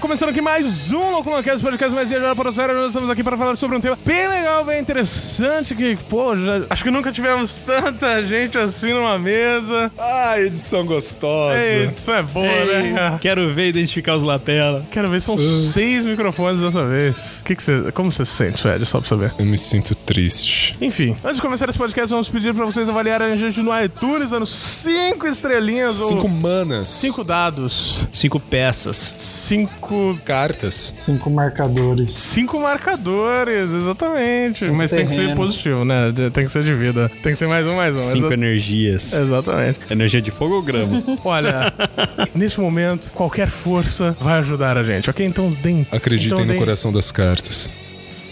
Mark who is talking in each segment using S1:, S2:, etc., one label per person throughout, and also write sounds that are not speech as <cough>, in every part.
S1: começando aqui mais um LoucomaCast, podcast mais viajado para a série. Nós estamos aqui para falar sobre um tema bem legal, bem interessante, que, pô, já- acho que nunca tivemos tanta gente assim numa mesa.
S2: Ah, edição gostosa.
S1: Ei, isso é boa, né, cara?
S3: Quero ver identificar os lapela.
S1: Quero ver, são seis microfones dessa vez. Que que cê, como você se sente, Fred, só pra saber?
S2: Eu me sinto triste.
S1: Enfim, antes de começar esse podcast, vamos pedir pra vocês avaliarem a gente no iTunes, dando cinco estrelinhas
S2: Cinco
S1: ou...
S2: manas.
S1: Cinco dados.
S3: Cinco peças.
S1: Cinco
S2: cartas.
S4: Cinco marcadores.
S1: Cinco marcadores, exatamente. Mas tem que ser
S4: terrenos.
S1: positivo, né? De- Tem que ser de vida. Tem que ser mais um, mais um.
S5: Cinco
S1: Exa-
S5: energias.
S1: Exatamente.
S5: Energia de fogo ou grama?
S1: Olha, nesse momento, qualquer força vai ajudar a gente, ok? Então deem.
S2: Acreditem
S1: então
S2: no
S1: deem-
S2: coração das cartas.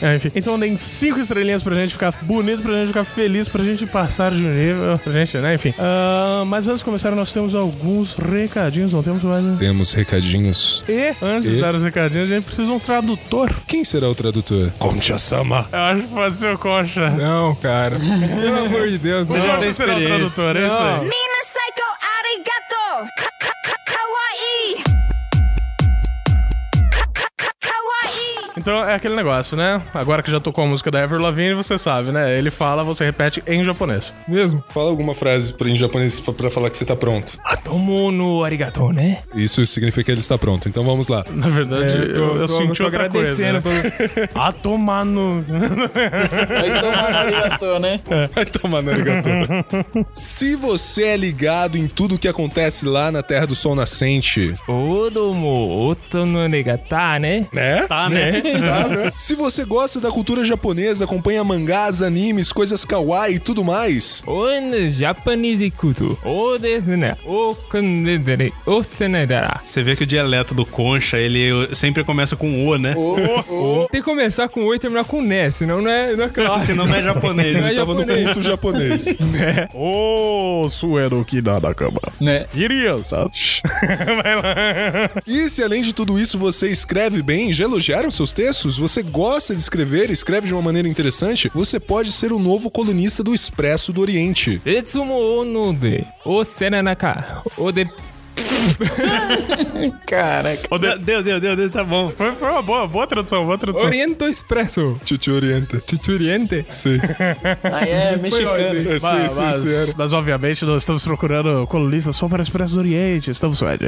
S1: É, enfim. Então deem cinco estrelinhas pra gente ficar bonito, pra gente ficar feliz, pra gente passar de um nível. Pra gente, né? Enfim. Ah, mas antes de começar, nós temos alguns recadinhos, não temos mais. né?
S2: Temos recadinhos.
S1: E, antes de
S2: E?
S1: dar os recadinhos, a gente precisa de um tradutor.
S2: Quem será o tradutor? Concha-sama.
S1: Eu acho que pode ser o Coxa.
S2: Não, cara. Pelo amor de Deus.
S1: Você já um tem
S3: será o
S1: experiência.
S3: tradutor, é isso aí.
S1: Não.
S6: みんな最高ありがとうかかかかわいいかかかかわいい
S1: Então é aquele negócio, né? Agora que já tocou a música da Ever Lavigne, você sabe, né? Ele fala, você repete em japonês.
S2: Mesmo? Fala alguma frase pra- em japonês pra, pra falar que você tá pronto.
S3: Atomo no arigato, né?
S2: Isso significa que ele está pronto. Então vamos lá.
S1: Na verdade, eu, eu,
S3: É, tô-
S1: senti
S3: tô
S1: outra coisa. Né?
S3: agradecendo
S1: <laughs>
S3: Ah,
S1: A tomar no...
S4: Vai tomar arigatô, né?
S2: <laughs> Vai tomar na
S1: <laughs>
S2: ligatura. Se você é ligado em tudo o que acontece lá na Terra do Sol Nascente,
S3: Odomo oto no negata, né?
S2: né?
S3: Tá, né?
S2: Se você gosta da cultura japonesa, acompanha mangás, animes, coisas kawaii e tudo mais,
S3: On Japanese kuto. O desu ne. O kandedere. O senedara.
S5: Você vê que o dialeto do concha, ele sempre começa com O, né?
S3: Tem que começar com o e terminar com né, senão não é, não é clássico.
S5: <laughs> Senão não é japonês.
S3: Não é
S2: Ah, tava no
S3: japonês.
S2: culto japonês.
S3: <laughs> Né?
S1: Ô, suero que dá da cama.
S4: Né?
S3: <laughs>
S1: Criança.
S2: E se além de tudo isso você escreve bem, já elogiaram seus textos? Você gosta de escrever, escreve de uma maneira interessante? Você pode ser o novo colunista do Expresso do Oriente.
S3: Etsumo no de. O senanaka. O de.
S4: Caraca.
S5: Deu, deu, deu, deu, deu, tá bom.
S1: Foi, foi uma boa, boa tradução, boa tradução.
S3: Oriento expresso.
S2: Te, te orienta.
S3: Tuturiente.
S2: Sim.
S4: Aí é mexicano.
S2: É, sim,
S1: Mas, mas,
S2: sincero.
S1: mas, obviamente, nós estamos procurando colunistas só para o Expresso do Oriente. Estamos, Fred.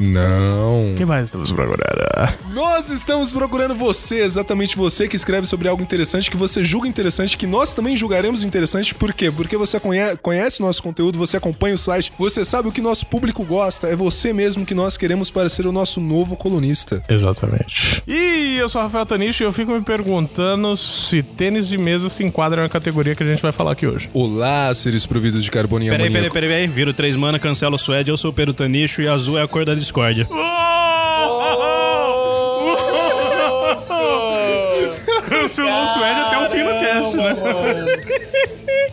S2: Não.
S1: que mais estamos procurando?
S2: Nós estamos procurando você, exatamente você que escreve sobre algo interessante, que você julga interessante, que nós também julgaremos interessante. Por quê? Porque você conhe- conhece nosso conteúdo, você acompanha o site, você sabe o que nosso público gosta. É você mesmo que nós queremos para ser o nosso novo colunista.
S1: Exatamente. E eu sou o Rafael Tanicho e eu fico me perguntando se tênis de mesa se enquadra na categoria que a gente vai falar aqui hoje.
S2: Olá, seres providos de carbono e
S5: Peraí, peraí,
S2: amoníaco.
S5: peraí, peraí. Viro três mana, cancela o suede, eu sou o Pedro Tanicho e azul é a cor da discórdia.
S1: Cancelou o suede até o fim do cast, né?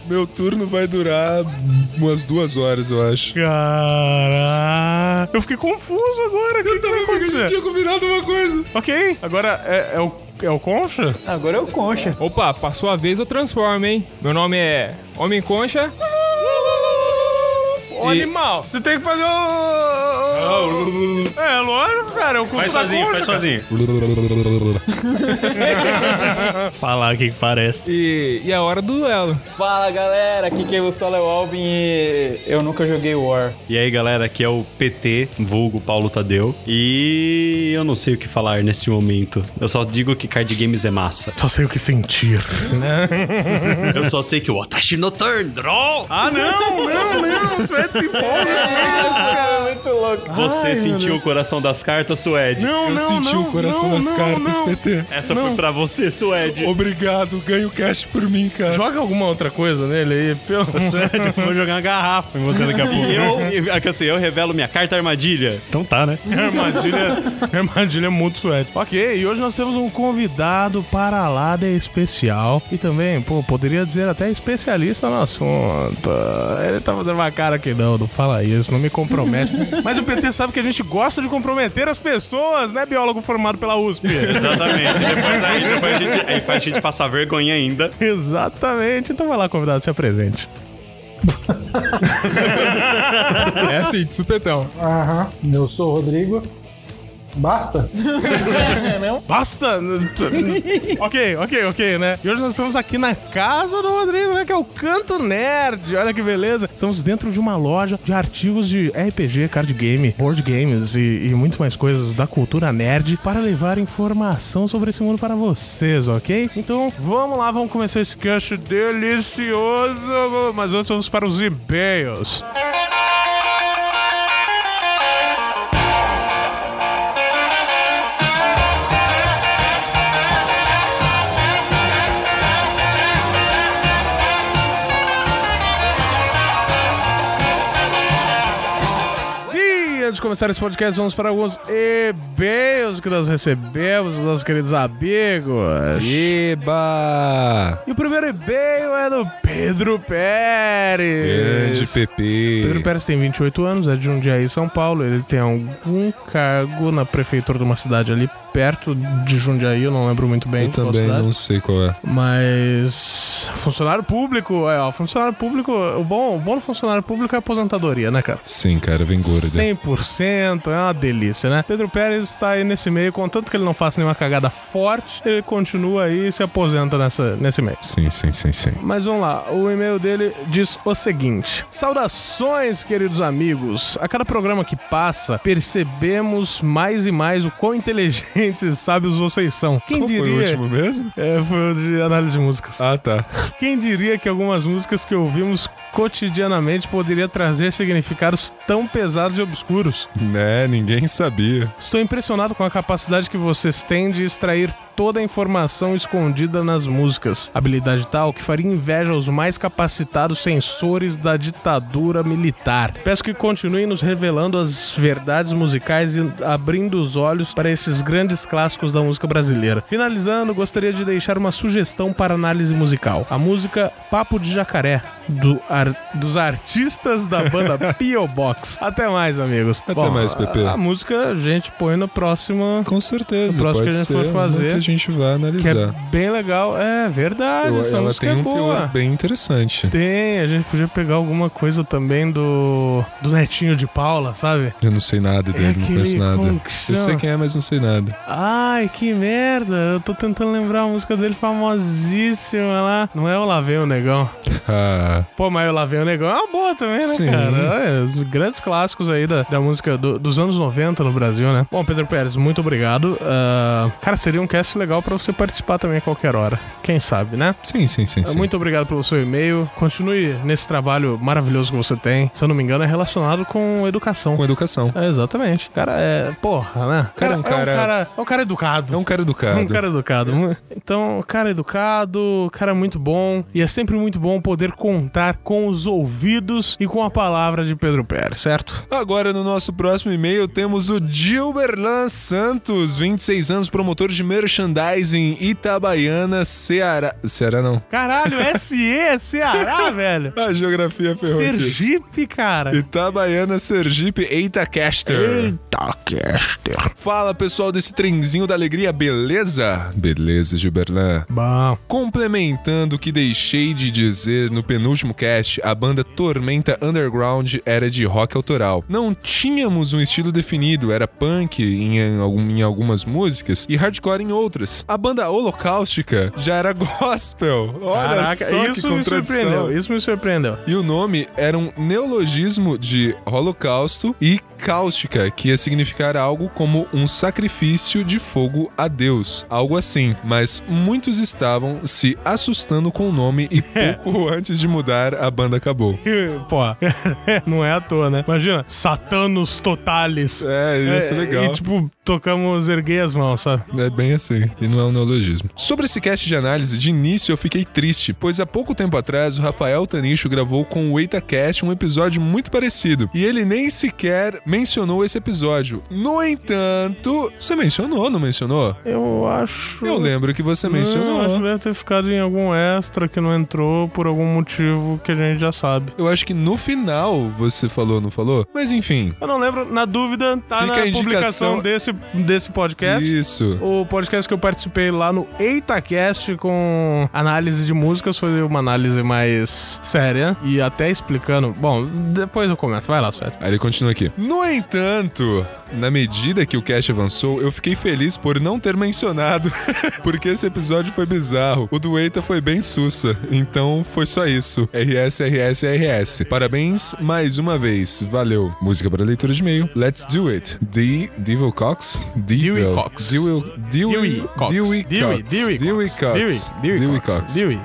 S2: Meu turno vai durar umas duas horas, eu acho.
S1: Caraca. Eu fiquei confuso agora. O que, que vai acontecer?
S2: combinado uma coisa.
S1: Ok, agora é, é o, é o Concha?
S4: Agora é o Concha.
S3: Opa, passou a vez, eu transformo, hein? Meu nome é Homem Concha.
S1: O animal. Você tem que fazer o. É, lógico, cara. Eu
S5: Faz sozinho, faz sozinho. Falar o que que parece.
S3: E, e é a hora do duelo.
S4: Fala galera, aqui quem eu sou é o Alvin e eu nunca joguei War.
S5: E aí, galera, aqui é o PT, vulgo Paulo Tadeu. E eu não sei o que falar neste momento. Eu só digo que card games é massa.
S1: Só sei o que sentir.
S5: Eu só sei que o Otashi no turn, draw!
S1: Ah, não, não, não. O suede se empolga.
S4: É Muito louco.
S5: Você sentiu o coração das cartas, Suede.
S1: Não,
S2: Eu
S1: não,
S2: senti
S1: não,
S2: o coração
S1: não,
S2: nas
S1: não,
S2: cartas,
S1: não.
S2: PT.
S5: Essa foi pra você, Suede.
S2: Obrigado, ganha o cash por mim, cara.
S1: Joga alguma outra coisa nele aí, pelo <laughs>
S5: Sério, vou jogar uma garrafa em você daqui a pouco. E eu, e, assim, eu revelo minha carta armadilha. Então tá, né?
S1: É Armadilha, é armadilha muito suede. Ok, e hoje nós temos um convidado para lá de especial. E também, pô, poderia dizer até especialista no assunto. Ele tá fazendo uma cara que não, não fala isso, não me <laughs> compromete. Mas o PT sabe que a gente gosta de comprometer as pessoas, né, biólogo formado pela USP?
S5: Exatamente. Depois aí, depois a gente, aí faz a gente passar vergonha ainda.
S1: <laughs> Exatamente. Então vai lá, convidado, se apresente.
S3: É assim, de supetão.
S4: Aham, eu sou o Rodrigo.
S7: Basta?
S1: Basta! ok, ok, ok, né? E hoje nós estamos aqui na casa do Rodrigo, né? Que é o Canto Nerd. Olha que beleza. Estamos dentro de uma loja de artigos de RPG, card game, board games e, e muito mais coisas da cultura nerd para levar informação sobre esse mundo para vocês, ok? Então vamos lá, vamos começar esse cast delicioso. Mas antes vamos para os e-mails. E antes de começar esse podcast, vamos para alguns e-mails que nós recebemos dos nossos queridos amigos.
S2: Eba!
S1: E o primeiro e-mail é do Pedro Pérez.
S2: Grande PP.
S1: Pedro Pérez tem 28 anos, é de Jundiaí, São Paulo. Ele tem algum cargo na prefeitura de uma cidade ali perto de Jundiaí, eu não lembro muito bem.
S2: Eu
S1: qual
S2: também
S1: cidade.
S2: não sei qual é.
S1: Mas funcionário público, é, ó, funcionário público, o bom, o bom do funcionário público é a aposentadoria, né, cara?
S2: Sim, cara, vem gorda.
S1: 100%, é uma delícia, né? Pedro Pérez está aí nesse meio, contanto que ele não faça nenhuma cagada forte, ele continua aí e se aposenta nessa, nesse meio.
S2: Sim, sim, sim, sim.
S1: Mas vamos lá, o e-mail dele diz o seguinte: Saudações, queridos amigos. A cada programa que passa, percebemos mais e mais o quão <laughs> inteligentes e sábios vocês são. Quem
S2: Qual
S1: diria.
S2: foi o último mesmo?
S1: É, foi o de análise de músicas.
S2: Ah, tá.
S1: Quem diria que algumas músicas que ouvimos cotidianamente poderia trazer significados tão pesados e obscuros?
S2: Né, ninguém sabia.
S1: Estou impressionado com a capacidade que vocês têm de extrair toda a informação escondida nas músicas. Habilidade tal que faria inveja aos mais capacitados sensores da ditadura militar. Peço que continuem nos revelando as verdades musicais e abrindo os olhos para esses grandes clássicos da música brasileira. Finalizando, gostaria de deixar uma sugestão para análise musical. A música Papo de Jacaré, do ar- dos artistas da
S2: <laughs>
S1: banda P.O. Box. Até mais, amigos.
S2: Até mais, Pepe.
S1: A, a música a gente põe na próxima,
S2: Com certeza.
S1: O
S2: pode
S1: próximo que a gente
S2: ser
S1: for
S2: uma
S1: fazer,
S2: que a gente vai
S1: que é
S2: analisar.
S1: bem legal. É verdade,
S2: Eu-
S1: essa
S2: ela
S1: música
S2: tem
S1: é
S2: um
S1: boa.
S2: teor bem interessante.
S1: Tem, a gente podia pegar alguma coisa também do do Netinho de Paula, sabe?
S2: Eu não sei nada dele, não
S1: É aquele-
S2: conheço
S1: como
S2: nada.
S1: que
S2: Eu
S1: chama?
S2: sei quem é, mas não sei nada. <laughs>
S1: Ai, que merda! Eu tô tentando lembrar a música dele famosíssima lá. Não é o Lavei o Negão.
S2: Ah,
S1: Pô, mas o Lavei o Negão é uma boa também, né,
S2: Sim.
S1: cara? É, grandes clássicos aí da, da música do- dos anos 90 no Brasil, né? Bom, Pedro Pérez, muito obrigado. Ah, cara, seria um cast legal pra você participar também a qualquer hora. Quem sabe, né?
S2: sim, sim, sim,
S1: Ah,
S2: sim.
S1: Muito obrigado pelo seu e-mail. Continue nesse trabalho maravilhoso que você tem. Se eu não me engano, é relacionado com educação.
S2: Com educação.
S1: É, exatamente. O cara é. Porra, né? O
S2: Cara, é um cara-
S1: É um cara, é um cara educado.
S2: É um cara educado.
S1: Um cara educado. Mu- Então, cara educado, cara muito bom. E é sempre muito bom poder contar com os ouvidos e com a palavra de Pedro Pérez, certo?
S2: Agora, no nosso próximo e-mail, temos o Gilberlan Santos, 26 anos, promotor de merchandising Itabaiana, Ceará. Ceará não.
S1: Caralho, SE, é
S2: <laughs>
S1: Ceará, velho.
S2: A geografia ferrou aqui.
S1: Sergipe, cara.
S2: Itabaiana, Sergipe, Eita Caster.
S1: Eita, Caster.
S2: Fala pessoal desse trenzinho da alegria, beleza? Beleza, Gilberlan.
S1: Bom.
S2: Complementando o que deixei de dizer no penúltimo cast, a banda Tormenta Underground era de rock autoral. Não tínhamos um estilo definido, era punk em, em algum- em algumas músicas e hardcore em outras. A banda Holocaustica já era <laughs> gospel. Olha
S1: Caraca,
S2: só que
S1: isso me
S2: contradição.
S1: surpreendeu. Isso me surpreendeu.
S2: E o nome era um neologismo de holocausto e cáustica, que ia significar algo como um sacrifício de fogo a Deus, algo assim. Mas muitos estavam se assustando com o nome e pouco antes de mudar, a banda acabou.
S1: Pô, <laughs> não é à toa, né? Imagina, Satanos Totalis.
S2: É, isso é, legal.
S1: E tipo, tocamos, erguei as mãos, sabe?
S2: É bem assim, e não é um neologismo. Sobre esse cast de análise, de início eu fiquei triste, pois há pouco tempo atrás o Rafael Tanicho gravou com o EitaCast um episódio muito parecido, e ele nem sequer mencionou esse episódio. No entanto, você mencionou, não mencionou?
S1: Eu acho.
S2: Eu lembro que você
S1: Não, acho que
S2: mencionou.
S1: deve ter ficado em algum extra que não entrou por algum motivo que a gente já sabe.
S2: Eu acho que no final você falou, não falou? Mas enfim,
S1: Eu não lembro, na dúvida, tá
S2: Fica
S1: na
S2: a indicação-
S1: publicação desse, desse podcast.
S2: isso.
S1: O podcast que eu participei lá no EitaCast com análise de músicas foi uma análise mais séria e até explicando. Bom, depois eu comento. Vai lá, Sueli.
S2: Aí ele continua aqui. No No entanto, na medida que o cast avançou, eu fiquei feliz por não ter mencionado, <laughs> porque esse episódio foi bizarro. O do Eita foi bem sussa, então foi só isso. RS, RS, RS. Parabéns mais uma vez. Valeu. Música para leitura de e-mail. Let's do it. D. Devil Cox? Devil
S1: Dewey Cox.
S2: Dewey, Dewey,
S1: Dewey Cox.
S2: Dewey
S1: Dewey,
S2: Cox.
S1: Dewey Cox. Dewey, Dewey Cox. Dewey,
S2: Dewey Cox.
S1: Dewey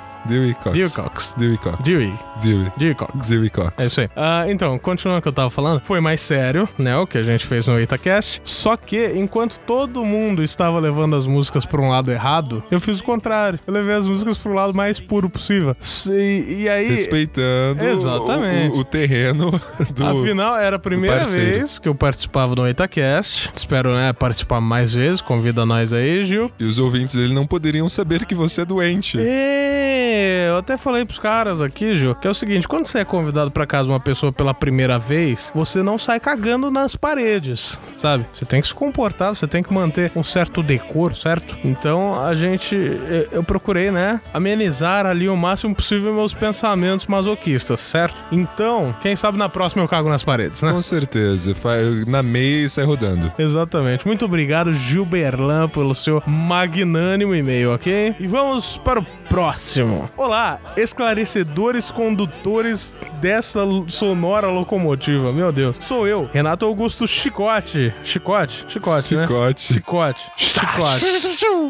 S1: Cox.
S2: Dewey Cox.
S1: Dewey,
S2: Dewey.
S1: Dewey Cox.
S2: Dewey Cox.
S1: É isso aí. Ah, então, continuando o que eu tava falando, foi mais sério, né? O que a gente fez no Itacast. Só que, enquanto todo mundo estava levando as músicas pra um lado errado, eu fiz o contrário. Eu levei as músicas pro lado mais puro possível. S- E, e aí.
S2: Respeitando o-
S1: Exatamente.
S2: O, o
S1: <laughs>
S2: terreno do.
S1: Afinal, era a primeira
S2: parceiro.
S1: vez que eu participava do Itacast. Espero, né, participar mais vezes. Convida nós aí, Gil.
S2: E os ouvintes dele não poderiam saber que você é doente.
S1: É, eu até falei pros caras aqui, Ju, que é o seguinte: quando você é convidado pra casa de uma pessoa pela primeira vez, você não sai cagando nas paredes, sabe? Você tem que se comportar, você tem que manter um certo decor, certo? Então a gente, eu- eu procurei, né, amenizar ali o máximo possível meus pensamentos masoquistas, certo? Então, quem sabe na próxima eu cago nas paredes, né?
S2: Com certeza. Fa- Na meia e sai rodando.
S1: Exatamente. Muito obrigado, Gilberlan, pelo seu magnânimo e-mail, ok? E vamos para o próximo. Olá, esclarecedores condutores dessa l- sonora locomotiva. Meu Deus. Sou eu, Renato Augusto Chicote. Chicote? Chicote,
S2: Chicote.
S1: né? Chicote. Chicote.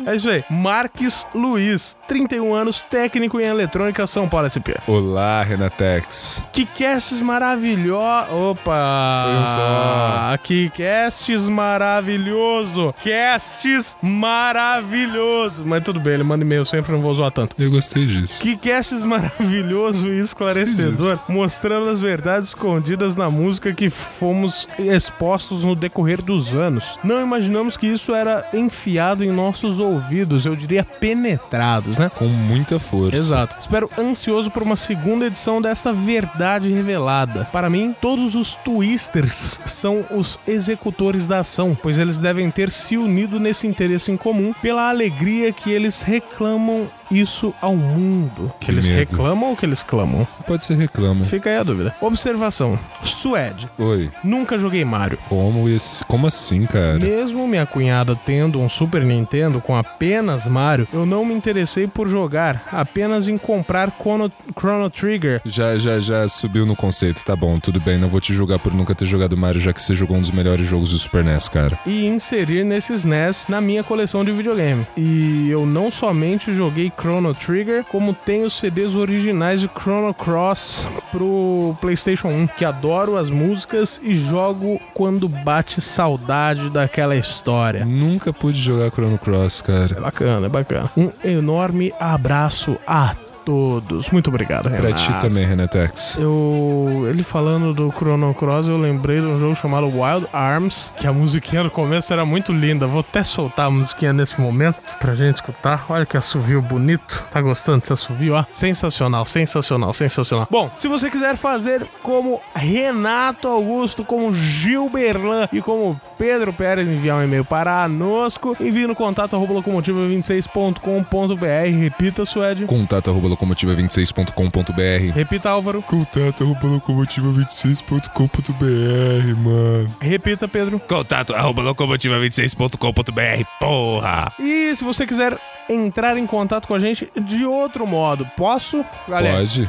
S1: É isso aí. Marques Luiz, 31 anos, técnico em eletrônica São Paulo SP.
S2: Olá, Renatex.
S1: Que casts maravilhoso. Opa!
S2: Foi um só.
S1: Que casts maravilhoso! Casts maravilhoso! Mas tudo bem, ele manda e-mail sempre, não vou zoar tanto.
S2: Eu gostei disso.
S1: Que casts maravilhoso e esclarecedor, mostrando as verdades escondidas na música que fomos expostos no decorrer dos anos. Não imaginamos que isso era enfiado em nossos ouvidos, eu diria penetrados, né?
S2: Com muita força.
S1: Exato. Espero ansioso por uma segunda edição desta verdade revelada. Para mim, todos os twisters são os executores da ação, pois eles devem ter se unido nesse interesse em comum pela alegria que eles reclamam isso ao mundo. Que eles
S2: medo.
S1: reclamam ou que eles clamam?
S2: Pode ser reclamo.
S1: Fica aí a dúvida. Observação. Suede.
S2: Oi.
S1: Nunca joguei Mario.
S2: Como, esse... Como assim, cara?
S1: Mesmo minha cunhada tendo um Super Nintendo com apenas Mario, eu não me interessei por jogar, apenas em comprar Chrono, Chrono Trigger.
S2: Já, já, já subiu no conceito, tá bom, tudo bem, não vou te julgar por nunca ter jogado Mario, já que você jogou um dos melhores jogos do Super NES, cara.
S1: E inserir nesses NES na minha coleção de videogame. E eu não somente joguei Chrono Trigger, como tenho CDs originais de Chrono Cross pro PlayStation 1, que adoro as músicas e jogo quando bate saudade daquela história.
S2: Nunca pude jogar Chrono Cross, cara.
S1: Bacana, bacana. Um enorme abraço a todos. Muito obrigado, Renato.
S2: Pra ti também, Renatex.
S1: Eu, ele falando do Chrono Cross, eu lembrei de um jogo chamado Wild Arms, que a musiquinha no começo era muito linda. Vou até soltar a musiquinha nesse momento pra gente escutar. Olha que assovio bonito. Tá gostando desse assovio, ó? Sensacional, sensacional, sensacional. Bom, se você quiser fazer como Renato Augusto, como Gil Berlan e como Pedro Pérez enviar um e-mail para anosco, envie no contato arroba locomotiva26.com.br. Repita, Suede.
S2: Contato arroba locomotiva26.com.br
S1: Repita, Álvaro.
S2: Contato arroba locomotiva26.com.br, mano.
S1: Repita, Pedro.
S2: Contato arroba locomotiva26.com.br, porra!
S1: E se você quiser entrar em contato com a gente de outro modo, posso? Pode?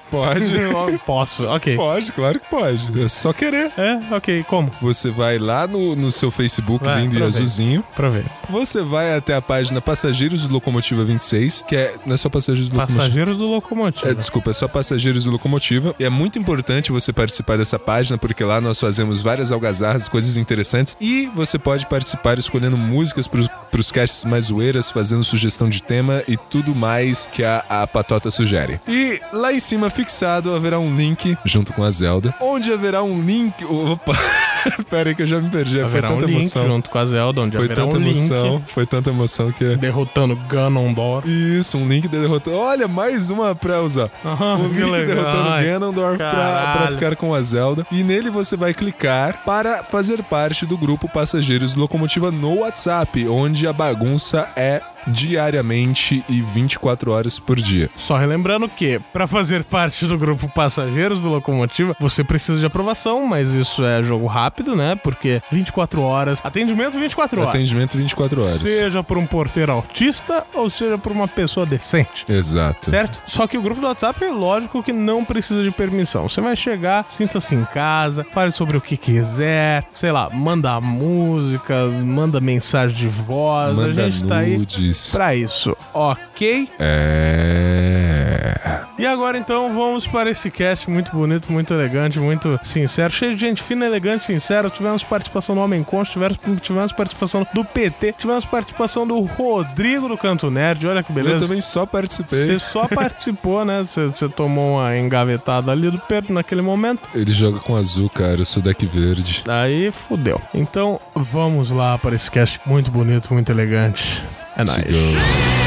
S1: <laughs>
S2: Pode.
S1: posso, ok.
S2: Pode, claro que pode. É só querer.
S1: É, ok, como?
S2: Você vai lá no, no seu Facebook,
S1: Vai,
S2: lindo e
S1: aproveita.
S2: azulzinho.
S1: Pra ver.
S2: Você vai até a página Passageiros do Locomotiva 26, que é. Não é só Passageiros do Locomotiva.
S1: Passageiros do
S2: É,
S1: locomotivo.
S2: desculpa, é só Passageiros do Locomotiva. E é muito importante você participar dessa página, porque lá nós fazemos várias algazarras, coisas interessantes. E você pode participar escolhendo músicas pros, pros casts mais zoeiras, fazendo sugestão de tema e tudo mais que a, a patota sugere. E lá em cima, fixado, haverá um link, junto com a Zelda, onde haverá um link. Opa! <laughs> Pera aí que eu já me perdi,
S1: Haverá
S2: foi
S1: um
S2: tanta
S1: link
S2: emoção.
S1: junto com a Zelda, onde
S2: Foi
S1: haverá
S2: tanta
S1: um link
S2: emoção, foi tanta emoção que é.
S1: derrotando Ganondorf.
S2: isso, um link da derrotando. Olha, mais uma pra usar.
S1: Ah,
S2: um
S1: que
S2: link
S1: legal.
S2: derrotando
S1: Ai,
S2: Ganondorf pra,
S1: caralho.
S2: pra ficar com a Zelda. E nele você vai clicar para fazer parte do grupo Passageiros do Locomotiva no WhatsApp, onde a bagunça é diariamente e 24 horas por dia.
S1: Só relembrando que, pra fazer parte do grupo Passageiros do Locomotiva, você precisa de aprovação, mas isso é jogo rápido, né? Porque 24 horas, atendimento 24 horas.
S2: Atendimento 24 horas.
S1: Seja por um porteiro autista ou seja por uma pessoa decente.
S2: Exato.
S1: Certo? Só que o grupo do WhatsApp é lógico que não precisa de permissão. Você vai chegar, sinta-se em casa, fale sobre o que quiser, sei lá, manda música, manda mensagem de voz.
S2: Manda
S1: a gente tá aí
S2: nudes.
S1: pra isso, ok?
S2: É.
S1: E agora então vamos para esse cast muito bonito, muito elegante, muito sincero, cheio de gente fina, elegante, sincero. Tivemos participação do Homem Concha, tivemos, tivemos participação do PT, tivemos participação do Rodrigo do Canto Nerd. Olha que
S2: Eu
S1: beleza.
S2: também só participei.
S1: Você só participou, né? Você você tomou uma engavetada ali do Pedro naquele momento.
S2: Ele joga com azul, cara. Eu sou deck verde.
S1: Aí fudeu. Então vamos lá para esse cast muito bonito, muito elegante. É nóis.
S2: Let's go.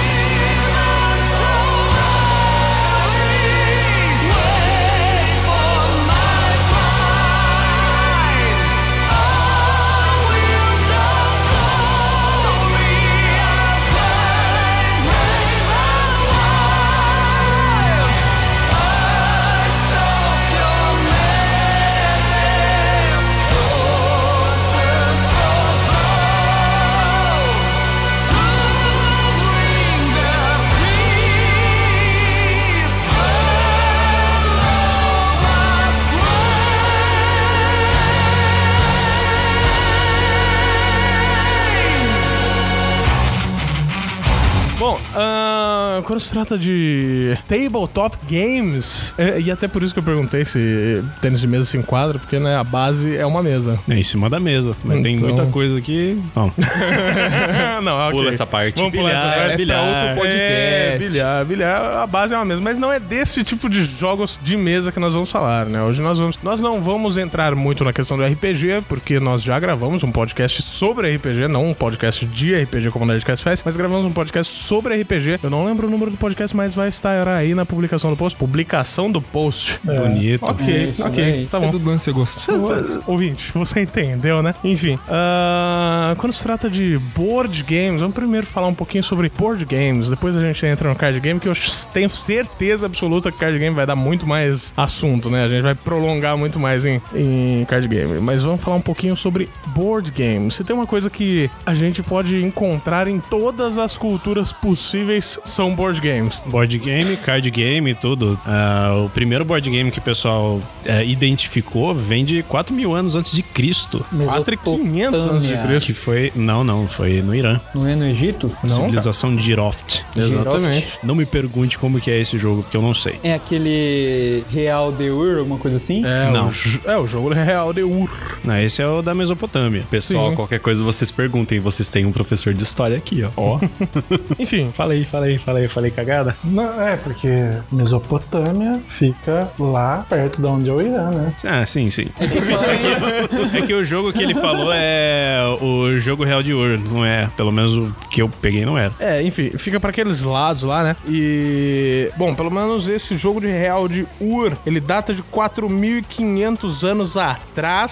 S1: Bom, ahn, quando se trata de tabletop games, é, e até por isso que eu perguntei se tênis de mesa se enquadra, porque né, a base é uma mesa.
S7: É em cima da mesa. Mas tem
S1: Então-
S7: muita coisa aqui. Não.
S1: É, Não, ok.
S5: Pula essa parte.
S1: Vamos pular essa
S3: Bilhar,
S1: parte.
S3: é bilhar. pra outro podcast.
S1: É, bilhar, bilhar, a base é uma mesa. Mas não é desse tipo de jogos de mesa que nós vamos falar, né? Hoje nós vamos. Nós não vamos entrar muito na questão do RPG, porque nós já gravamos um podcast sobre RPG, não um podcast de RPG como o Nerdcast faz, mas gravamos um podcast sobre RPG. Eu não lembro o número do podcast, mas vai estar aí na publicação do post. Publicação do post.
S7: Bonito.
S1: É. Ok,
S4: Isso,
S1: ok,
S4: daí.
S1: tá bom.
S2: do lance é
S1: Cê-
S2: gostoso.
S1: cê- Ouvinte, você entendeu, né? Enfim, ah, quando se trata de board games, vamos primeiro falar um pouquinho sobre board games, depois a gente entra no card game, que eu ch- tenho certeza absoluta que card game vai dar muito mais assunto, né? A gente vai prolongar muito mais em, em card game. Mas vamos falar um pouquinho sobre board games. Se tem uma coisa que a gente pode encontrar em todas as culturas possíveis, são board games.
S7: Board game, card game, tudo. Ah, o primeiro board game que o pessoal eh, identificou vem de 4 mil anos antes de Cristo.
S1: 4,500 anos de Cristo.
S7: Que foi. Não, não, foi no Irã.
S4: Não é no Egito?
S7: A civilização de Giroft.
S1: Exatamente.
S7: Não me pergunte como que é esse jogo, porque eu não sei.
S4: É aquele Real de Ur, alguma coisa assim?
S1: É,
S7: Não.
S1: O, jo- é o jogo real de Ur.
S7: Não, esse é o da Mesopotâmia.
S5: Pessoal,
S1: Sim.
S5: qualquer coisa vocês perguntem. Vocês têm um professor de história aqui, ó. Ó.
S1: Enfim,
S7: Falei, falei, falei, falei cagada.
S8: Não, é, porque Mesopotâmia fica lá perto de onde é o Irã, né?
S7: Ah, sim, sim. <laughs> É que o jogo que ele falou é o jogo real de ouro, não é? Pelo menos o que eu peguei não era.
S1: É, enfim, fica pra aqueles lados lá, né? E. Bom, pelo menos esse jogo de real de Ur, ele data de 4.500 anos atrás.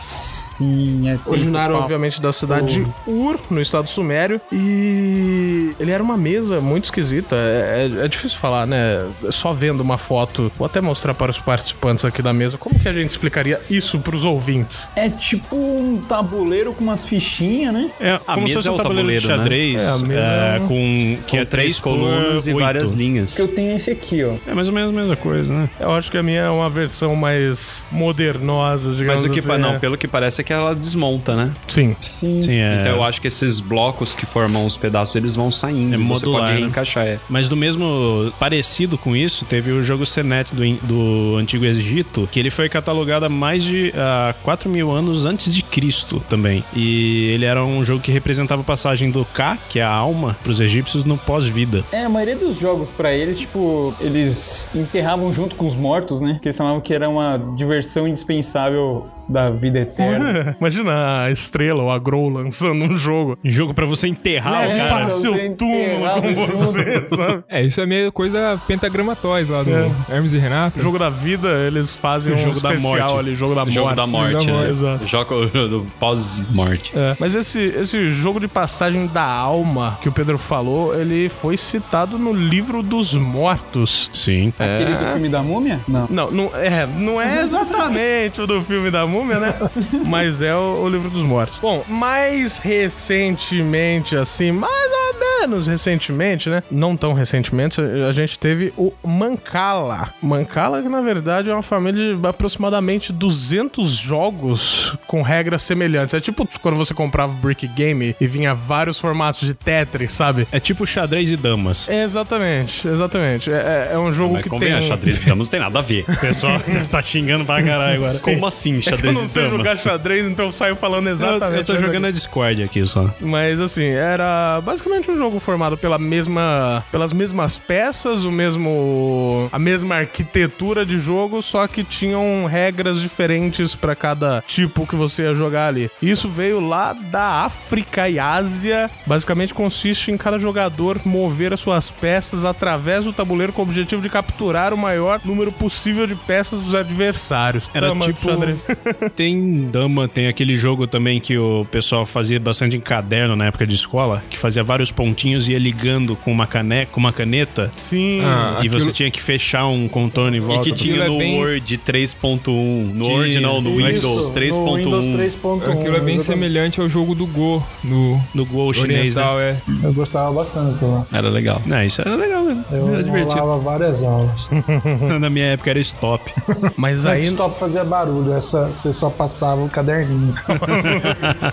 S4: Sim, é
S1: Originário,
S4: tempo.
S1: obviamente, da cidade de Ur, no estado sumério. E ele era uma mesa muito esquisita. É, é- é difícil falar, né? Só vendo uma foto, vou até mostrar para os participantes aqui da mesa como que a gente explicaria isso pros ouvintes.
S4: É tipo um tabuleiro com umas fichinhas, né?
S7: É,
S5: A
S7: como se
S5: mesa
S7: fosse
S5: é
S7: um
S5: o
S7: tabuleiro de
S5: tabuleiro,
S7: xadrez,
S1: né? É, a mesa
S7: é,
S1: é um-
S7: com que é
S5: Com três
S7: três
S5: colunas e várias
S7: linhas.
S5: linhas.
S4: Que eu tenho esse aqui, ó.
S7: É mais ou menos a mesma coisa, né?
S1: Eu acho que a minha é uma versão mais modernosa, digamos
S5: Mas
S1: assim.
S5: o que pa- não,
S1: né?
S5: pelo que parece é que ela desmonta, né?
S1: Sim.
S4: Sim.
S7: Sim, é.
S5: Então eu acho que esses blocos que formam os pedaços, eles vão saindo.
S7: É
S5: e você
S7: modular,
S5: pode
S7: né?
S5: reencaixar, é.
S7: Mas do mesmo parecido com isso, teve o jogo Senet do, in- do Antigo Egito, que ele foi catalogado há mais de ah, 4 mil anos antes de Cristo também. E ele era um jogo que representava a passagem do Ka, que é a alma, para os egípcios no pós-vida.
S4: É, a maioria dos jogos pra eles, tipo, eles enterravam junto com os mortos, né? Que eles falavam que era uma diversão indispensável da vida eterna.
S1: <laughs> Imagina a estrela ou a Grow lançando um jogo.
S7: Jogo pra você enterrar o
S1: Leve
S7: cara.
S1: para seu
S4: Você
S1: túmulo
S4: enterrado
S1: com
S4: junto.
S1: você, sabe?
S3: É, isso é meio coisa pentagramatóis lá do Hermes e Renato.
S1: O <laughs> jogo da vida, eles fazem
S7: O
S1: um
S7: jogo da
S1: especial
S7: morte.
S1: ali, jogo da morte. é.
S5: Jogo da morte,
S1: Jogo da
S5: né?
S1: Exato.
S5: Jogo pós-morte.
S1: É, Mas esse, esse jogo de passagem da alma que o Pedro falou, ele foi citado no livro dos mortos.
S7: Sim.
S4: Aquele do filme da múmia? Não.
S1: Não, não é, não é exatamente o do filme da múmia, né? Mas é o, o livro dos mortos. Bom, mais recentemente, assim, mais ou menos recentemente, né? Não tão recentemente, a gente teve o Mancala. Mancala, que na verdade é uma família de aproximadamente 200 jogos com regras semelhantes. É tipo quando você comprava o Brick Game e vinha vários formatos de Tetris, sabe?
S7: É tipo xadrez e damas.
S1: É, Exatamente, exatamente. É, é- é um jogo
S5: Mas
S1: que
S5: convenha,
S1: tem...
S5: xadrez e damas não tem nada a ver.
S7: <laughs> O pessoal tá xingando pra caralho agora.
S5: Como assim,
S1: É Eu
S5: xadrez
S1: não
S5: e
S1: sei jogar
S5: damas?
S1: xadrez, então eu saio falando
S7: Eu,
S1: exatamente. né?
S7: eu tô jogando a Discord aqui só.
S1: Mas assim, era basicamente um jogo formado pela mesma, pelas mesmas peças, o mesmo, a mesma arquitetura de jogo, só que tinham regras diferentes pra cada tipo que você ia jogar ali. E Isso veio lá da África e Ásia. Basicamente consiste em cada jogador mover as suas peças através do tabuleiro com o objetivo de capturar o maior número possível de peças dos adversários.
S7: Era
S1: Dama,
S7: tipo. Tem dama, tem aquele jogo também que o pessoal fazia bastante em caderno na época de escola, que fazia vários pontinhos e ia ligando com uma caneca, com uma caneta.
S1: Sim.
S3: Ah,
S7: e
S3: aquilo-
S7: você tinha que fechar um contorno em
S5: E
S7: volta.
S5: que tinha
S3: Aquilo
S5: no
S3: é bem-
S5: Word 3.1. No
S7: Tinha.
S5: Word não, no Windows
S8: Isso, no Windows
S5: 3.1.
S3: Aquilo
S8: 3.1.
S3: é bem
S8: exatamente.
S3: semelhante ao jogo do Go no
S7: No gol chinês, né?
S3: Oriental, é.
S8: Eu gostava bastante do lá.
S5: Era legal.
S7: Não, isso era legal, né? Era
S8: Eu
S7: divertido.
S8: rolava várias aulas.
S7: <laughs> Na minha época era
S5: <laughs>
S7: stop.
S1: Mas
S8: Aí...
S1: aí
S8: Stop fazia barulho, essa você só passava o caderninho.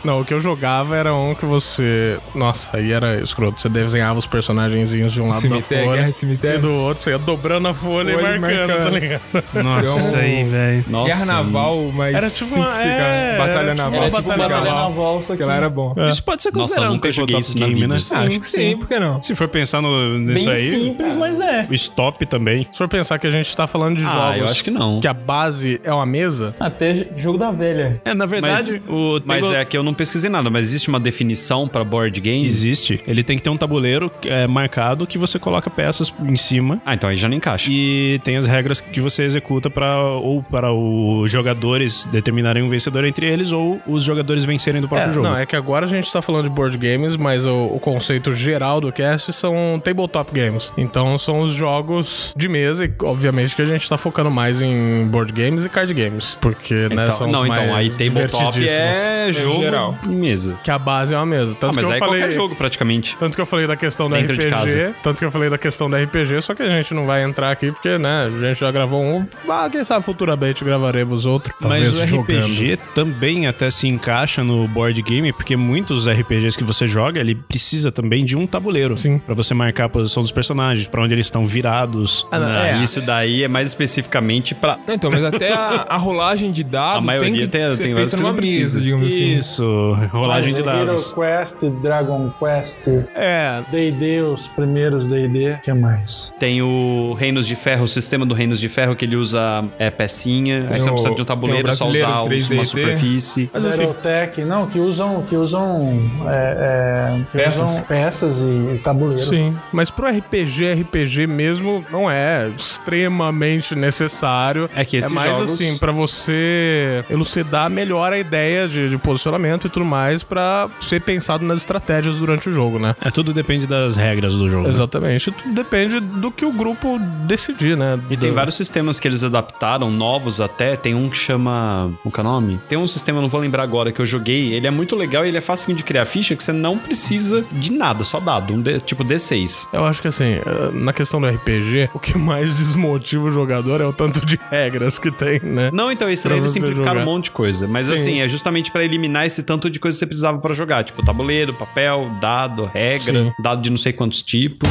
S1: Não, o que eu jogava era um que você. Nossa, aí era escroto. Você desenhava os personagenzinhos de um lado
S3: Cemitério,
S1: da
S3: guerra
S1: folha.
S3: de
S1: E
S3: cemitério.
S1: do outro, você ia dobrando a folha e
S3: Olha,
S1: marcando,
S3: marcando.
S1: tá ligado?
S7: Nossa,
S3: Então,
S7: isso
S5: É.
S7: aí, velho.
S5: Nossa.
S3: Guerra naval, mas
S1: Era tipo uma-
S3: simplificado.
S1: é, era
S3: batalha
S1: tipo
S3: naval.
S1: uma
S4: Era tipo
S1: batalha
S4: batalha
S1: naval.
S4: naval, só que...
S3: Aquela era bom.
S7: Isso pode ser
S5: Nossa,
S7: considerado um
S5: nunca joguei
S7: tabletop
S5: isso na
S7: game,
S5: vida.
S7: né?
S3: Ah, acho que sim, por que não?
S7: Se for pensar no,
S4: Bem
S7: nisso aí,
S4: simples, mas é.
S7: o stop também.
S1: Se for pensar que a gente tá falando de
S5: Ah,
S1: jogos
S5: eu acho que não.
S1: que a base é uma mesa,
S4: Até jogo da velha.
S7: É, na verdade, o
S5: Mas
S7: Table-
S5: é que eu não pesquisei nada, mas existe uma definição pra board games?
S7: Existe. Ele tem que ter um tabuleiro é, marcado que você coloca peças em cima
S5: Ah, então aí já não encaixa.
S7: e tem as regras que você executa para ou para os jogadores determinarem um vencedor entre eles ou os jogadores vencerem do próprio
S1: É,
S7: jogo.
S1: Não, é que agora a gente tá falando de board games, mas o, o conceito geral do cast são tabletop games. Então são os jogos de mesa, e obviamente que a gente tá focando mais em board games e card games. Porque, né,
S5: Então-
S1: são
S5: não,
S1: os
S5: então aí
S1: mais
S5: tabletop
S1: divertidíssimos.
S5: é jogo
S3: geral.
S5: em mesa.
S1: Que a base é uma mesa. Tanto
S5: Ah,
S1: que
S5: mas
S1: eu
S5: aí é
S1: falei...
S5: qualquer jogo praticamente.
S1: Tanto que eu falei da questão da
S5: Dentro de
S1: RPG,
S5: casa.
S1: tanto que eu falei da questão da RPG, só que a gente não vai entrar aqui porque, né, a gente já gravou um. Ah, quem sabe futuramente gravaremos outro.
S7: Mas
S1: talvez,
S7: o
S1: jogando.
S7: RPG também até se encaixa no board game, porque muitos RPGs que você joga, ele precisa também de um tabuleiro.
S1: Sim.
S7: Pra você marcar a posição dos personagens, pra onde eles estão virados.
S1: Ah, não,
S5: Não,
S1: é,
S5: Isso daí é mais especificamente pra.
S3: Não, então, mas até a, a rolagem de dado
S5: A maioria
S3: tem que
S5: tem-
S3: ser
S5: tem várias
S3: feita
S5: que
S3: numa
S5: não
S3: mesa,
S5: precisa.
S3: digamos assim.
S7: Isso, rolagem de dados.
S8: Hero Quest, Dragon Quest,
S1: é,
S8: D&D, os primeiros D&D, o que mais?
S5: Tem o Reinos de Ferro, o sistema do Reinos de Ferro, que ele usa é, pecinha. aí
S3: Tem
S5: você não
S3: o-
S5: precisa de um tabuleiro,
S3: tem
S5: é
S3: o
S5: só
S3: brasileiro,
S5: usar os- uma
S3: 3D.
S5: superfície.
S1: Mas assim-
S8: Battletech, não, que usam, que usam, é, é, que
S3: Peças.
S8: usam peças e, e tabuleiro.
S1: Sim, mas pro RPG, RPG mesmo não é extremamente necessário.
S5: É que esses
S1: é mais
S5: jogos-
S1: assim pra você elucidar melhor a ideia de, de posicionamento e tudo mais pra ser pensado nas estratégias durante o jogo, né?
S7: É, tudo depende das regras do
S5: Uhum.
S7: jogo. né?
S1: Exatamente, tudo depende do que o grupo decidir, né?
S5: E tem vários sistemas que eles adaptaram, novos até. Tem um que chama. Qual que é o nome? Tem um sistema, eu não vou lembrar agora, que eu joguei. Ele é muito legal e ele é facinho de criar ficha que você não precisa de nada, só dado. Um D- tipo D6.
S1: Eu acho que assim, eh, na questão do RPG, o que mais desmotiva o jogador é o tanto de regras que tem, né?
S5: Não, então esse
S1: Pra
S5: daí eles
S1: você
S5: simplificaram
S1: jogar.
S5: um monte de coisa. Mas assim, é justamente pra eliminar esse tanto de coisa que você precisava pra jogar. Tipo, tabuleiro, papel, dado, regra,
S1: Sim.
S5: dado de não sei quantos tipos.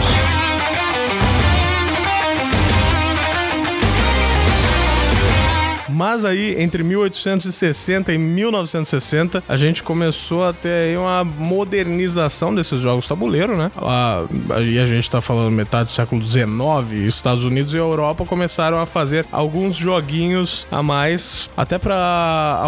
S1: Mas aí, entre 1860 e 1960, a gente começou a ter aí uma modernização desses jogos tabuleiro, né? Lá, aí a gente tá falando metade do século XIX, Estados Unidos e Europa começaram a fazer alguns joguinhos a mais, até pra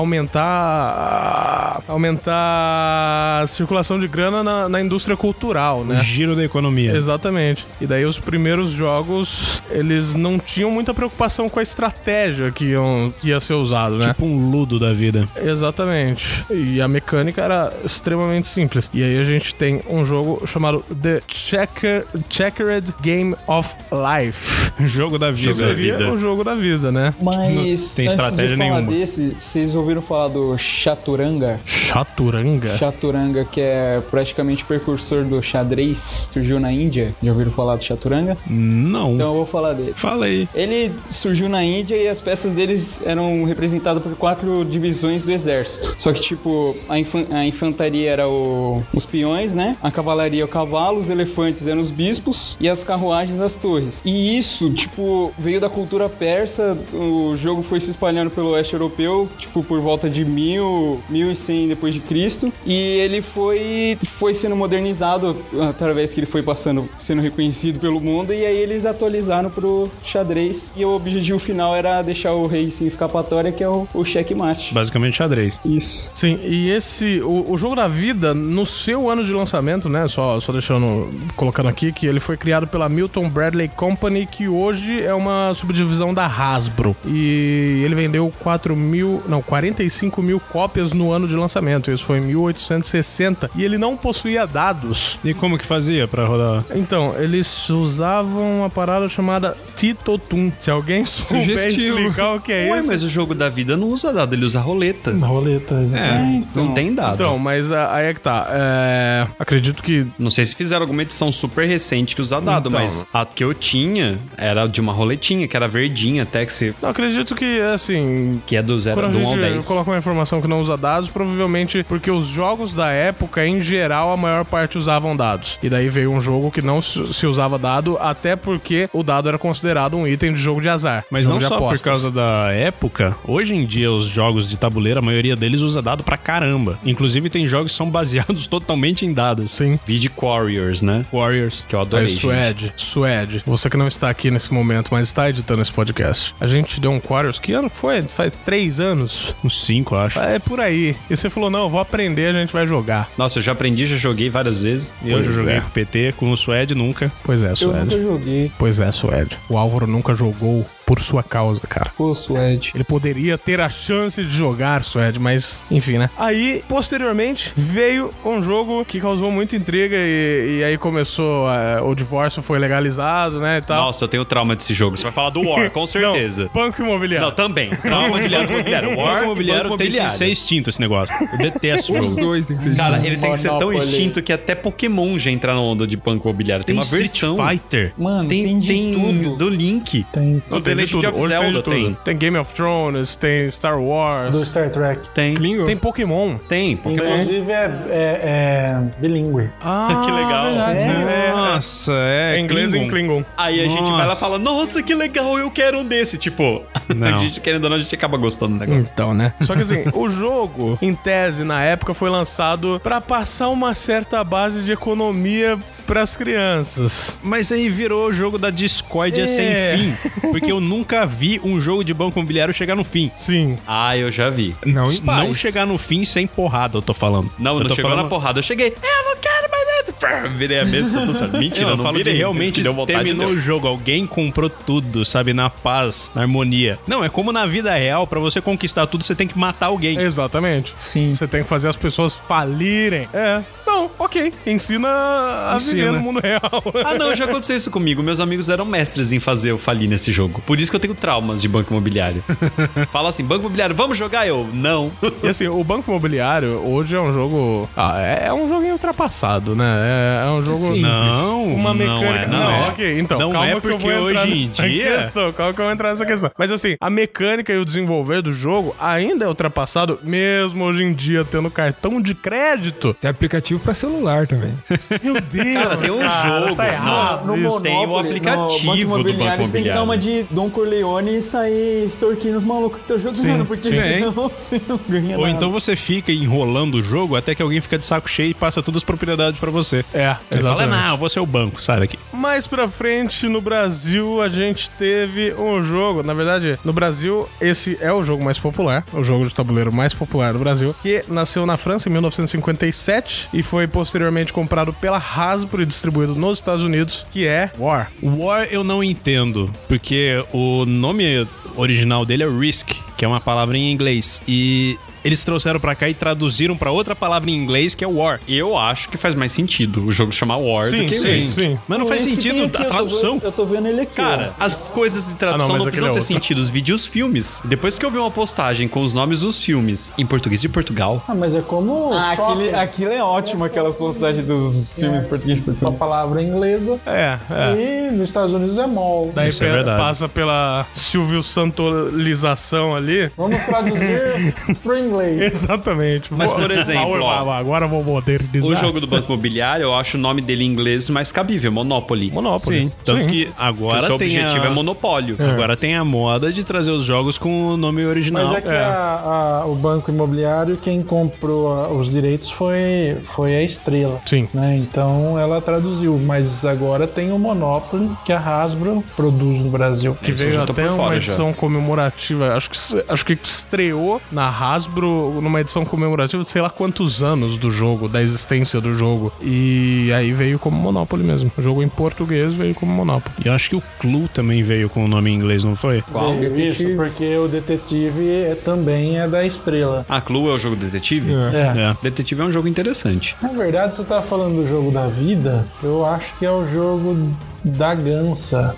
S1: aumentar aumentar a circulação de grana na, na indústria cultural, né?
S7: O giro da economia.
S5: É.
S1: Exatamente. E daí os primeiros jogos, eles não tinham muita preocupação com a estratégia que, iam- que ia ser usado, né?
S7: Tipo um ludo da vida.
S5: Tipo-
S1: Exatamente. E a mecânica era extremamente simples. E aí a gente tem um jogo chamado The Checker, Checkered Game of Life.
S7: Jogo da vida.
S5: Jogo da vida.
S1: É o jogo da vida, né?
S4: Mas
S7: Não tem estratégia
S4: antes de
S7: nenhuma.
S4: falar desse, vocês ouviram falar do Chaturanga?
S1: Chaturanga?
S4: Chaturanga, que é praticamente precursor do xadrez, surgiu na Índia. Já ouviram falar do Chaturanga?
S7: Hum. Não.
S4: Então eu vou falar dele.
S7: Fala aí.
S4: Ele surgiu na Índia e as peças deles eram representadas por quatro divisões do exército. Só que, tipo, a, infan- a infantaria era o- os peões, né? A cavalaria o cavalo, os elefantes eram os bispos e as carruagens as torres. E isso, tipo, veio da cultura persa. O jogo foi se espalhando pelo oeste europeu, tipo, por volta de 1000, 1100 depois de Cristo. E ele foi, foi sendo modernizado através que ele foi passando, sendo reconhecido pelo mundo. E aí eles atualizaram pro xadrez. E o objetivo final era deixar o rei sem escapatória, que é o, o checkmate.
S7: Basicamente xadrez.
S4: Isso.
S1: Sim, e esse, o, o jogo da vida, no seu ano de lançamento, né? Só, só deixando, colocando aqui, que ele foi criado pela Milton Bradley Company, que hoje é uma subdivisão da Hasbro. E ele vendeu 4 mil, não, 45 mil cópias no ano de lançamento. Isso foi em 1860. E ele não possuía dados.
S7: E como que fazia pra rodar?
S1: Então, eles usavam uma parada chamada Titotum. Se alguém souber
S3: Sugestivo.
S1: explicar o que é
S5: Ué,
S1: isso.
S5: mas o jogo da vida não usa dado, ele usa roleta. É,
S8: Na roleta, exatamente.
S5: Não tem dado.
S1: Então, mas ah, aí é que tá. É, acredito que
S5: Não sei se fizeram alguma edição super recente que usa dado,
S1: Então.
S5: mas a que eu tinha era de uma roletinha, que era verdinha até, que, se,
S1: Não, acredito que, assim.
S5: que é do zero
S1: Quando
S5: do 1 ao
S1: a
S5: 10.
S1: gente coloca uma informação que não usa dados, provavelmente porque os jogos da época, em geral, a maior parte usavam dados. E daí veio um jogo que não se se usava dado, até porque o dado era considerado um item de jogo de azar.
S7: Mas
S1: jogo
S7: não
S1: de
S7: só por
S1: apostas.
S7: causa da época, hoje em dia os jogos de tabuleiro, a maioria deles usa dado pra caramba. Inclusive tem jogos que são <laughs> baseados totalmente em dados.
S1: Sim.
S5: Vide Warriors, né?
S7: Warriors.
S5: Que eu
S1: Aí,
S5: adorei, gente.
S1: Suede, Suede, você que não está aqui nesse momento, mas está editando esse podcast. A gente deu um Quarters, que ano que foi? Faz três anos?
S7: Uns cinco, acho.
S1: É por aí. E você falou, não, eu vou aprender, a gente vai jogar.
S5: Nossa, eu já aprendi, já joguei várias vezes.
S7: Eu já
S1: Pois
S7: joguei
S1: é.
S7: com PT, com o Suede nunca.
S1: Pois é,
S4: Eu
S1: Suede.
S4: nunca joguei.
S1: Pois é, Suede. O Álvaro nunca jogou por sua causa, cara.
S4: Pô, Suede.
S1: Ele poderia ter a chance de jogar, Suede, mas enfim, né? Aí, posteriormente, veio um jogo que causou muita intriga e, e aí começou. eh, o divórcio foi legalizado, né? E tal.
S5: Nossa, eu tenho trauma desse jogo. Você vai falar do War, com certeza.
S1: Não, banco imobiliário.
S5: Não, também. Trauma imobiliário, imobiliário. War,
S7: O
S5: banco
S7: imobiliário tem que ser extinto esse negócio. Eu detesto o
S3: Os
S7: jogo.
S3: dois tem que ser
S5: Cara, ele tem que ser tão
S4: Monopoly.
S5: extinto que até Pokémon já entra na onda de banco imobiliário. Tem uma
S7: Street
S5: versão.
S7: Fighter.
S4: Mano, tem,
S5: Tem, um-
S4: de
S5: tem
S4: tudo.
S5: do Link.
S8: Tem
S5: No The Legend of
S1: Hoje
S5: Zelda
S1: tem, de tudo.
S5: tem.
S1: Tem Game of Thrones, tem Star
S8: do
S1: Wars,
S8: Star Trek.
S5: Tem.
S1: tem Pokémon.
S5: Tem.
S8: Inclusive é, é- é bilíngue.
S1: Ah,
S5: <laughs> Que legal. Ah,
S1: É, é.
S7: Nossa, é.
S1: É inglês e em
S7: Klingon.
S1: Klingon.
S5: Aí a gente vai lá e
S7: Nossa.
S5: fala, nossa, que legal, eu quero um desse. Tipo, <laughs>
S7: Não.
S5: a gente querendo ou não, a gente acaba gostando do negócio.
S1: Então, né? Só que <laughs> assim, o jogo, em tese, na época, foi lançado pra passar uma certa base de economia pras crianças.
S7: Mas aí virou o jogo da discórdia
S1: É.
S7: sem fim. Porque eu nunca vi um jogo de banco imobiliário chegar no fim.
S1: Sim.
S5: Ah, eu já vi.
S3: Não, em
S7: Não
S3: paz.
S7: chegar no fim sem porrada, eu tô falando.
S5: Não,
S7: eu
S5: não
S7: tô
S5: chegou na
S7: falando-
S5: porrada. Eu cheguei, eu não quero mais nada. <laughs> Virei a mesa, tá tudo
S7: <laughs>
S5: certo.
S7: Não,
S5: Mentira, eu
S7: eu
S5: não
S7: falo
S5: virei.
S7: que
S5: Isso
S7: realmente
S5: que deu vontade
S7: terminou
S5: deu.
S7: o jogo. Alguém comprou tudo, sabe? Na paz, na harmonia. Não, é como na vida real, pra você conquistar tudo, você tem que matar alguém.
S1: Exatamente.
S3: Sim.
S1: Você tem que fazer as pessoas falirem. É. Não, ok. Ensina a viver
S3: Ensina.
S1: no mundo real.
S5: <laughs> Ah, não, já aconteceu isso comigo. Meus amigos eram mestres em fazer eu falir nesse jogo. Por isso que eu tenho traumas de
S7: <laughs>
S5: banco imobiliário. Fala assim, banco imobiliário, vamos jogar? Eu, não.
S1: E assim, o Banco Imobiliário hoje é um jogo. Ah, é, é um joguinho ultrapassado, né? É, é um jogo.
S3: Sim.
S7: Não,
S1: uma
S5: não
S1: mecânica.
S5: é, não é.
S1: ok, então.
S7: Não
S1: calma
S7: é
S1: que eu
S7: porque
S1: vou entrar
S7: hoje em
S1: nessa
S7: dia-
S1: Questão, calma que eu vou entrar nessa questão. Mas assim, a mecânica e o desenvolver do jogo ainda é ultrapassado, mesmo hoje em dia, tendo cartão de crédito.
S3: Tem aplicativo pra celular também.
S1: Meu Deus! tá
S5: Cara, tem um jogo.
S1: errado
S5: não,
S1: isso.
S5: tem
S4: Ah, Monopoly,
S5: o
S4: no Banco
S5: aplicativo do
S4: Imobiliário,
S5: Banco
S4: Você tem que dar uma
S5: Imobiliário.
S4: de Don Corleone e sair extorquindo os malucos que estão jogando,
S1: Sim,
S4: porque
S1: sim.
S4: senão <laughs> você não ganha
S7: Ou
S4: nada.
S7: então você fica enrolando o jogo até que alguém fica de saco cheio e passa todas as propriedades pra você.
S1: É,
S7: Ele fala,
S1: exatamente.
S7: não, você é o banco, sai daqui.
S1: Mais pra frente, no Brasil, a gente teve um jogo. Na verdade, no Brasil, esse é o jogo mais popular, o jogo de tabuleiro mais popular do Brasil, que nasceu na França em 1957 e foi posteriormente comprado pela Hasbro e distribuído nos Estados Unidos, que é War.
S7: War eu não entendo, porque o nome original dele é Risk, que é uma palavra em inglês. E eles trouxeram pra cá e traduziram pra outra palavra em inglês que é War.
S5: Eu acho que faz mais sentido o jogo chamar War do que Risk.
S7: Mas não
S4: Pô,
S7: faz
S4: esse que tem
S7: sentido
S4: aqui,
S7: a
S4: eu tô
S7: tradução.
S4: vendo- Eu tô vendo ele aqui.
S5: Cara, as coisas de
S1: Ah,
S5: tradução
S1: não, mas
S5: não,
S1: aquele
S5: precisam
S1: é
S5: ter
S1: outro.
S5: sentido. Os vídeos, os filmes. Depois que eu vi uma postagem com os nomes dos filmes em português de Portugal,
S8: Ah, mas é como
S4: Ah,
S8: shopping,
S4: aquilo, aquilo é ótimo, aquelas postagens dos filmes português
S8: uma
S4: português.
S8: palavra inglesa.
S1: É, é.
S8: E nos Estados Unidos é mall.
S1: Daí
S7: Isso é
S1: pe-
S7: verdade.
S1: passa pela Silvio Santolização
S7: <laughs>
S1: ali.
S8: Vamos
S5: <laughs>
S8: traduzir pro inglês.
S1: Exatamente.
S5: Mas,
S1: Vou-
S5: por exemplo, ó.
S1: agora eu vou modernizar.
S5: o jogo do Banco Imobiliário, eu acho o nome dele em inglês mais cabível, Monopoly.
S1: Monopoly.
S7: Sim. Tanto
S1: Sim.
S7: que
S5: Porque o
S7: agora
S5: seu
S7: tem
S5: objetivo
S7: a...
S5: é monopólio.
S7: Agora tem a moda de trazer os jogos com o nome original.
S8: Mas é que a- a- o banco imobiliário, quem comprou a- os direitos foi, foi a Estrela.
S1: Sim.
S8: né? Então ela traduziu, mas agora tem o Monopoly que a Hasbro produz no Brasil.
S1: Que veio
S5: já tô
S1: até
S5: por
S1: uma
S5: fora já.
S1: edição comemorativa. Acho que, acho que estreou na Hasbro numa edição comemorativa de sei lá quantos anos do jogo, da existência do jogo. E aí veio como Monopoly mesmo. O jogo em português veio como Monopoly.
S7: E eu acho que o Clue também veio com o nome em inglês, não foi?
S5: Qual?
S8: Veio
S4: detetive?
S8: Isso, porque o detetive é, também é da Estrela.
S5: Ah, Clue é o jogo detetive?
S8: É.
S7: É.
S5: Detetive é um jogo interessante.
S8: Na verdade, você tá falando do jogo da vida, eu acho que é o jogo da gança.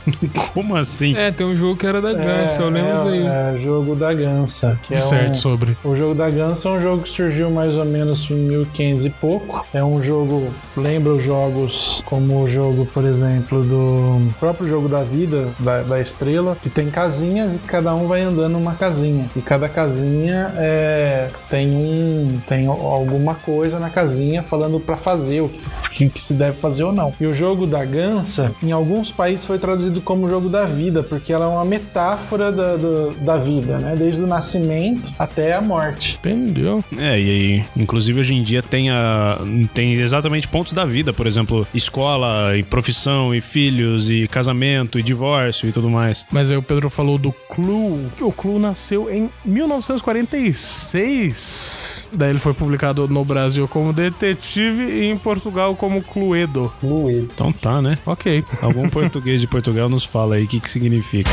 S7: Como assim?
S3: É, tem um jogo que era da Ganso, eu lembro
S8: é,
S3: isso aí. um
S8: É, jogo da gança. Que é um-
S1: certo sobre.
S8: O jogo da Gansa é um jogo que surgiu mais ou menos em 1500 e pouco. É um jogo, lembra os jogos como o jogo, por exemplo, do próprio jogo da vida, da, da estrela, que tem casinhas e cada um vai andando uma casinha. E cada casinha é, tem um tem al- alguma coisa na casinha falando pra fazer, o que, que se deve fazer ou não. E o jogo da Gansa, em alguns países, foi traduzido como jogo da vida, porque ela é uma metáfora da, do- da vida, né? Desde o nascimento até a morte.
S1: Entendeu?
S7: É, e aí, inclusive hoje em dia tem, a, tem exatamente pontos da vida, por exemplo, escola e profissão e filhos e casamento e divórcio e tudo mais.
S1: Mas aí o Pedro falou do Clue. que O Clue nasceu em 1946. Daí ele foi publicado no Brasil como Detetive e em Portugal como Cluedo.
S8: Fluido.
S7: Então tá, né?
S1: Ok.
S7: Algum <laughs> português de Portugal nos fala aí o que que significa.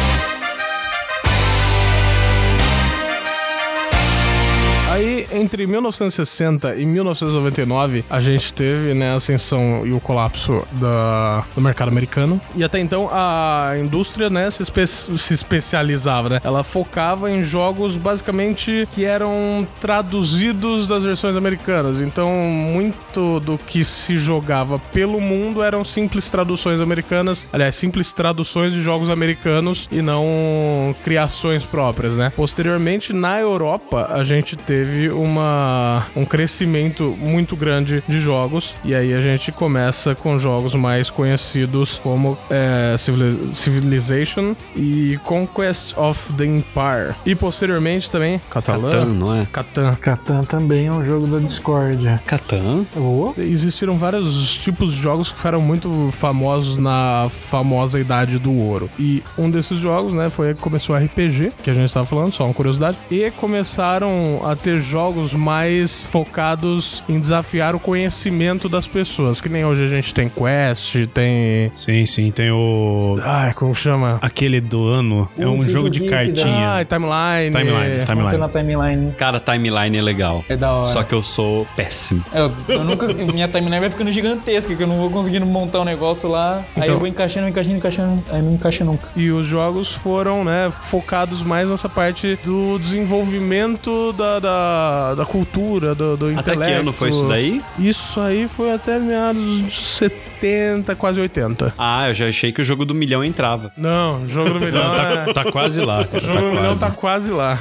S1: Aí, entre 1960 e 1999, a gente teve né, a ascensão e o colapso da- do mercado americano. E até então, a indústria né, se, espe- se especializava. Né? Ela focava em jogos, basicamente, que eram traduzidos das versões americanas. Então, muito do que se jogava pelo mundo eram simples traduções americanas. Aliás, simples traduções de jogos americanos e não criações próprias, né? Posteriormente, na Europa, a gente teve uma, um crescimento muito grande de jogos. E aí a gente começa com jogos mais conhecidos como é, Civili- Civilization e Conquest of the Empire. E posteriormente também, Catalã.
S5: Catan, não é?
S1: Catan.
S8: Catan também é um jogo da discórdia.
S5: Catan?
S8: Oh,
S1: Existiram vários tipos de jogos que foram muito famosos na famosa Idade do Ouro. E um desses jogos, né, foi aí que começou o RPG, que a gente tava falando, só uma curiosidade. E começaram a ter jogos mais focados em desafiar o conhecimento das pessoas. Que nem hoje a gente tem Quest, tem.
S7: Sim, sim, tem o.
S1: Ai, como chama?
S7: Aquele do ano. É um
S8: Putz,
S7: jogo
S8: eu
S7: de
S8: vi esse
S7: cartinha.
S1: Ai, Timeline.
S7: Timeline,
S8: ontem
S7: timeline.
S8: na timeline.
S5: Cara, timeline é legal.
S4: É da hora. É
S5: Só que eu sou péssimo.
S4: Eu, eu nunca, minha timeline vai ficando gigantesca, que eu não vou conseguindo montar um negócio lá. aí
S1: Então-
S4: eu vou encaixando, encaixando, encaixando. Aí não encaixa nunca.
S1: E os jogos foram, né, focados mais nessa parte do desenvolvimento da, da, da, da cultura, do, do
S5: Até
S1: intelecto.
S5: que ano foi isso daí?
S1: Isso aí foi até meados de 70, quase 80.
S5: Ah, eu já achei que o jogo do milhão entrava.
S1: Não, o jogo do milhão é...
S7: Tá, tá quase lá, cara.
S1: O jogo do milhão
S7: Tá
S1: tá quase
S7: quase.
S1: lá.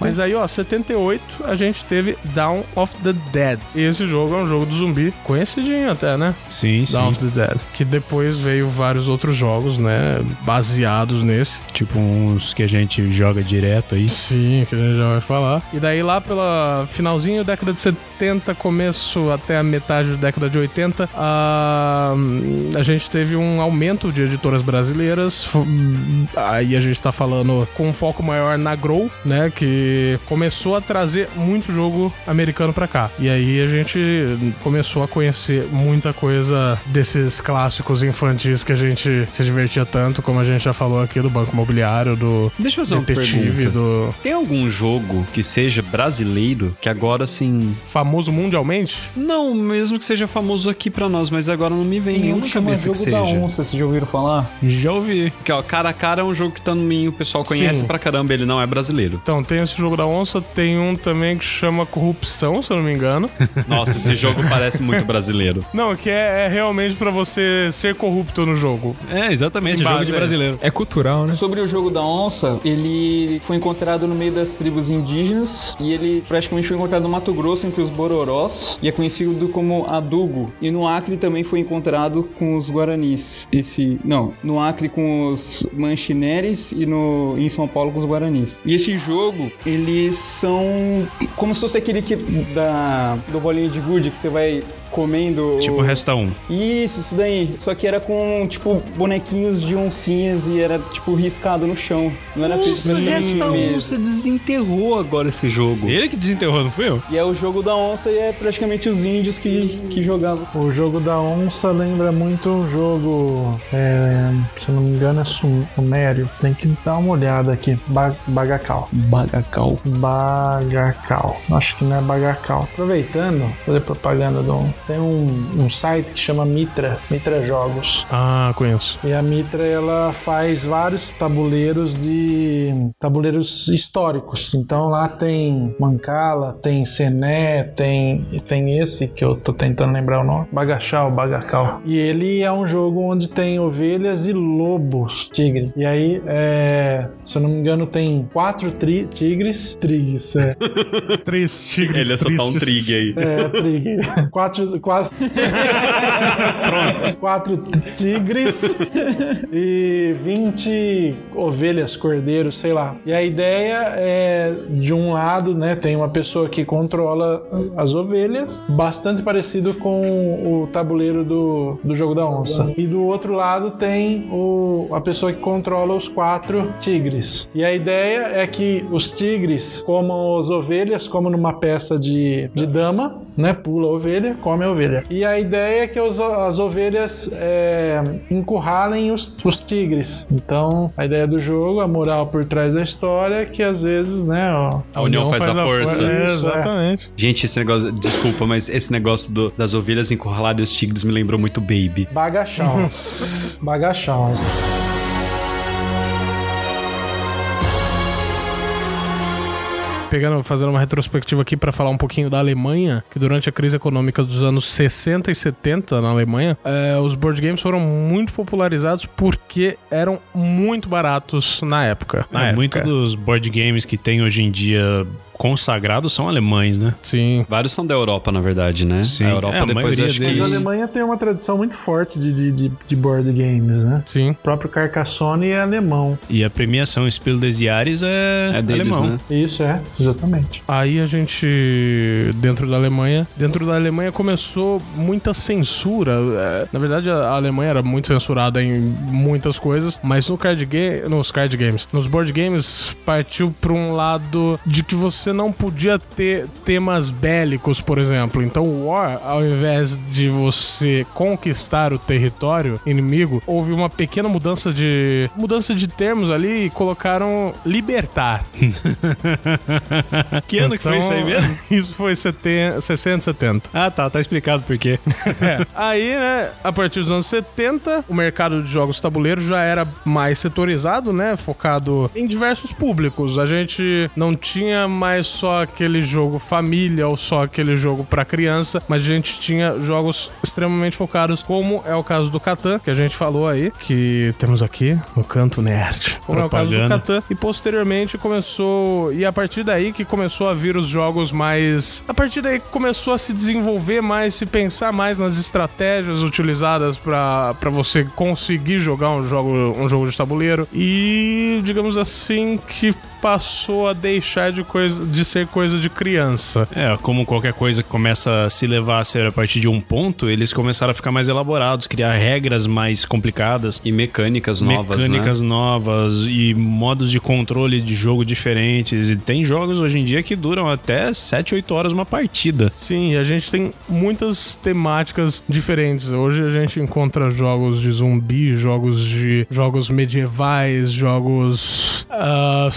S1: Mas aí, ó, 78, a gente teve Down of the Dead. E esse jogo é um jogo do zumbi conhecidinho até, né?
S7: Sim, sim.
S1: Dawn of the Dead. Que depois veio vários outros jogos, né? Baseados nesse.
S7: Tipo uns que a gente joga direto é aí.
S1: Sim, que a gente já vai falar. E daí lá pela finalzinho, década de 70, começo até a metade da década de 80, a, a gente teve um aumento de editoras brasileiras. F- Aí a gente tá falando com um foco maior na Grow, né? Que começou a trazer muito jogo americano pra cá. E aí a gente começou a conhecer muita coisa desses clássicos infantis que a gente se divertia tanto, como a gente já falou aqui do Banco Imobiliário, do
S5: Deixa eu fazer é uma
S1: Detetive,
S5: pergunta.
S1: do,
S5: Tem algum jogo que seja brasileiro que agora, assim...
S1: famoso mundialmente?
S5: Não, mesmo que seja famoso aqui pra nós, mas agora não me vem nenhum na
S4: chama
S5: cabeça que
S4: jogo da
S5: seja.
S4: onça, vocês já ouviram falar?
S7: Já ouvi.
S5: Porque, ó, Cara a Cara é um jogo que tá no mim, o pessoal conhece
S1: Sim.
S5: pra caramba, ele não é brasileiro.
S1: Então, tem esse jogo da onça, tem um também que chama Corrupção, se eu não me
S7: <laughs>
S1: engano.
S5: Nossa, esse jogo parece muito brasileiro.
S1: Não, que é, é realmente pra você ser corrupto no jogo.
S7: É, exatamente.
S1: Embaixo,
S7: Jogo de
S1: é.
S7: brasileiro.
S3: É cultural, né?
S4: Sobre o jogo da onça, ele foi encontrado no meio das tribos indígenas e ele praticamente foi encontrado no Mato Grosso entre os Bororós e é conhecido como adugo. E no Acre também foi encontrado com os Guaranis. Esse, não, no Acre com os Manchineres e no em São Paulo com os Guaranis. E esse jogo, eles são como se fosse aquele que da do bolinho de gude que você vai comendo
S7: Tipo,
S4: o-
S7: resta um.
S4: isso, isso daí. Só que era com, tipo, bonequinhos de oncinhas e era, tipo, riscado no chão. Não era feito de anime.
S5: um, desenterrou agora esse jogo.
S7: Ele que desenterrou, não fui eu?
S4: E é o jogo da onça e é praticamente os índios que, que jogavam.
S8: O jogo da onça lembra muito um jogo, é, se eu não me engano, é sum- sumério. Tem que dar uma olhada aqui. Ba bagacal.
S4: Bagacal.
S8: Bagacal. Acho que não é Bagacal. Aproveitando, fazer propaganda do. Tem um, um site que chama Mitra, Mitra Jogos.
S1: Ah, conheço.
S8: E a Mitra ela faz vários tabuleiros de tabuleiros históricos. Então lá tem Mancala, tem Sené, tem e tem esse que eu tô tentando lembrar o nome, Bagachal, Bagacal. E ele é um jogo onde tem ovelhas e lobos, tigre. E aí, é, se eu não me engano, tem quatro tri- tigres, trigues, é,
S1: Três tigres.
S5: Ele ia soltar um
S1: tristes. <laughs>
S5: trigue aí.
S8: é trigue. <laughs> Quatro, quatro... quatro tigres e 20 ovelhas, cordeiros, sei lá. E a ideia é, de um lado, né, tem uma pessoa que controla as ovelhas, bastante parecido com o tabuleiro do, do jogo da onça. E do outro lado tem o, a pessoa que controla os quatro tigres. E a ideia é que os tigres comam as ovelhas, como numa peça de, de dama, né? Pula a ovelha, come a ovelha. E a ideia é que os- as ovelhas é, encurralem os, os tigres. Então, a ideia do jogo, a moral por trás da história, é que às vezes, né? ó,
S5: A união faz a força.
S1: É,
S8: Isso, é.
S1: exatamente.
S5: Gente, esse negócio. Desculpa, mas esse negócio do- das ovelhas encurraladas e os tigres me lembrou muito Baby.
S8: bagachal. <laughs> bagachal.
S1: Pegando, fazendo uma retrospectiva aqui pra falar um pouquinho da Alemanha, que durante a crise econômica dos anos 60 e 70 na Alemanha, eh, os board games foram muito popularizados porque eram muito baratos na época. Na
S7: Ah,
S1: época.
S7: muito dos board games que tem hoje em dia consagrados são alemães, né?
S1: Sim.
S5: Vários são da Europa, na verdade, né?
S7: Sim.
S5: A Europa
S7: É, a
S5: depois
S7: maioria
S5: acho
S7: deles.
S5: que.
S8: Mas a Alemanha tem uma tradição muito forte de, de, de, de board games, né?
S1: Sim.
S8: O próprio Carcassonne é alemão.
S7: E a premiação Spiel des Jahres é,
S5: É deles,
S7: alemão.
S5: né?
S8: Isso é, exatamente.
S1: Aí a gente, dentro da Alemanha, dentro da Alemanha começou muita censura. É, Na verdade, a Alemanha era muito censurada em muitas coisas, mas no card game, nos card games, nos board games, partiu para um lado de que você não podia ter temas bélicos, por exemplo. Então, War, ao invés de você conquistar o território inimigo, houve uma pequena mudança de mudança de termos ali e colocaram libertar.
S7: É. Que ano que foi isso aí mesmo?
S1: Então, <laughs> Isso foi 70, 60, 70.
S7: <laughs> Ah, tá, tá explicado por quê. É.
S1: Aí, né, a partir dos anos 70, o mercado de jogos tabuleiro já era mais setorizado, né? Focado em diversos públicos. A gente não tinha mais mais só aquele jogo família ou só aquele jogo pra criança, mas a gente tinha jogos extremamente focados, como é o caso do Catan, que a gente falou aí, que temos aqui no canto nerd. Como é o caso do
S7: Propaganda.
S1: Catan. E posteriormente começou. E a partir daí que começou a vir os jogos mais. A partir daí que começou a se desenvolver mais, se pensar mais nas estratégias utilizadas pra pra você conseguir jogar um jogo, um jogo de tabuleiro. E digamos assim que passou a deixar de, coisa, de ser coisa de criança.
S7: <laughs> É, como qualquer coisa que começa a se levar a sério a partir de um ponto, eles começaram a ficar mais elaborados, criar regras mais complicadas,
S5: E mecânicas novas, né?
S7: mecânicas novas e modos de controle de jogo diferentes. E tem jogos hoje em dia que duram até 7, 8 horas uma partida.
S1: Sim, e a gente tem muitas temáticas diferentes. Hoje a gente encontra jogos de zumbi, jogos de jogos medievais, jogos ah,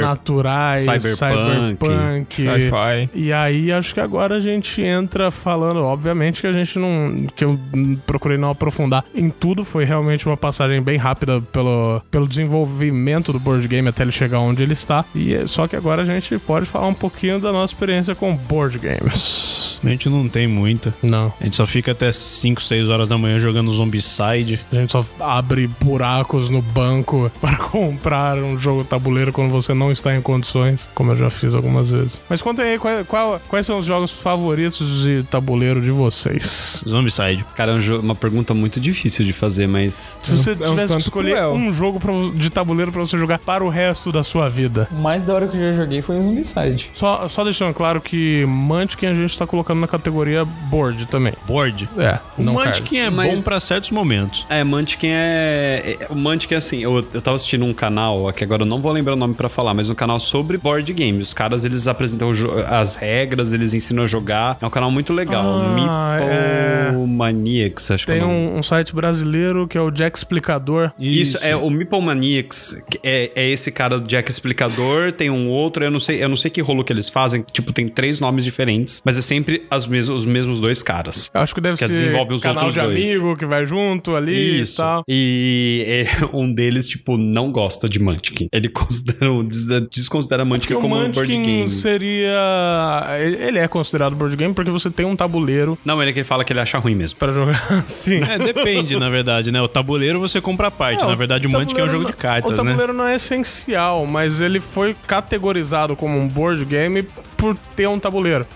S1: sobrenaturais,
S5: cyberpunk.
S1: cyberpunk.
S3: Sci-fi.
S1: E aí acho que agora a gente entra falando, obviamente que a gente não, que eu hum, procurei não aprofundar em tudo, foi realmente uma passagem bem rápida pelo, pelo desenvolvimento do board game até ele chegar onde ele está. E é- só que agora a gente pode falar um pouquinho da nossa experiência com board games.
S7: A gente não tem muita.
S1: Não,
S7: A gente só fica até 5, 6 horas da manhã jogando Zombicide.
S1: a gente só abre buracos no banco <laughs> para comprar um jogo tabuleiro quando você não está em condições, como eu já fiz algumas vezes. Mas contem aí qual- qual- quais são os jogos favoritos de tabuleiro de vocês.
S7: Zombicide.
S5: Cara, é um jo- uma pergunta muito difícil de fazer, mas
S1: Se você
S3: É um
S1: tivesse que
S3: tanto
S1: escolher
S3: cruel.
S1: um jogo pra vo- de tabuleiro pra você jogar para o resto da sua vida.
S4: O mais da hora que eu já joguei foi o Zombicide.
S1: Só, só deixando claro que Mantic a gente tá colocando na categoria board também.
S7: Board.
S1: É,
S7: O Munchkin é
S5: Mas-
S7: bom pra certos momentos.
S5: É, Munchkin é. é- O Munchkin é assim, eu, eu tava assistindo um canal, aqui agora eu não vou lembrar o nome pra falar, mas um canal sobre board game. Os caras, eles apresentam o jo- as regras, eles ensinam a jogar. É um canal muito legal.
S1: Ah, é.
S5: Meeple Maniacs, acho
S1: Tem
S5: que é o nome.
S1: um, um site brasileiro que é o Jack Explicador.
S5: Isso, é o Meeple Maniacs, que é, é esse cara do Jack Explicador, tem um outro, eu não sei, eu não sei que rolo que eles fazem, tipo, tem três nomes diferentes, mas é sempre as mes os mesmos dois caras.
S1: Eu Acho que deve
S5: Que
S1: ser
S5: desenvolve os
S1: canal
S5: outros
S1: de
S5: dois.
S1: amigo que vai junto ali e tal.
S5: E é, <laughs> um deles, tipo, não gosta de Munchkin. Ele considera, <laughs> o- des- desconsidera Munchkin
S1: o
S5: como um board
S1: Munchkin
S5: game.
S1: seria... Ele ele é considerado board game porque você tem um tabuleiro
S5: Não, ele é que ele fala que ele acha ruim mesmo.
S1: pra jogar. <laughs> Sim.
S7: É, depende, na verdade, né? O tabuleiro você compra a parte.
S1: É,
S7: na verdade, o Munchkin é um
S1: tabuleiro
S7: jogo de
S1: não- O
S7: cartas, né?
S1: tabuleiro não é essencial, mas ele foi categorizado como um board game por ter um tabuleiro.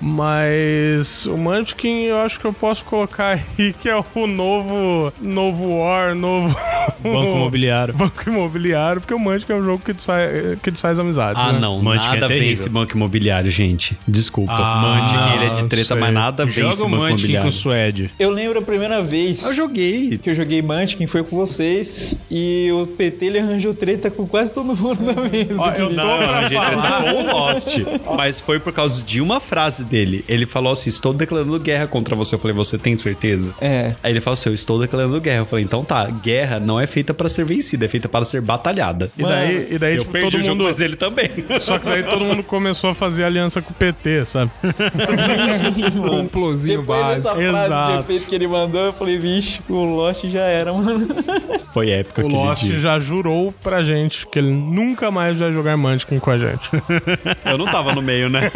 S1: Mas o Munchkin eu acho que eu posso colocar <laughs> aí que é o novo novo War, novo
S7: <laughs> Banco
S1: <laughs>
S7: imobiliário.
S1: Banco imobiliário, porque o Munchkin é um jogo que desfaz, que desfaz amizades.
S5: Ah,
S1: né?
S5: não.
S7: Munchkin
S5: nada
S7: é
S5: vence
S7: terrível.
S5: banco imobiliário, gente. Desculpa.
S1: Ah,
S5: Munchkin, ele é de treta,
S1: sei.
S5: mas nada vence
S7: Joga o
S5: banco
S7: Munchkin com
S5: imobiliário.
S7: o Suede.
S4: Eu lembro a primeira vez
S5: Eu joguei.
S4: que eu joguei Munchkin foi com vocês e o PT ele arranjou treta com quase todo mundo na mesa.
S1: Ó, eu tô pra
S5: a gente
S1: falar.
S5: tá com o Lost. Mas foi por causa de uma frase dele. Ele falou assim: Estou declarando guerra contra você. Eu falei: Você tem certeza?
S4: É.
S5: Aí ele falou assim: Eu estou declarando guerra. Eu falei: Então tá, guerra não é feita pra ser vencida, é feita para ser batalhada.
S1: E daí, e daí
S5: Eu
S1: tipo,
S5: perdi
S1: todo
S5: o jogo,
S1: mundo.
S5: mas ele também.
S1: Só que daí todo mundo começou a fazer aliança com o PT, sabe?
S3: Complozinho
S4: Depois
S3: básico.
S4: dessa frase
S1: Exato.
S4: de efeito que ele mandou, eu falei, vixe, o Lost já era, mano.
S5: <laughs> Foi épico
S1: O
S5: aquele
S1: Lost
S5: dia.
S1: já jurou pra gente que ele nunca mais vai jogar Munchkin com a gente.
S5: Eu não tava no meio,
S1: <laughs>
S5: né?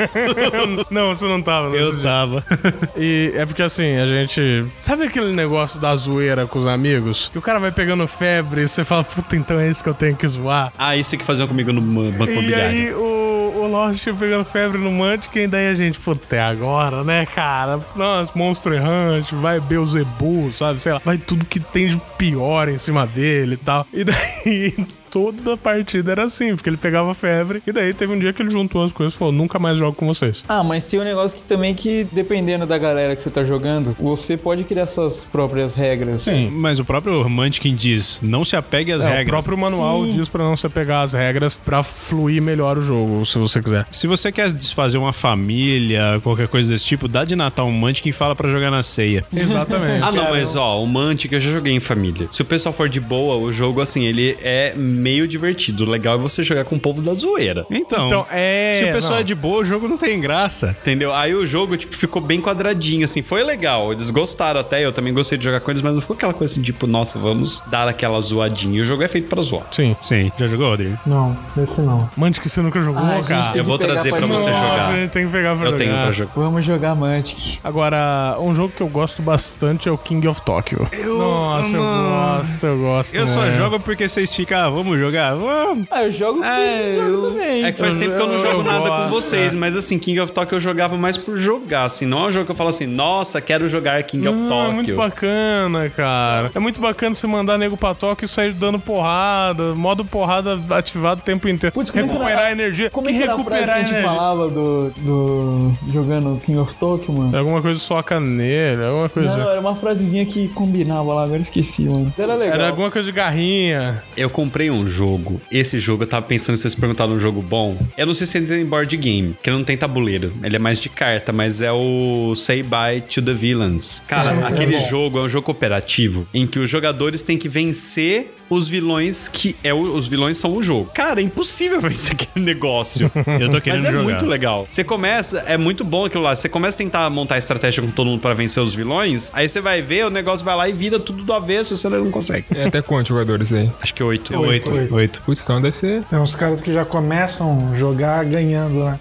S1: não, você não tava. nesse
S7: Eu
S1: dia.
S7: tava.
S1: <laughs> E é porque assim, a gente. Sabe aquele negócio da zoeira com os amigos? Que o cara vai pegando febre e você fala, puta, então é isso que eu tenho que zoar.
S5: Ah, isso que faziam comigo no ma- banco
S1: E
S5: imobiliário.
S1: aí o, o Lost pegando febre no Munchkin, daí a gente, puta, é agora, né, cara? Nossa, Monster Hunt, vai Beelzebub, sabe? Sei lá, vai tudo que tem de pior em cima dele e tal. E daí... <laughs> Toda partida era assim, porque ele pegava febre. E daí teve um dia que ele juntou as coisas e falou: nunca mais jogo com vocês.
S4: Ah, mas tem um negócio que também que, dependendo da galera que você tá jogando, você pode criar suas próprias regras. Sim.
S7: Mas o próprio Munchkin diz: não se apegue às
S1: É, o
S7: regras.
S1: próprio manual diz pra não você pegar as regras pra fluir melhor o jogo, se você quiser.
S7: Se você quer desfazer uma família, qualquer coisa desse tipo, dá de Natal um Munchkin e fala pra jogar na ceia.
S1: Exatamente. <laughs>
S5: Ah, não, mas ó, o Mantic eu já joguei em família. Se o pessoal for de boa, o jogo, assim, ele é meio divertido. O legal é você jogar com o povo da zoeira.
S7: Então,
S1: Então, é,
S7: se o pessoal
S1: não.
S7: é de boa, o jogo não tem graça.
S5: Entendeu? Aí o jogo, tipo, ficou bem quadradinho, assim. Foi legal. Eles gostaram até. Eu também gostei de jogar com eles, mas não ficou aquela coisa assim, tipo, nossa, vamos dar aquela zoadinha. E o jogo é feito pra zoar.
S1: Sim.
S7: Sim, já jogou, Rodrigo?
S8: Não, esse não.
S1: Mande que você nunca jogou,
S4: Ah, gente,
S1: cara.
S4: gente tem
S5: eu
S4: que
S5: vou
S4: pegar
S5: trazer pra
S4: jogar.
S5: você
S1: Nossa, a
S5: jogar.
S1: gente tem que pegar pra
S5: Eu
S1: jogar.
S5: tenho pra jogar.
S4: Vamos jogar Mantic.
S1: Agora, um jogo que eu gosto bastante é o King of Tokyo. Nossa, eu
S7: Mano.
S1: gosto, eu gosto. né?
S7: Eu só
S1: mano.
S7: jogo porque vocês ficam, ah, vamos jogar? Vamos.
S1: <laughs>
S4: Ah, eu jogo com esse jogo também.
S5: É que faz
S1: Eu-
S5: tempo que É, eu não
S1: eu-
S5: jogo
S1: eu
S5: nada
S1: gosto,
S5: com vocês,
S1: é.
S5: mas assim, King of Tokyo eu jogava mais por jogar, assim, não é um jogo que eu falo assim, nossa, quero jogar King of
S1: Não, É muito
S5: Tokyo.
S1: bacana, cara. É muito bacana você mandar nego pra toque e sair dando porrada, modo porrada ativado o tempo inteiro.
S4: Putz, como é que era-
S1: recuperar a energia.
S4: Como
S1: que
S4: é que era a frase que
S1: recuperar
S4: a gente
S5: né?
S1: energia?
S4: falava do, do... Jogando King of Tokyo, mano?
S1: É
S5: É,
S1: Alguma coisa soca nele, alguma coisa.
S4: Não, era uma frasezinha que combinava lá, agora esqueci, mano. Era legal.
S1: Era alguma coisa de garrinha.
S5: Eu comprei um jogo, esse jogo, eu tava pensando se vocês perguntaram um jogo bom. Eu não sei se ele tem board game, que ele não tem tabuleiro, ele é mais de carta, mas é o Say Bye to the Villains. Cara, aquele jogo é um jogo cooperativo, em que os jogadores têm que vencer os vilões que é o- os vilões são o jogo. Cara, é impossível <laughs> vencer aquele negócio.
S7: Eu tô querendo
S5: Mas é
S7: jogar.
S5: muito legal. Você começa, é muito bom aquilo lá. Você começa a tentar montar estratégia com todo mundo pra vencer os vilões, aí você vai ver, o negócio vai lá e vira tudo do avesso, você não consegue.
S3: É até quantos jogadores aí?
S5: Acho que é oito.
S7: Oito,
S8: Oito.
S7: oito.
S3: Putz, então deve ser.
S8: Tem uns caras que já começam a jogar ganhando, né?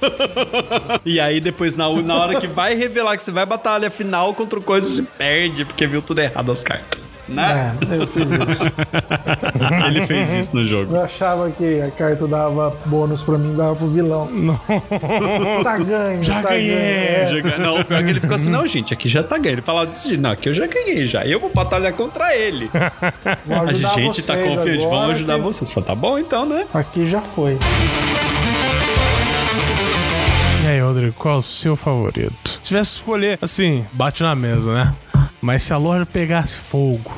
S5: E aí depois, na, na hora que vai revelar que você vai batalha final contra o coisa, você perde, porque viu tudo errado as cartas. Né?
S8: É, eu fiz isso. É.
S5: Ele fez isso no jogo.
S8: Eu achava que a carta dava bônus pra mim, dava pro vilão. Não. Tá ganho,
S1: Já
S8: tá
S1: ganhei,
S8: ganho. É.
S5: Joga- Não, pior que ele ficou assim, não, gente, aqui já tá ganho. Ele falava desse jeito, não, aqui eu já ganhei já. Eu vou batalhar contra ele.
S8: Vou
S5: A
S8: ajudar
S5: gente tá
S8: vocês
S5: confiante,
S8: agora
S5: vamos ajudar
S8: que-
S5: vocês. Fala, tá bom então, né?
S8: Aqui já foi.
S1: E aí, Rodrigo, qual é o seu favorito? Se tivesse que escolher, assim, bate na mesa, né? Mas se a loja pegasse fogo.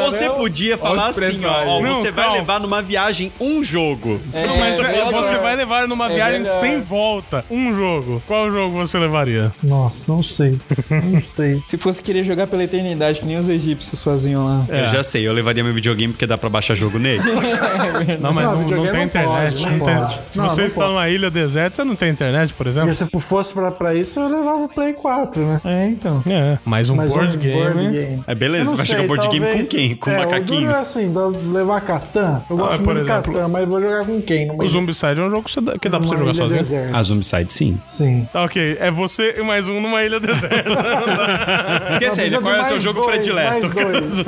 S5: Você podia falar assim, ó, ó,
S1: Não,
S5: você vai
S1: calma.
S5: levar numa viagem um jogo.
S1: Não, mas
S4: é,
S1: é-
S4: eu
S1: você
S4: adoro.
S1: vai levar numa
S4: É
S1: viagem
S4: verdade.
S1: sem volta. Um jogo. Qual jogo você levaria?
S8: Nossa, não sei. Não
S1: <laughs>
S8: sei.
S4: Se fosse querer jogar pela eternidade, que nem os egípcios faziam lá.
S1: É.
S5: Eu já sei, eu levaria meu videogame porque dá pra baixar jogo
S8: <laughs>
S5: nele.
S1: Não, mas
S8: Não,
S1: não, não
S8: videogame
S1: tem
S8: não
S1: internet.
S8: pode,
S1: não
S8: não
S1: tem-
S8: pode.
S1: Se
S8: Não,
S1: você
S8: não
S1: está
S8: pode.
S1: numa ilha deserta, você não tem internet, por exemplo?
S8: E se fosse pra, pra isso, eu levava o Play 4, né? É, então.
S1: É, mais um
S8: Mas
S1: board
S8: um
S1: game.
S8: game.
S5: É
S8: Eu
S5: beleza,
S8: não
S5: você vai
S8: sei,
S5: jogar board game
S8: talvez-
S5: com quem? Com
S8: é,
S5: o
S8: O duro
S5: macaquinho?
S8: é assim, dá- levar Catan. Eu gosto
S1: Ah, por
S8: muito de
S1: exemplo.
S8: Catan, mas vou jogar com quem?
S1: O Zombicide é um jogo que, você dá- que dá pra você jogar sozinho.
S5: Ah, Zombicide sim.
S8: Sim.
S1: Tá, ok. É você e mais um numa
S8: <laughs>
S1: ilha deserta.
S5: Esquece ele, qual é o seu jogo predileto?
S8: <laughs> Mais dois.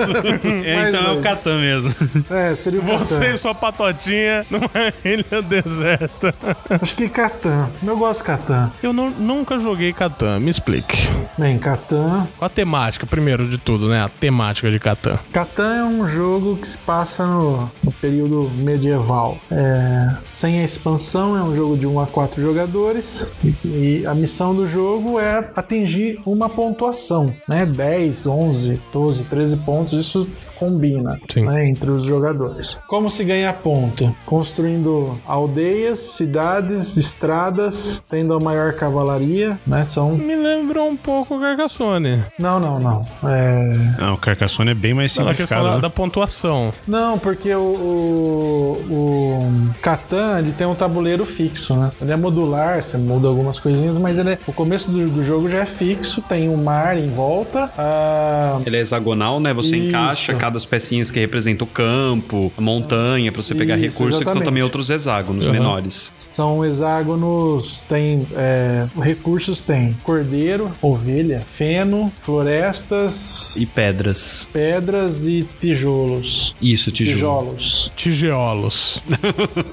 S7: É, então é o
S8: dois.
S7: Catan mesmo. <laughs>
S8: É, seria o
S1: você
S8: Catan.
S1: e sua patotinha numa <laughs> ilha deserta.
S8: Acho que Catan. Eu gosto de Catan.
S1: Eu não- nunca joguei Catan, me explique.
S8: Bem, Catan.
S1: Qual a temática, primeiro de tudo, né? A temática de Catan.
S8: Catan é um jogo que se passa no, no período medieval. É, sem a expansão, é um jogo de 1 a 4 jogadores. E, e a missão do jogo é atingir uma pontuação, né? 10, 11, 12, 13 pontos, isso combina
S1: Sim.
S8: né, entre os jogadores. Como se ganha ponto? Construindo aldeias, cidades, estradas, tendo a maior cavalaria, né? São.
S1: Me lembrou um pouco o Carcassonne.
S8: Não, não, não. É.
S7: Não, o Carcassonne é bem mais
S1: Pela questão da,
S7: simplificado. né?
S1: da pontuação.
S8: Não, porque o, o, o Catan ele tem um tabuleiro fixo, né? Ele é modular, você muda algumas coisinhas, mas ele é- o começo do, do jogo já é fixo, tem um mar em volta. ah,
S5: Ele é hexagonal, né? Você
S8: Isso.
S5: encaixa cada as pecinhas que representam o campo, a montanha, pra você pegar
S8: Isso,
S5: recursos, que são
S8: exatamente.
S5: também outros hexágonos menores.
S8: são hexágonos, tem é, recursos, tem cordeiro, ovelha, feno, florestas,
S5: E pedras.
S8: pedras e tijolos.
S5: Isso, tijolo.
S8: Tijolos.
S1: Tigeolos.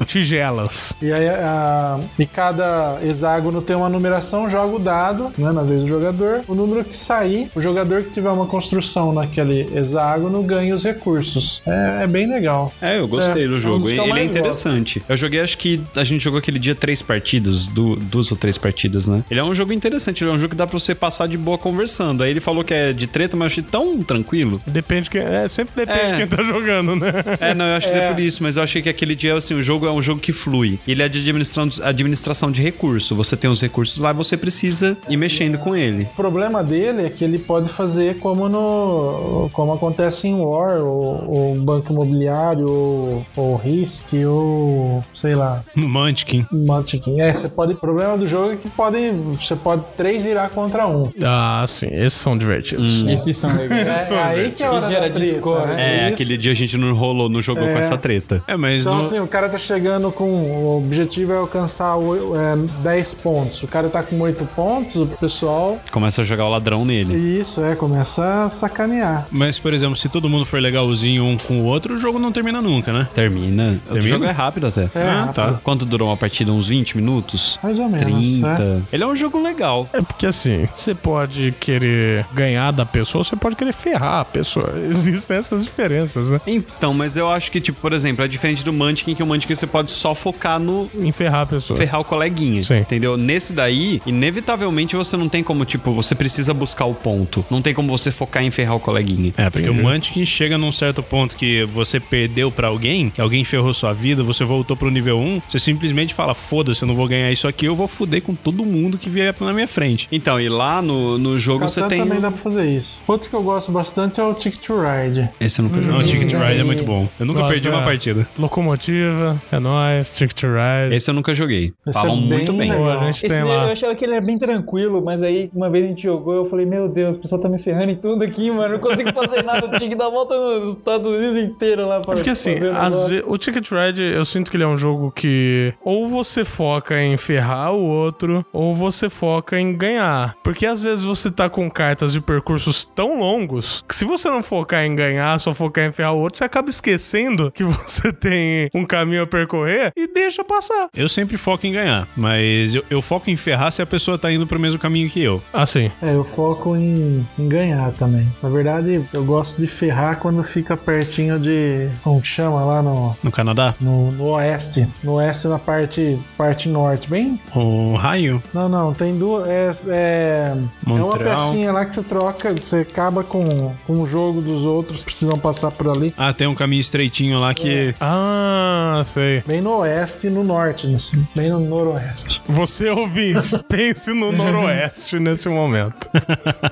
S1: Tigelas.
S8: E aí a- e cada hexágono tem uma numeração, joga o dado, né, na vez do jogador. O número que sair, o jogador que tiver uma construção naquele hexágono ganha os recursos. É, é bem legal.
S5: É, eu gostei
S8: É, é
S5: do
S8: um
S5: jogo.
S8: dos que eu
S5: Ele é
S8: mais
S5: interessante. Eu joguei, acho que a gente jogou aquele dia três partidas, du- duas ou três partidas, né? Ele é um jogo interessante, ele é um jogo que dá pra você passar de boa conversando. Aí ele falou que é de treta, mas eu achei tão
S8: <laughs>
S5: tranquilo.
S1: Depende de quem. É, sempre depende
S5: É.
S1: de quem tá jogando, né?
S5: É, não, eu acho que é por isso, mas eu achei que aquele dia, assim, o jogo é um jogo que flui. Ele é de administra- administração de recurso. Você tem os recursos lá, você precisa ir mexendo com ele.
S8: O problema dele é que ele pode fazer como no como acontece em War, War, ou, ou Banco Imobiliário, ou, ou Risk, ou sei lá,
S7: Munchkin.
S8: Munchkin. É, você pode. O problema do jogo é que podem. Você pode três virar contra um.
S1: Ah, sim, esses são divertidos.
S4: Esses são legais.
S8: É, aí que é a hora
S4: Que gera
S8: da treta,
S4: discórdia.
S8: né?
S5: É,
S8: Isso.
S5: aquele dia a gente não rolou, não jogou com essa treta.
S7: É, mas
S8: Então,
S7: não.
S8: assim, o cara tá chegando com. O objetivo é alcançar o- é, 10 pontos. O cara tá com 8 pontos, o pessoal.
S5: Começa a jogar o ladrão nele.
S8: E isso, é, começa a sacanear.
S7: Mas, por exemplo, se todo mundo for legalzinho um com o outro, o jogo não termina nunca, né?
S5: Termina. O
S7: Termina?
S5: jogo é rápido até.
S8: É,
S7: Ah, tá.
S8: rápido.
S5: Quanto durou uma partida? Uns 20 minutos?
S8: Mais ou menos.
S5: 30.
S8: né?
S5: Ele é um jogo legal.
S1: É porque assim, você pode querer ganhar da pessoa, você pode querer ferrar a pessoa. <laughs> Existem essas diferenças, né?
S5: Então, mas eu acho que, tipo, por exemplo, é diferente do Munchkin, que o Munchkin você pode só focar no
S1: Em ferrar a pessoa.
S5: ferrar o coleguinha,
S1: Sim.
S5: entendeu? Nesse daí, inevitavelmente você não tem como, tipo, você precisa buscar o ponto. Não tem como você focar em ferrar o coleguinha.
S7: É, porque
S1: Uhum.
S7: o Munchkin chega num certo ponto que você perdeu pra alguém, que alguém ferrou sua vida, você voltou pro nível 1, você simplesmente fala, foda-se, eu não vou ganhar isso aqui, eu vou fuder com todo mundo que vier na minha frente.
S5: Então, e lá no, no jogo você
S8: Catan
S5: tem. um
S8: também dá pra fazer isso. Outro que eu gosto bastante é o Ticket to Ride.
S5: Esse eu nunca joguei.
S7: Não, Ticket to Ride é
S8: daí-
S7: muito bom. Eu nunca
S1: Uhum. Nossa,
S7: perdi uma
S1: é.
S7: partida.
S1: Locomotiva, é nóis, Ticket to Ride.
S5: Esse eu nunca joguei.
S8: Esse
S5: Falam
S8: é bem
S5: muito bem.
S8: legal.
S1: Pô, a gente
S4: Esse
S1: tem
S4: daí
S1: lá.
S4: eu achava que ele era bem tranquilo, mas aí uma vez a gente jogou, eu falei, meu Deus, o pessoal tá me ferrando em tudo aqui, mano. Não consigo
S1: <laughs>
S4: fazer nada, eu tinha que dar a volta nos Estados Unidos inteiro lá pra
S1: É porque assim,
S4: fazer o
S1: às
S4: negócio.
S1: ve- o Ticket Ride, eu sinto que ele é um jogo que ou você foca em ferrar o outro, ou você foca em ganhar. Porque às vezes você tá com cartas de percursos tão longos que se você não focar em ganhar, só focar em ferrar o outro, você acaba esquecendo que <laughs> você tem um caminho a percorrer e deixa passar.
S7: Eu sempre foco em ganhar, mas eu, eu foco em ferrar se a pessoa tá indo pro mesmo caminho que eu.
S1: Assim,
S8: É, eu foco em, em ganhar também. Na verdade, eu gosto de ferrar quando fica pertinho de. Como que chama lá no.
S7: No Canadá,
S8: No, no oeste. No oeste, na parte, parte norte. Bem.
S7: o raio,
S8: Não, não. Tem duas. É, é, é uma
S7: Montreal.
S8: pecinha lá que você troca. Você acaba com, com o jogo dos outros. Precisam passar por ali.
S7: ah, tem um caminho estreitinho lá
S1: É.
S7: que.
S1: ah, sei.
S8: Bem no oeste e no norte, assim. Bem no noroeste.
S1: Você
S4: <laughs>
S1: ouvinte, pense no Noroeste nesse momento.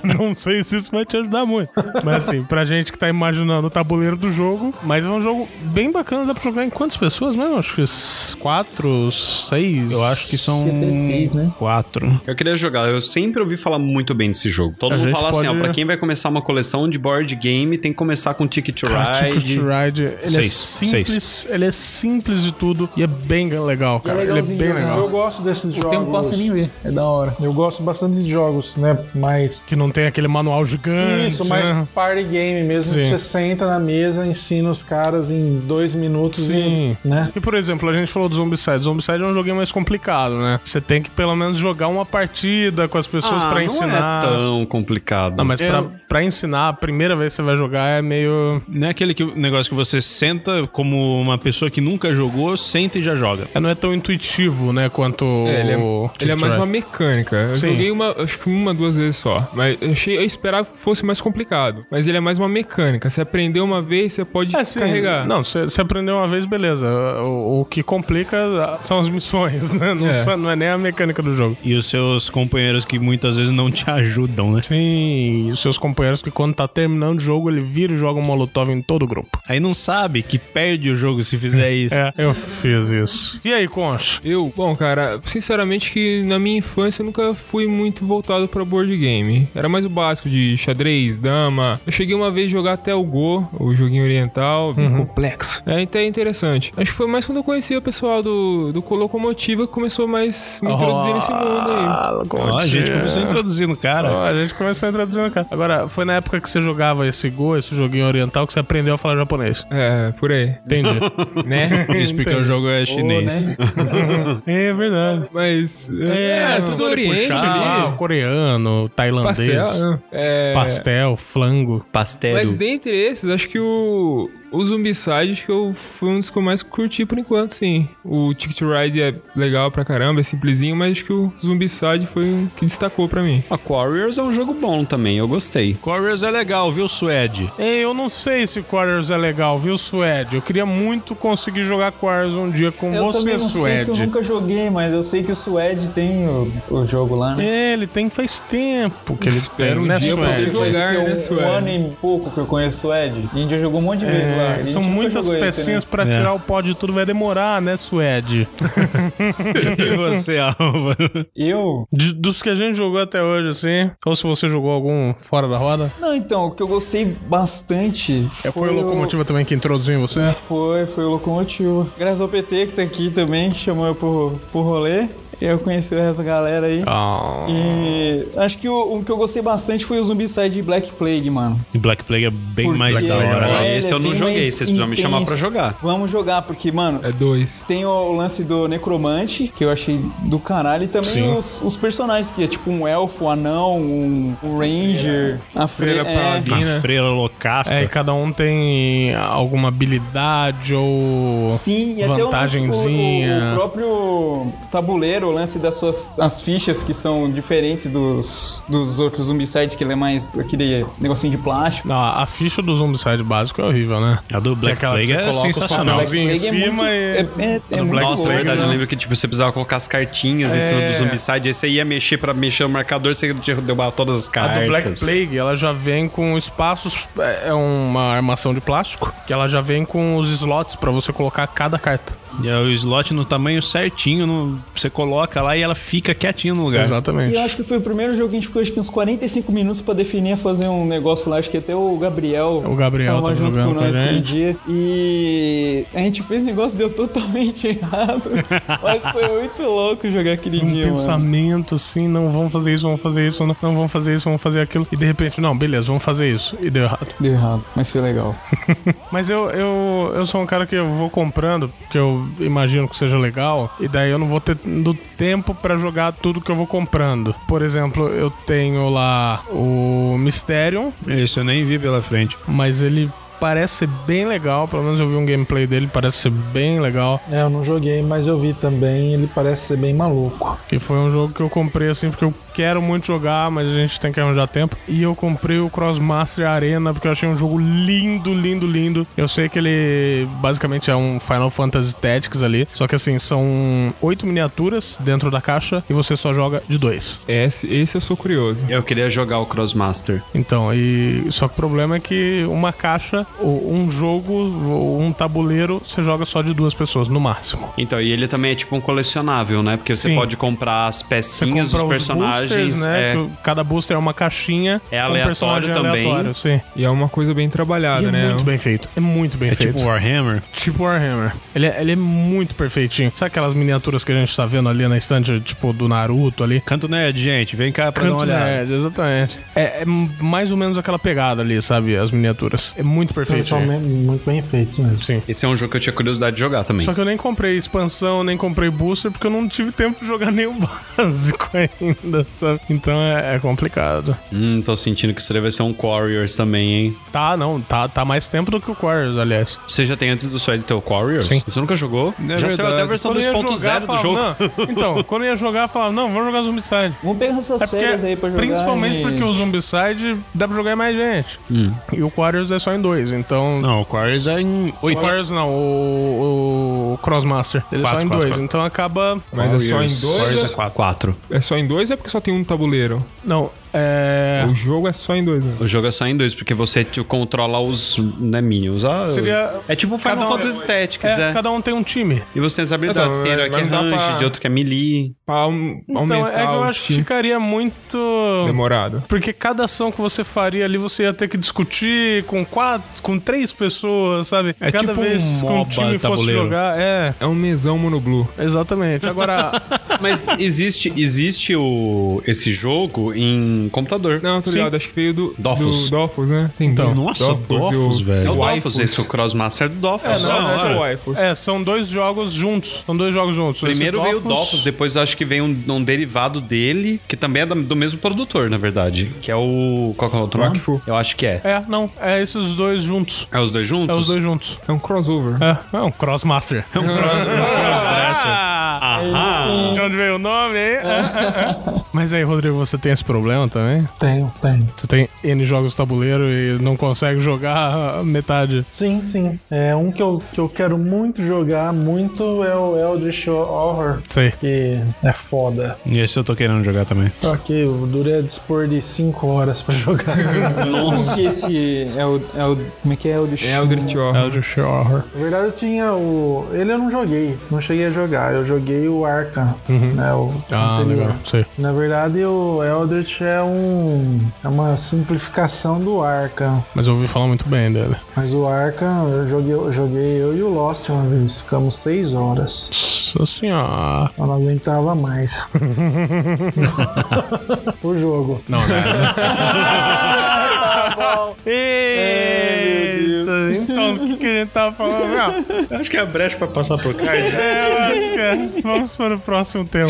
S1: Não sei se isso vai te ajudar muito. Mas assim, pra gente que tá imaginando o tabuleiro do jogo, mas é um jogo bem bacana, dá pra jogar em quantas pessoas mesmo? Acho que s- quatro, seis.
S7: Eu acho que são.
S4: Acho que é até seis, né?
S7: Quatro.
S5: Eu queria jogar, eu sempre ouvi falar muito bem desse jogo. Todo
S1: A
S5: mundo
S1: gente
S5: fala assim, ó,
S1: pode-
S5: pra quem vai começar uma coleção de board game, tem que começar com Ticket to
S1: Cara, Ah, Ticket
S5: Ride.
S1: to Ride, ele é
S7: Seis,
S1: simples, ele é simples de tudo e é bem legal, cara. ele é
S4: legalzinho né?
S1: bem
S4: de jogar.
S1: legal.
S8: Eu gosto desses
S4: O
S1: um
S8: jogos.
S4: tempo passa e nem vê. É da hora.
S8: Eu gosto bastante de jogos, né? Mais
S1: Que não tem aquele manual gigante.
S8: Isso, mais
S1: né?
S8: party game mesmo. que
S1: Sim.
S8: Você senta na mesa, ensina os caras em dois minutos
S1: Sim.
S8: e. Né?
S1: E por exemplo, a gente falou do Zombicide. Zombicide é um joguinho mais complicado, né? Você tem que pelo menos jogar uma partida com as pessoas
S5: Ah,
S1: pra
S5: não
S1: ensinar.
S5: é tão complicado.
S1: Não, mas
S7: Eu-
S1: pra, pra ensinar, a primeira vez que você vai jogar é meio.
S7: Não é aquele que, negócio que você senta como uma pessoa que nunca jogou, senta e já joga.
S1: é, Não é tão intuitivo, né? Quanto.
S3: É, ele, é,
S1: o
S3: ele é mais uma
S1: Ticket
S3: mecânica. Eu
S1: Sim.
S3: joguei uma, acho que uma, duas vezes só. Mas eu, achei, eu esperava que fosse mais complicado. Mas ele é mais uma mecânica. Você aprendeu uma vez, você pode
S1: to Ride. É, sim.
S3: carregar.
S1: Não, você você aprendeu uma vez, beleza. O, o que complica são as missões, <laughs> né? Não
S3: É.
S1: só- não é nem a mecânica do jogo.
S7: E os seus companheiros que muitas vezes não te <laughs> ajudam, né?
S1: Sim, e os seus companheiros que quando tá terminando o jogo, ele vira e joga um molotov em todo o grupo.
S7: Aí não sabe que perde o jogo se fizer isso.
S1: <laughs> É, eu fiz isso. E aí, Concha?
S3: Eu, bom, cara, sinceramente que na minha infância eu nunca fui muito voltado pra board game. Era mais o básico de xadrez, dama. Eu cheguei uma vez a jogar até o Go, o joguinho oriental, bem complexo. É até interessante. Acho que foi mais quando eu conheci o pessoal do, do Colocomotiva que começou mais me introduzir nesse mundo aí.
S7: Ó, a gente começou
S1: né?
S7: introduzindo o
S1: Ó,
S7: cara.
S1: a gente começou introduzindo, cara. Agora, foi na época que você jogava esse Go, esse joguinho oriental, que você aprendeu a falar japonês.
S3: É, por aí,
S1: Entendi.
S3: <laughs> né?
S7: Isso porque o jogo é chinês.
S1: <laughs> é verdade.
S3: Mas. É, tudo
S7: olho
S3: Oriente
S1: Ah,
S3: ali.
S1: coreano, tailandês,
S3: Pastel.
S1: pastel,
S3: né? É,
S1: flango.
S5: Pastério.
S3: Mas dentre esses, acho que o, Os Zombicide que eu foi um dos que eu mais curti por enquanto, sim. O Ticket to Ride é legal pra caramba, é simplesinho, mas acho que o Zombicide foi um que destacou pra mim.
S5: Aquarius é um jogo bom também, eu gostei.
S7: Warriors é legal, viu, Suede?
S1: Ei, eu não sei se Quarters é legal, viu, Suede? Eu queria muito conseguir jogar Quarters um dia com
S4: Eu
S1: você,
S4: também não sei que eu
S1: Suede.
S4: nunca joguei, mas eu sei que o Suede tem o, o jogo lá, né?
S1: É, Ele tem faz tempo que ele
S3: Espero
S1: tem,
S3: um
S1: né,
S3: dia eu poder
S1: Suede?
S3: jogar. Jogar,
S4: Porque
S3: né,
S4: um-
S3: Suede?
S4: um ano e pouco que eu conheço o Suede. A gente já jogou um monte de vezes lá. A
S1: É,
S4: gente
S1: são
S4: nunca
S1: muitas
S4: jogou esse,
S1: pecinhas
S4: né?
S1: pra
S7: É.
S1: tirar o pó de tudo, vai demorar, né, Suede?
S7: <laughs> E você, Álvaro?
S4: Eu?
S1: De- dos que a gente jogou até hoje, assim, ou se você jogou algum fora da roda?
S4: Não, então, o que eu gostei bastante.
S1: É, foi, o Locomotiva também que introduziu em você?
S4: Foi, foi o Locomotivo. Graças ao PT que tá aqui também, que chamou eu pro, pro rolê. Eu conheci essa galera aí.
S1: Ah.
S4: E acho que o, o que eu gostei bastante foi o Zumbicide Black Plague, mano.
S7: E Black Plague é bem
S4: Porque
S7: mais da
S1: É.
S7: hora.
S5: Ah,
S4: ele é
S5: esse eu
S4: bem
S5: não joguei,
S4: mais
S5: vocês precisam me chamar
S4: intenso.
S5: pra jogar.
S4: Vamos jogar, porque, mano,
S3: É dois.
S4: tem o lance do necromante, que eu achei do caralho, e também
S1: Sim.
S4: os, os personagens, que é tipo um elfo, um anão, um, um ranger, a é, freira,
S3: Freira paladina.
S7: Uma freira loucaça.
S1: né? É, e cada um tem alguma habilidade ou.
S4: Sim, e até o,
S1: Tipo, Vantagenzinha.
S4: o, o próprio tabuleiro, o lance das suas as fichas que são diferentes dos, dos outros zumbicides, que ele é mais aquele negocinho de plástico.
S1: Não, Ah, a ficha do Zombicide básico é horrível, né?
S7: A do Black
S1: aquela que você
S7: Plague é
S1: coloca os
S7: sensacional.
S1: papéis. em cima
S4: é, é, é,
S1: do
S4: muito
S1: Black
S4: louco,
S5: Nossa, é
S1: Plague,
S5: verdade.
S1: né?
S5: Eu lembro que tipo, você precisava colocar as cartinhas em cima
S1: É.
S5: do Zombicide. Aí você ia mexer pra mexer o marcador, você tinha que derrubar todas as
S1: A
S5: cartas.
S1: do Black Plague, ela já vem com espaços, é é uma armação de plástico, que ela já vem com os slots pra você colocar cada carta.
S7: E é o slot no tamanho certinho, no- você coloca lá e ela fica quietinha no
S1: É.
S7: lugar.
S4: E
S1: Exatamente.
S4: eu acho que foi o primeiro jogo que a gente ficou acho que uns 45 minutos pra definir a fazer um negócio lá. Acho que até o Gabriel.
S1: É O Gabriel tava
S4: junto
S1: jogando
S4: com
S1: com a
S4: nós aquele
S1: gente.
S4: dia. E a gente fez o negócio, deu totalmente <laughs> errado. Mas foi muito louco jogar aquele
S1: um
S4: dia. Mano.
S1: pensamento assim, não vamos fazer isso, vamos fazer isso, não, não vamos fazer isso, vamos fazer aquilo. E de repente, não, beleza, vamos fazer isso. E deu errado.
S4: Deu errado, mas foi legal.
S1: Mas eu, eu, eu sou um cara que eu vou comprando, porque eu imagino que seja legal, e daí eu não vou ter do tempo pra jogar tudo que eu vou comprando. Por exemplo, eu tenho lá o Mysterium,
S7: É Isso eu nem vi pela frente.
S1: mas ele parece ser bem legal, pelo menos eu vi um gameplay dele, parece ser bem legal.
S8: É, eu não joguei, mas eu vi também. Ele parece ser bem maluco.
S1: Que foi um jogo que eu comprei assim porque eu quero muito jogar, mas a gente tem que arranjar tempo. E eu comprei o Crossmaster Arena porque eu achei um jogo lindo, lindo, lindo. Eu sei que ele basicamente é um Final Fantasy Tactics ali, só que assim, são oito miniaturas dentro da caixa e você só joga de dois.
S3: Esse, esse eu sou curioso.
S5: Eu queria jogar o Crossmaster.
S1: Então, e só que o problema é que uma caixa, ou um jogo, ou um tabuleiro, você joga só de duas pessoas no máximo.
S5: Então, e ele também é tipo um colecionável, né? Porque
S1: Sim.
S5: você pode comprar as
S1: Você
S5: pecinhas,
S1: compra
S5: os personagens.
S1: boosters, né?
S5: é.
S1: que Cada booster é uma caixinha.
S5: É
S1: com um
S5: aleatório
S1: personagem
S5: também.
S1: Aleatório, sim.
S3: E é uma coisa bem
S1: E
S3: trabalhada,
S1: é
S3: né?
S1: muito bem feito. É muito bem
S7: É
S1: feito.
S7: tipo Warhammer?
S1: Tipo Warhammer. Ele é, ele é muito perfeitinho. Sabe aquelas miniaturas que a gente tá vendo ali na estante, tipo, do Naruto ali?
S7: Canto Nerd, gente, vem cá pra dar uma
S1: Canto
S7: olhada.
S1: nerd, exatamente. É, é mais ou menos aquela pegada ali, sabe? As miniaturas. É muito perfeitinho.
S8: Pessoalmente, muito bem feito mesmo.
S1: Sim.
S5: Esse é um jogo que eu tinha curiosidade de jogar também.
S1: Só que eu nem comprei expansão, nem comprei booster, porque eu não tive tempo de jogar <laughs> nenhum básico ainda, sabe? Então é, é complicado.
S5: Hum, tô sentindo que isso daí vai ser um Warriors também, hein?
S1: Tá, não, tá, tá mais tempo do que o Quarters, aliás.
S5: Você já tem antes do Suede ter o Warriors?
S1: Sim.
S5: Você nunca jogou?
S7: É
S5: já saiu
S7: verdade.
S5: até a versão
S1: Quando eu ia jogar,
S5: 2.0 do
S1: eu
S5: jogo.
S1: falava, "Não." Então, quando eu ia jogar, eu falava, não, vamos jogar Zombicide.
S4: Vamos pegar essas
S1: É
S4: férias aí pra
S1: porque,
S4: jogar.
S1: principalmente
S4: e-
S1: porque o Zombicide dá pra jogar em mais gente. E o Quarters é só em dois, então...
S7: Hum. Não, o Quarters é em
S1: O Quarters não, o, o Crossmaster. Ele é só
S7: Quatro,
S1: em
S7: quatro,
S1: dois,
S7: quatro.
S1: então acaba...
S3: Mas é só em dois?
S5: Warriors é 4.
S3: É só em dois ou é porque só tem um tabuleiro?
S1: Não, é...
S3: O jogo é só em dois, né?
S5: O jogo é só em dois, porque você te- controla os né, minions. Ah,
S1: Seria-
S5: É tipo Final
S1: Cada um-
S5: Fantasy Tactics,
S1: É,
S5: é.
S1: cada um tem um time.
S5: E você tem as habilidades.
S3: Então,
S5: tem herói que
S3: mas
S5: é
S3: não dá
S5: range,
S3: pra-
S5: de outro que é melee.
S3: Pra aum-
S1: Então,
S3: aumentar
S1: é que eu
S3: o
S1: acho que
S3: estilo.
S1: ficaria muito...
S3: demorado.
S1: Porque cada ação que você faria ali, você ia ter que discutir com quatro, com três pessoas, sabe?
S7: É
S1: cada
S7: tipo um
S1: vez que um
S7: MOBA
S1: time fosse
S7: tabuleiro.
S1: jogar. É,
S3: É um mesão monoblu.
S7: <laughs>
S1: exatamente. Agora,
S5: Mas existe, existe o, esse jogo em um computador.
S3: Não, tô ligado, acho que veio do
S5: Dofus.
S3: Do, Dofus, né? Tem
S1: Então,
S3: dois.
S7: nossa, Dofus,
S3: e o-
S1: velho.
S5: É o
S3: o
S5: Dofus, esse é o Crossmaster do Dofus.
S3: Não,
S7: Não,
S3: é o
S7: é.
S3: Dofus.
S1: É, são dois jogos juntos. São dois jogos juntos. Esse
S5: Primeiro veio o Dofus, depois acho que veio um, um derivado dele, que também é da- do mesmo produtor, na verdade. Que é o. Qual que é o outro nome?
S3: Wakfu.
S5: Eu acho que é.
S1: É, não. É esses dois juntos.
S5: É os dois
S1: É
S5: juntos?
S1: os dois juntos.
S3: É um crossover.
S1: É, é um Crossmaster. É um Crossdresser.
S5: Aham.
S1: De onde veio o nome aí? <laughs> Mas aí, Rodrigo, você tem esse problema também?
S8: Tenho, tenho.
S1: Você tem N jogos de tabuleiro e não consegue jogar a metade.
S8: Sim, sim. É um que eu, que eu quero muito jogar, muito, é o Eldritch Horror,
S1: Sei.
S8: que é foda.
S7: E esse eu tô querendo jogar também.
S1: Ah.
S8: Só que eu durei a dispor de 5 horas pra <laughs> jogar.
S4: Nossa. esse é o, é o. Como é que é o de
S3: É o Dirty Horror.
S1: Eldritch Horror.
S8: Na verdade, eu tinha o. Ele eu não joguei, não cheguei a jogar. Eu joguei o Arca, né? O
S1: Ah,
S8: anterior.
S1: legal. Sei.
S8: Na verdade, o Eldritch é um. É uma simplificação do Arca.
S1: Mas eu ouvi falar muito bem dele.
S8: Mas o Arca, eu joguei, eu joguei eu e o Lost uma vez. Ficamos 6 horas.
S1: Nossa senhora.
S8: Eu não aguentava mais. o jogo.
S1: Não, né? Eita, então o que, que a gente tava falando? Não,
S7: Acho que é a brecha pra passar por cá.
S1: é, eu acho que é. Vamos para o próximo tema.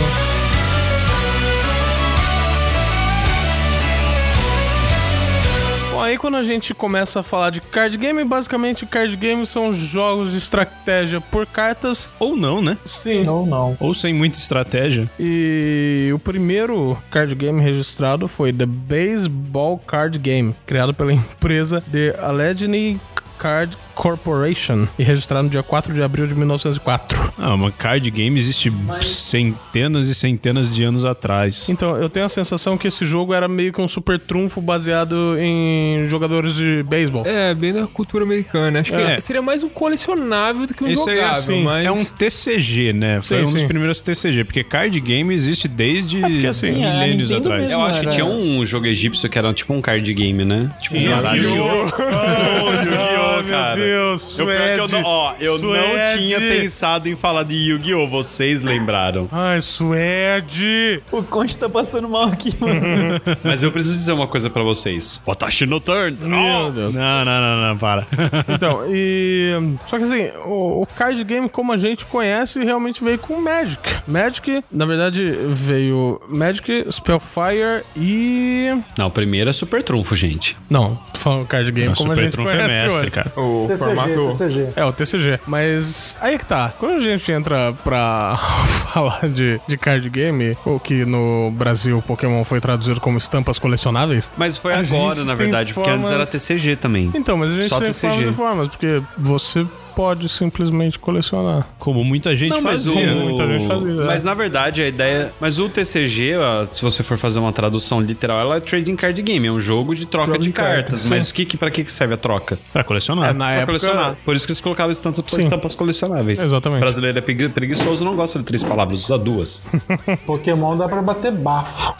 S1: Bom, aí quando a gente começa a falar de card game, basicamente card games são jogos de estratégia por cartas.
S7: Ou não, né?
S1: Sim.
S8: Ou não.
S7: Ou sem muita estratégia.
S1: E o primeiro card game registrado foi The Baseball Card Game, criado pela <laughs> empresa The Allegheny Card Corporation e registrado no dia 4 de abril de 1904.
S7: Ah, uma card game existe centenas e centenas de anos atrás.
S1: Então, eu tenho a sensação que esse jogo era meio que um super trunfo baseado em jogadores de beisebol.
S3: É, bem da cultura americana. Acho que
S7: É.
S3: seria mais um colecionável do que um
S7: Esse aí,
S3: jogável,
S7: assim,
S3: mas...
S7: é um TCG, né? Foi
S1: Sim,
S7: um dos
S1: sim.
S7: primeiros TCG, porque card game existe desde
S1: porque, assim,
S7: milênios
S8: a é, Nintendo
S7: atrás.
S8: mesmo.
S5: Eu acho que
S8: Era-
S5: tinha um jogo egípcio que era tipo um card game, né? Tipo, um baralho. <laughs>
S1: Yu-Gi-Oh,
S5: cara.
S1: Ah, Meu Deus,
S5: Eu, pior que eu
S1: Suede.
S5: não, ó, eu não
S1: Suede.
S5: tinha pensado em falar de Yu-Gi-Oh! Vocês lembraram.
S1: Ai, Suede!
S4: O Conte tá passando mal aqui, <laughs> mano.
S5: Mas eu preciso dizer uma coisa pra vocês. Watashi no turn!
S1: Meu Deus.
S7: Não, não, não, não, para. <laughs>
S1: Então, e. Só que assim, o, o card game, como a gente conhece, realmente veio com Magic. Magic, na verdade, veio Magic, Spellfire e.
S5: Não, o primeiro é super trunfo, gente.
S1: Não, tô falando card game
S7: O
S1: como a
S7: Super
S1: gente
S7: Trunfo
S1: conhece
S7: é mestre,
S1: hoje.
S7: cara.
S3: O
S8: TCG,
S3: formato...
S8: TCG.
S1: É, o TCG. Mas aí que tá. Quando a gente entra pra <laughs> falar de, de card game, ou que no Brasil o Pokémon foi traduzido como estampas colecionáveis.
S5: Mas foi
S1: A
S5: agora,
S1: gente
S5: na
S1: tem
S5: verdade, porque antes era
S1: formas-
S5: TCG também.
S1: Então, mas a gente
S5: Só
S1: tem
S5: TCG.
S1: formas e formas, porque você pode simplesmente colecionar.
S7: Como muita gente
S5: Não, mas
S7: fazia.
S5: o...
S7: né?
S1: Muita gente fazia, né?
S5: Mas na verdade a ideia. Mas o TCG, ó, se você for fazer uma tradução literal, ela é trading card game, é um jogo de troca de cartas. Mas o que, que para que que serve a troca?
S7: Pra colecionar.
S1: É, na
S5: Pra
S1: época.
S5: colecionar. Por isso que eles colocaram estampas, estampas colecionáveis.
S1: Exatamente.
S5: O brasileiro é pregui- preguiçoso, não gosta de três palavras, usa duas.
S8: Pokémon dá pra bater bafo.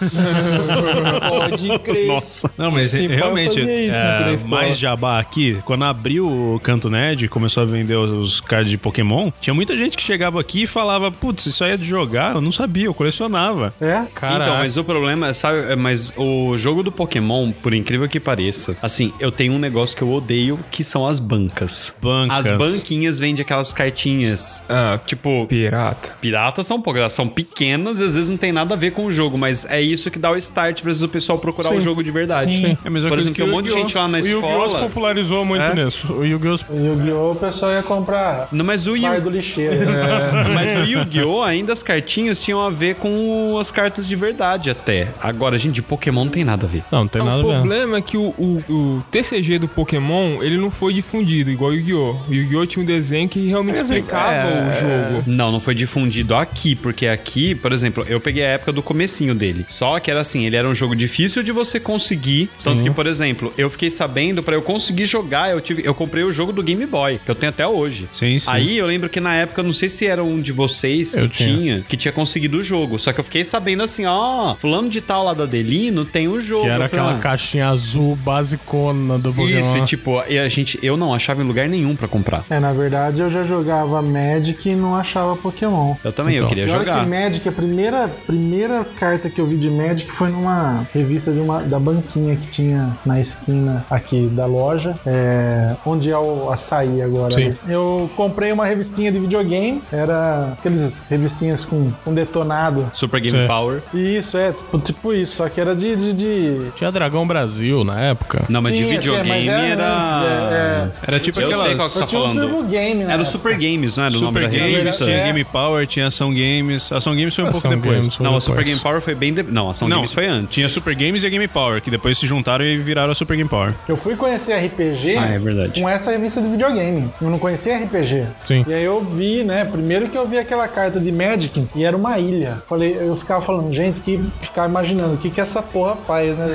S1: Nossa.
S4: Pode crer.
S5: Nossa.
S7: Não, mas
S4: Sim,
S7: realmente,
S4: eu fazia isso, né,
S7: é,
S4: quando eu ia escola.
S7: mais jabá aqui, quando abriu o Canto Nerd e começou a vender os, os cards de Pokémon, tinha muita gente que chegava aqui e falava, putz, isso aí é de jogar, eu não sabia, eu colecionava.
S8: É?
S5: Então, mas o problema, é, sabe, é, mas o jogo do Pokémon, por incrível que pareça, assim, eu tenho um negócio que eu odeio, que são as bancas.
S7: Bancas.
S5: As banquinhas vendem aquelas cartinhas,
S3: Ah,
S5: tipo,
S3: pirata.
S5: Piratas são poucas, elas são pequenas e às vezes não tem nada a ver com o jogo, mas é isso que dá o start pra o pessoal procurar o jogo de verdade.
S7: É a mesma
S5: Por
S7: coisa
S5: exemplo,
S7: que
S5: tem um monte de
S7: Yu-Gi-Oh!
S5: gente lá na
S1: o Yu-Gi-Oh! se
S5: escola.
S1: popularizou muito
S5: É?
S1: nisso. O Yu-Gi-Oh! se-
S8: Em Yu-Gi-Oh! o pessoal ia comprar
S5: Não, mas o
S8: par
S5: Yu-
S8: do lixeiro. né?
S5: mas o Yu-Gi-Oh! ainda as cartinhas tinham a ver com as cartas de verdade até. Agora, gente, de Pokémon não tem nada a ver.
S1: Não,
S4: então,
S1: não tem
S3: Não,
S1: nada a
S3: o
S1: ver.
S3: problema é que o, o- o TCG do Pokémon, ele não foi difundido, igual o Yu-Gi-Oh! O Yu-Gi-Oh! tinha um desenho que realmente
S7: assim,
S3: explicava
S7: é,
S3: o jogo.
S5: Não, não foi difundido aqui, porque aqui, por exemplo, eu peguei a época do comecinho dele. Só que era assim, ele era um jogo difícil de você conseguir. Tanto que, por exemplo, eu fiquei sabendo, pra eu conseguir jogar, eu tive, eu comprei o jogo do Game Boy. Atari, que eu tenho até hoje.
S7: Sim, sim.
S5: Aí eu lembro que na época, eu não sei se era um de vocês que
S1: Eu
S5: tinha.
S1: tinha.
S5: que tinha conseguido o jogo. Só que eu fiquei sabendo assim, ó, fulano de tal lá da Delino tem o jogo.
S1: Que era
S5: Eu falei,
S1: aquela
S5: "Ah,
S1: caixinha azul basicona do Pokémon.
S5: Isso, e tipo, e a gente, eu não achava em lugar nenhum pra comprar.
S8: É, na verdade eu já jogava Magic e não achava Pokémon.
S5: Eu também, eu
S1: Então.
S5: queria
S8: Pior
S5: jogar.
S8: que Magic, a primeira, primeira carta que eu vi de Magic foi numa revista de uma, da banquinha que tinha na esquina aqui da loja, é, onde é o açaí agora.
S1: Sim.
S8: né? Eu comprei uma revistinha de videogame, era aquelas revistinhas com, com detonado.
S5: Super Game
S1: Sim.
S5: Power.
S8: E isso, é, tipo, tipo isso, só que era de. de, de...
S1: Tinha Dragão Brasil na época.
S5: Não, mas de
S8: Tinha, tinha, é, mas
S5: videogame
S8: era antes,
S5: era.
S7: Era tipo
S5: Eu sei qual
S7: aquelas...
S5: que você tá
S8: é. tinha um
S5: falando.
S8: Turbo Game, né?
S5: Era o Super Games, não era o nome
S7: Super
S5: da
S7: Games,
S5: revista?
S8: isso?
S7: tinha
S8: É.
S7: Game Power, tinha Ação Games. Ação Games foi um pouco
S1: Ação
S7: depois.
S1: Games foi
S5: Não, a
S1: é depois.
S5: Super Game Power foi bem... De... Não, a Ação
S7: Não,
S5: Games foi antes.
S7: Tinha Super Games e a Game Power, que depois se juntaram e viraram a Super Game Power.
S8: Eu fui conhecer RPG
S5: Ah, é verdade.
S7: Um
S8: com essa revista de videogame. Eu não conhecia RPG.
S1: Sim.
S8: E aí eu vi, né? Primeiro que eu vi aquela carta de Magic e era uma ilha. Falei, eu ficava falando, gente, que ficava imaginando o que que essa porra faz, né?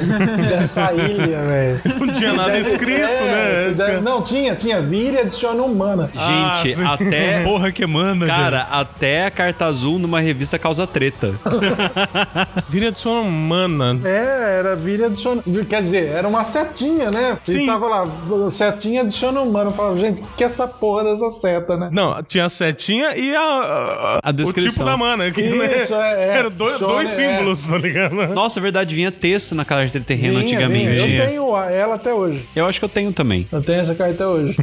S8: <laughs> Dessa ilha, velho.
S1: Não tinha
S8: <laughs>
S1: nada escrito,
S8: É,
S1: né?
S8: se der- Não, tinha, tinha. Vira e adiciona humana.
S1: Ah,
S5: Gente,
S1: sim.
S7: <laughs>
S5: até...
S7: Porra que manda,
S5: Cara, até a carta azul numa revista causa treta.
S1: Vira de sono humana.
S8: É, era vira e adiciona. Quer dizer, era uma setinha, né?
S1: Sim.
S8: E tava lá, setinha adiciona humana. Eu falava, gente, que que é essa porra dessa
S1: <laughs>
S8: seta, né?
S1: Não, tinha a setinha e a, a-
S5: A
S1: o tipo
S5: descrição.
S1: da mana. Que,
S8: Isso,
S1: né?
S8: é,
S1: <laughs>
S8: é.
S1: Era dois,
S8: Só,
S1: dois
S8: é.
S1: símbolos, tá ligado?
S5: Nossa, é verdade, vinha texto na carta de terreno
S8: Vinha,
S5: antigamente.
S8: vinha.
S7: Tinha.
S8: é, Eu tenho a- ela até hoje.
S5: Eu acho que eu tenho também.
S8: Eu tenho essa carta até
S1: <laughs>
S8: hoje.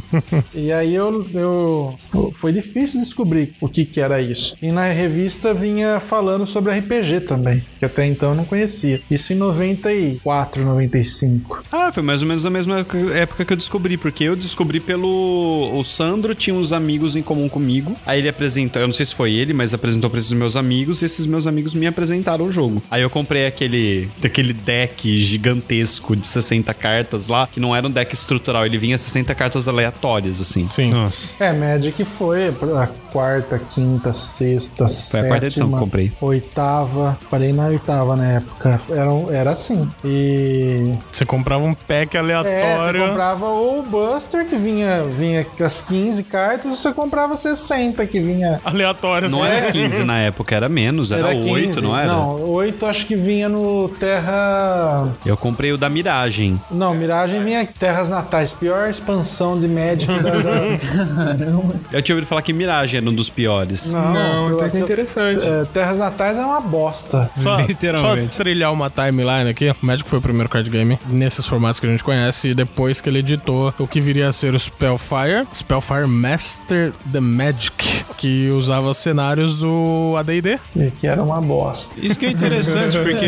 S8: e aí eu, eu- Foi difícil descobrir o que, que era isso. E na revista vinha falando sobre RPG também, que até então eu não conhecia. Isso em 94, 95.
S5: Ah, foi mais ou menos a mesma época- época que eu descobri, porque eu descobri pelo. O Sandro tinha uns amigos em comum comigo. Aí ele apresentou, eu não sei se foi ele, mas apresentou pra esses meus amigos e esses meus amigos me apresentaram o jogo. Aí eu comprei aquele, aquele deck gigantesco de 60 cartas lá, que não era um deck estrutural, ele vinha 60 cartas aleatórias, assim.
S1: Sim.
S7: Nossa.
S8: É, Magic foi a quarta, quinta, sexta, sétima,
S5: quarta edição que eu comprei.
S8: oitava. Parei na oitava na época. Era, um- era assim. E
S1: Você comprava um pack
S8: É, você
S1: aleatório.
S8: comprava o Buster, que vinha, vinha com as 15 cartas, ou você comprava 60, que vinha.
S1: Aleatório.
S5: Não é?
S1: <laughs> assim.
S5: era 15 na época, era menos, era, 8, não era?
S8: Não, 8 acho que vinha no Terra.
S5: Eu comprei o da Miragem.
S8: Não, Miragem vinha Terras Natais. Pior expansão de
S5: <laughs>
S8: Magic da. da...
S5: Eu tinha ouvido falar que Miragem era um dos piores.
S3: Não,
S1: então
S8: tu-
S3: até que é
S8: tu-
S3: interessante.
S8: é, Terras Natais é uma bosta.
S5: <laughs>
S1: Só,
S7: Literalmente.
S1: só trilhar uma timeline aqui. O Magic foi o primeiro card game nesses formatos que a gente conhece. E depois que ele editou o que viria a ser o Spellfire, Spellfire Master the Magic, que usava cenários do ADD.
S8: E Que era uma bosta.
S7: Isso que é
S4: <laughs>
S7: interessante, porque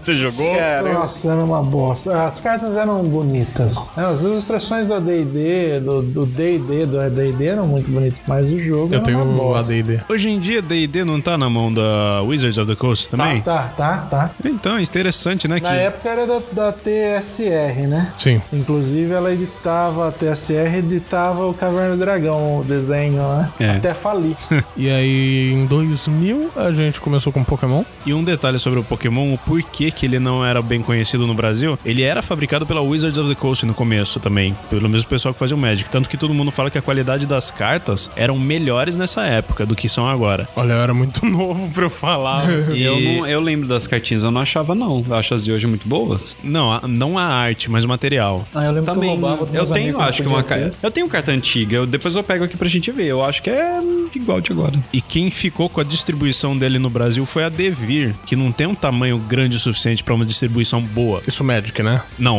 S5: Você jogou?
S8: Nossa, era uma bosta. Ah, As cartas eram bonitas. As ilustrações do ADD, do do DD, do ADD eram muito bonitas, mas o jogo
S1: Eu
S8: era
S1: tenho
S5: um
S8: uma
S1: o
S8: bosta.
S1: ADD.
S7: hoje em dia D&D não tá na mão da Wizards of the Coast também?
S8: Tá, tá, tá, tá.
S7: Então, é interessante, né?
S8: Na
S7: que-
S8: época era da, da TSR, né?
S1: Sim.
S8: Inclusive ela editava, a TSR editava o Caverna do Dragão, o desenho, né?
S5: É.
S8: Até
S5: <laughs>
S8: falir.
S1: E aí, em 2000, a gente começou com Pokémon.
S7: E um detalhe sobre o Pokémon, o porquê que ele não era bem conhecido no Brasil, ele era fabricado pela Wizards of the Coast no começo também, pelo mesmo pessoal que fazia o Magic. Tanto que todo mundo fala que a qualidade das cartas eram melhores nessa época do que são agora.
S1: Olha, eu era muito novo pra <laughs> eu falar.
S5: <laughs>
S7: E-
S5: Eu, não, eu lembro das cartinhas, eu não achava, não. Eu acho as de hoje muito boas.
S7: Não, a- não a arte, mas o material.
S8: Ah, eu lembro
S5: Também.
S8: que eu roubava dos
S5: Eu
S8: meus
S5: tenho,
S8: amigos, não
S5: acho que uma
S8: podia ter.
S5: carta. Eu tenho carta antiga, eu, depois eu pego aqui pra gente ver. Eu acho que é hum, igual de agora.
S7: E quem ficou com a distribuição dele no Brasil foi a Devir, que não tem um tamanho grande o suficiente pra uma distribuição boa.
S1: Isso Magic, né?
S7: Não,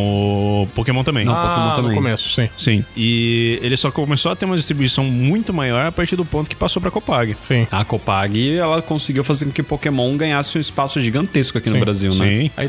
S7: o Pokémon também.
S5: Não. É um Pokémon
S1: ah,
S5: também.
S1: no começo, sim.
S7: Sim. E ele só começou a ter uma distribuição muito maior a partir do ponto que passou pra Copag.
S1: Sim.
S5: A Copag, ela conseguiu fazer com que Pokémon ganhasse um espaço gigantesco aqui no
S1: Sim,
S5: Brasil, né?
S1: Aí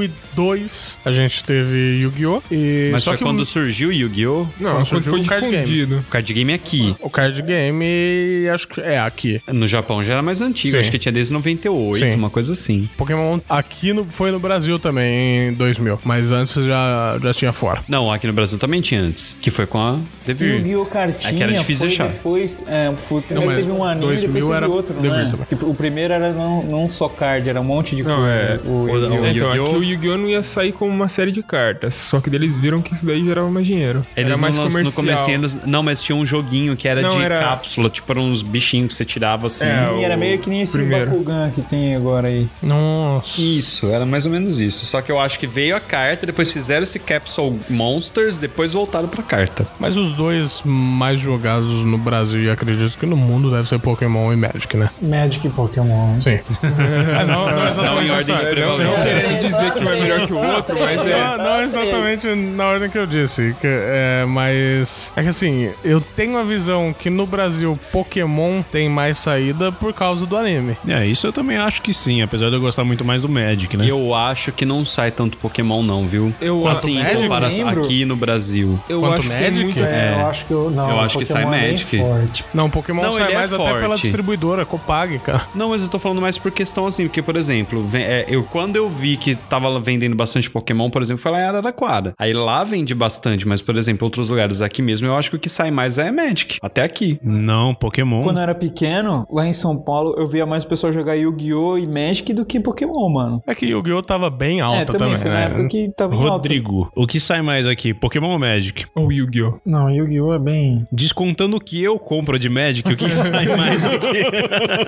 S1: 2002 a gente teve Yu-Gi-Oh! E
S5: Mas
S1: só
S5: foi
S1: que um
S5: quando
S1: o-
S5: surgiu o Yu-Gi-Oh!
S3: Não,
S1: surgiu
S3: quando foi
S1: o card game.
S3: difundido.
S5: O card game aqui.
S1: o card game e acho que é aqui.
S5: No Japão já era mais antigo,
S1: Sim.
S5: acho que tinha desde 98,
S1: Sim.
S5: uma coisa assim.
S1: Pokémon aqui no- foi no Brasil também, em 2000. Mas antes já, já tinha fora.
S5: Não, aqui no Brasil também tinha antes, que foi com a Devir.
S4: Yu-Gi-Oh! Cartinha
S5: É que era difícil
S4: foi
S5: achar.
S4: depois... É, foi, primeiro
S1: mas
S4: teve um anime,
S1: 2000
S4: depois teve
S1: era
S4: outro, não
S1: Devir
S4: é?
S1: também.
S4: Tipo, o primeiro era não, não só card, era um monte de
S3: Não,
S4: coisa.
S3: é.
S4: O,
S5: O-
S4: Yu-Gi-Oh!
S5: o-
S3: É, então,
S5: Yu-Gi-Oh!
S3: aqui o Yu-Gi-Oh! não ia sair como uma série de cartas, só que eles viram que isso daí gerava mais dinheiro.
S5: Eles
S3: era
S5: não
S3: mais
S5: lançam-
S3: comercial.
S5: no comercinho, eles- não, mas tinha um joguinho que era
S3: Não,
S5: de
S3: era-
S5: cápsula, tipo eram uns bichinhos que você tirava assim.
S3: É,
S4: E era
S3: o
S4: meio que nem esse
S3: primeiro.
S4: Bakugan que tem agora aí.
S1: Hum? Nossa.
S5: Isso, era mais ou menos isso. Só que eu acho que veio a carta, depois fizeram esse Capsule Monsters, depois voltaram pra carta.
S1: Mas os dois mais jogados no Brasil e acredito que no mundo deve ser Pokémon e Magic, né?
S8: Magic e Pokémon.
S1: Sim. É, <laughs> não, não
S5: Não
S1: exatamente
S5: em ordem de
S1: essa-
S3: Não, não
S5: prevalência.
S3: querendo dizer que um é melhor que o outro, mas é.
S1: Não, não exatamente na ordem que eu disse. que- é, mas. É que assim, eu tenho a visão que no Brasil Pokémon tem mais saída por causa do anime.
S7: É, isso eu também acho que sim, apesar de eu gostar muito mais do Magic, né?
S5: Eu acho que não sai tanto Pokémon, não, viu?
S3: Eu
S5: Quanto
S3: acho-
S5: assim, em
S1: Magic,
S5: comparação
S4: lembro.
S5: aqui no Brasil.
S3: Eu
S1: Quanto
S3: acho que tem
S1: Magic?
S3: muito.
S8: É, eu acho que eu, não,
S5: Eu acho que sai
S8: Pokémon é bem
S5: Magic.
S8: forte.
S1: Não, Pokémon
S5: Não,
S1: sai
S5: ele é
S1: mais até
S5: forte.
S1: pela distribuidora, Copag, cara.
S5: Não, mas eu tô falando mais por questão assim, porque, por exemplo, ve- é, eu, quando eu vi que tava vendendo bastante Pokémon, por exemplo, foi lá em Araraquara. Aí lá vende bastante, mas, por exemplo, outros lugares aqui mesmo, eu acho que o que sai mais é Magic. Até aqui.
S7: Não, Pokémon.
S4: Quando eu era pequeno, lá em São Paulo, eu via mais o pessoal jogar Yu-Gi-Oh! e Magic do que Pokémon, mano.
S1: É que Yu-Gi-Oh! tava bem alta
S4: é, também,
S1: também,
S4: foi na época
S1: né?
S4: que tava em alta.
S7: Rodrigo, o que sai mais aqui? Pokémon ou Magic?
S3: Ou Yu-Gi-Oh!
S8: Não, Yu-Gi-Oh! é bem.
S7: Descontando o que eu compro de Magic, o que sai mais aqui? é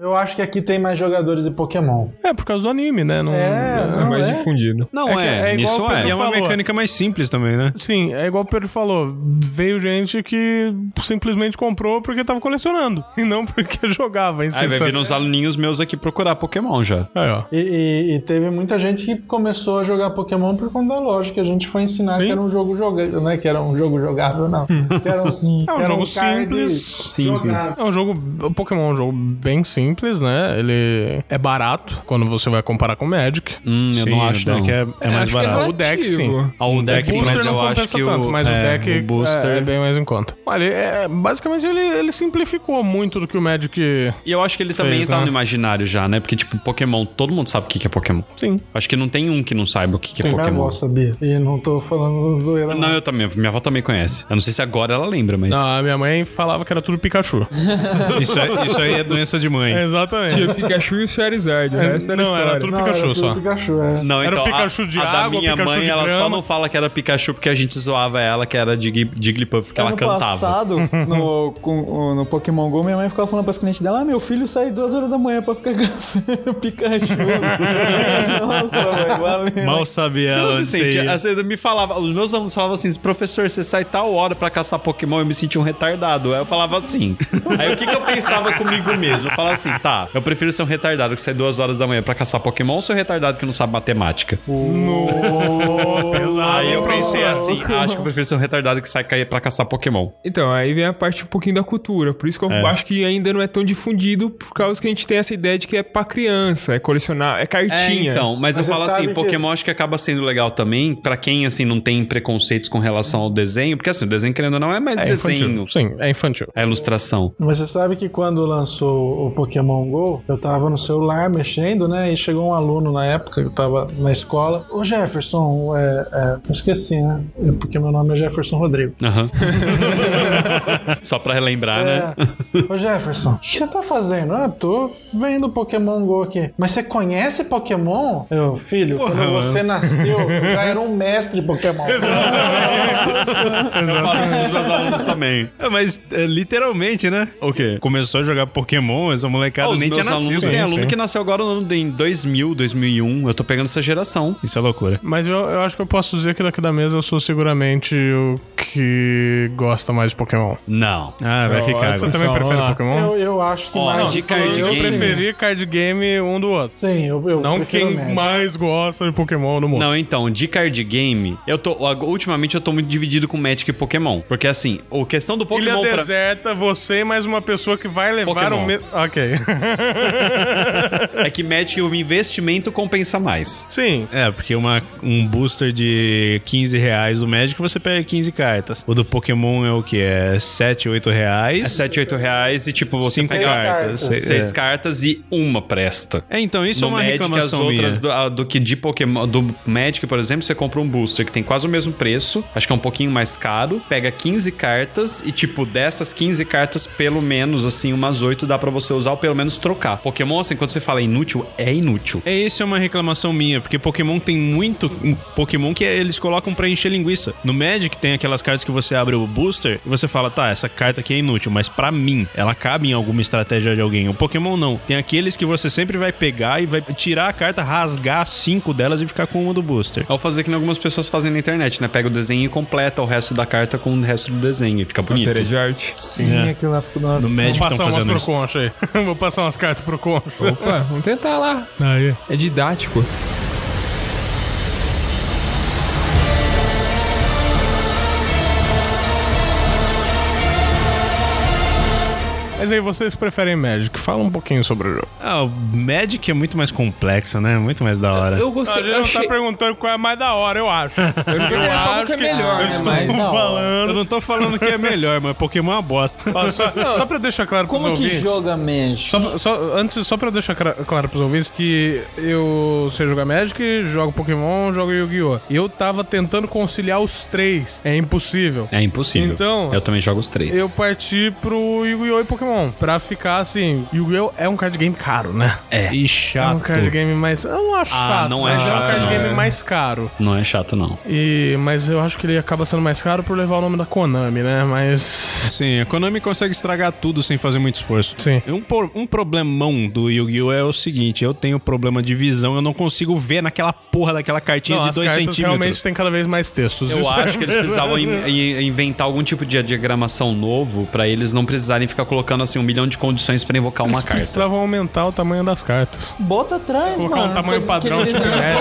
S8: Eu acho que aqui tem mais jogadores de Pokémon.
S1: É, por causa do anime, né? Não-
S8: É,
S3: É mais difundido.
S5: Não,
S1: É que
S5: é,
S1: é igual
S5: isso
S1: o
S5: é.
S1: Pedro
S7: E é uma
S1: Falou.
S7: mecânica mais simples também, né?
S1: Sim, é igual o Pedro falou. Veio gente que simplesmente comprou porque tava colecionando <laughs> e não porque jogava. Aí,
S5: Aí vai vir uns aluninhos meus aqui procurar Pokémon já.
S1: Aí, ó.
S8: E, e- e teve muita gente que começou a jogar Pokémon por conta da loja, que a gente foi ensinar
S1: Sim.
S8: que era um jogo jogável, né? Que era um jogo jogável, não. Que era assim.
S1: <laughs> É um
S8: era
S1: jogo
S8: card
S1: simples.
S5: Simples.
S1: É um jogo. O Pokémon é um jogo bem simples, né? Ele é barato quando você vai comparar com o Magic. É
S5: Hum, eu não acho,
S7: o
S5: não.
S7: deck é, é mais
S3: Acho que é
S7: barato.
S1: O deck,
S3: relativo.
S1: sim.
S5: Ah, o deck,
S1: o
S5: sim,
S1: booster
S5: mas
S1: não
S5: eu acho
S1: compensa
S5: que
S1: tanto,
S5: o,
S1: mas
S5: é,
S1: o deck
S5: o booster...
S1: é, é bem mais em conta. Olha, ele é- basicamente ele, ele simplificou muito do que o Magic.
S5: E eu acho que ele também
S1: Fez,
S5: tá
S1: né?
S5: no imaginário já, né? Porque, tipo, Pokémon, todo mundo sabe o que que é Pokémon.
S1: Sim.
S5: Acho que não tem um que não saiba o que que é
S8: Sim, minha
S5: Pokémon.
S8: avó sabia. E não tô falando zoeira.
S5: Não, eu também. Minha avó também conhece. Eu não sei se agora ela lembra, mas.
S1: Não, a Ah, minha mãe falava que era tudo Pikachu.
S7: Isso, aí- isso aí é doença de mãe.
S1: Exatamente.
S3: Tinha Pikachu e o Charizard, o resto era
S1: Tipo, É, não, era
S3: história.
S1: tudo
S8: Não,
S1: Pikachu
S8: era
S1: só.
S8: Pikachu, é.
S5: Não,
S1: Era
S5: então,
S1: o Pikachu
S5: a,
S1: de
S5: a da
S1: água,
S5: minha
S1: Pikachu
S5: mãe,
S1: de
S5: ela só
S1: grama.
S5: não fala que era Pikachu porque a gente zoava ela que era Dig- Jigglypuff, porque ela
S4: ano
S1: <laughs>
S5: cantava.
S4: passado, no, com- no Pokémon GO, minha mãe ficava falando pras clientes dela, ah, meu filho sai duas horas da manhã pra ficar
S8: <laughs>
S4: caçando Pikachu.
S1: <laughs>
S4: Nossa, mãe, valeu.
S7: Mal sabe
S5: Você
S7: ela.
S5: não se
S7: antes
S5: sente.
S7: aí.
S5: Você me falava, os meus alunos falavam assim: professor, você sai tal hora pra caçar Pokémon, eu me senti um retardado. Aí eu falava assim. Aí o que, que eu pensava comigo mesmo? Eu falava assim: tá, eu prefiro ser um retardado que sai duas horas da manhã pra caçar Pokémon ou ser um retardado que não sabe matemática?
S1: Pesado.
S5: Aí eu pensei assim: acho que eu prefiro ser um retardado que sai ca- pra caçar Pokémon.
S3: Então, aí vem a parte um pouquinho da cultura. Por isso que eu acho que ainda não é tão difundido, por causa que a gente tem essa ideia de que é pra criança, é colecionar, é
S5: É,
S3: cartinha.
S5: então, mas,
S8: Mas
S5: eu
S8: você
S5: falo
S8: sabe
S5: assim,
S8: que-
S5: Pokémon acho que acaba sendo legal também pra quem assim não tem preconceitos com relação ao desenho, porque assim, o desenho querendo ou não é mais
S1: É
S5: desenho,
S1: infantil. Sim, é infantil.
S5: é ilustração.
S8: Mas você sabe que quando lançou o Pokémon GO, eu tava no celular mexendo, né? E chegou um aluno na época, eu tava na escola. Ô Jefferson, é, é, eu esqueci, né? É Porque meu nome é Jefferson Rodrigo.
S5: Aham. <laughs> Só pra relembrar, né?
S8: É. Ô Jefferson, o que você tá fazendo? Ah, tô vendo Pokémon GO aqui. Mas você conhece Pokémon? Eu, filho, quando você
S1: <laughs>
S8: nasceu, eu já era um mestre Pokémon.
S5: Eu falo isso pros meus alunos também.
S7: É, Mas é, literalmente, né?
S5: O quê?
S7: Começou a jogar Pokémon, essa molecada
S5: Ah, os
S7: nem tinha
S5: meus
S7: nascido.
S5: alunos, tem
S7: Sim,
S5: aluno
S7: sim.
S5: que nasceu agora no ano em 2000, 2001, eu tô pegando essa geração.
S7: Isso é loucura.
S1: Mas eu, eu acho que eu posso dizer que daqui da mesa eu sou seguramente o que gosta mais de Pokémon.
S5: Não.
S7: Ah, vai ficar.
S1: Você
S7: agora.
S1: também
S3: Só,
S1: prefere
S3: lá.
S1: Pokémon?
S8: Eu, eu acho que
S5: Ó,
S8: mais.
S5: de card
S1: Eu
S5: game.
S1: preferi card game um do outro.
S8: Sim, eu, eu
S1: Não
S8: prefiro
S1: quem
S8: médico.
S1: mais gosta de Pokémon no mundo.
S5: Não, então, de card game, eu tô. ag- Ultimamente eu tô muito dividido com Magic e Pokémon. Porque assim, a questão do
S1: Ilha
S5: Pokémon. pra-
S1: deserta, você e mais uma pessoa que vai levar
S5: Pokémon.
S1: o mesmo.
S5: <laughs>
S1: Ok.
S5: É que Magic o investimento compensa mais.
S1: Sim.
S7: É, porque uma, um booster de 15 reais do Magic, você pega 15 cartas. O do Pokémon é o que? É 7, 8 reais.
S5: é 7, 8 reais É. e tipo, você
S7: Cinco
S5: pega
S7: cartas.
S5: seis
S7: Seis
S5: seis cartas e uma presta.
S7: É, então, isso é
S5: no
S7: uma
S5: Magic, as
S7: reclamação minha.
S5: outras do, a- do que de Pokémon, do Magic, por exemplo, você compra um booster que tem quase o mesmo preço, acho que é um pouquinho mais caro, pega 15 cartas e, tipo, dessas 15 cartas, pelo menos, assim, umas 8 dá pra você usar ou pelo menos trocar. Pokémon, assim, quando você fala inútil, é inútil.
S7: É, isso é uma reclamação minha, porque Pokémon tem muito um Pokémon que eles colocam pra encher linguiça. No Magic tem aquelas cartas que você abre o booster e você fala, tá, essa carta aqui é inútil, mas pra mim ela cabe em alguma estratégia de alguém. O Pokémon não. Tem aqueles que você sempre vai pegar e vai tirar a carta, rasgar cinco delas e ficar com uma do booster.
S5: É o fazer que nem algumas pessoas fazem na internet, né? Pega o desenho e completa o resto da carta com o resto do desenho e fica bonito.
S3: Matéria de arte.
S8: Sim, aquilo lá ficou na
S7: É. No Magic
S1: Vou
S7: estão
S1: passar umas
S7: fazendo
S1: pro
S7: isso.
S1: concha aí. <laughs> Vou passar umas cartas pro concha.
S3: Opa, vamos tentar lá.
S1: Aí.
S3: É didático.
S1: Mas aí, vocês preferem Magic? Fala um pouquinho sobre o jogo.
S7: Ah, o Magic é muito mais complexo, né? Muito mais da hora.
S3: Eu
S1: A
S3: gostei.
S1: gente
S3: Eu,
S1: não
S3: achei...
S1: tá perguntando qual é mais da hora, eu acho.
S3: eu não tô querendo falar que é melhor,
S1: eu
S3: né?
S1: estou
S3: Mas
S7: Eu
S1: falando.
S7: não tô falando que é melhor, mas Pokémon é uma bosta.
S1: Ó, Só, só pra deixar claro pros
S4: Como que
S1: ouvintes.
S4: joga Magic?
S1: Só, pra- só, antes, só pra deixar cra- claro pros ouvintes que eu sei jogar Magic, jogo Pokémon, jogo Yu-Gi-Oh! E eu tava tentando conciliar os três. É impossível.
S5: É impossível.
S1: Então-
S5: Eu também jogo os três.
S1: Eu parti pro Yu-Gi-Oh! e Pokémon. Pra ficar assim, Yu-Gi-Oh! é um card game caro, né?
S5: É.
S7: E
S1: É
S7: chato.
S1: um card game mais. Eu não acho
S5: Ah,
S1: chato,
S5: não é
S1: mas é um
S5: chato,
S1: card
S5: não.
S1: game mais caro.
S5: Não é chato, não.
S1: E, mas eu acho que ele acaba sendo mais caro por levar o nome da Konami, né? Mas.
S7: <laughs> Sim, a Konami consegue estragar tudo sem fazer muito esforço.
S1: Sim.
S7: Um, por- um problemão do Yu-Gi-Oh! é o seguinte: eu tenho problema de visão, eu não consigo ver naquela porra daquela cartinha de
S1: as
S7: 2
S1: cartas
S7: centímetros.
S1: realmente tem cada vez mais textos.
S5: Eu
S1: Isso-
S5: acho que eles precisavam
S1: <laughs>
S5: in- in- inventar algum tipo de diagramação novo pra eles não precisarem ficar colocando assim um milhão de condições pra invocar uma
S1: Eles
S5: carta.
S1: precisavam aumentar o tamanho das cartas.
S4: Bota atrás,
S1: Colocar
S4: mano.
S1: um tamanho padrão tipo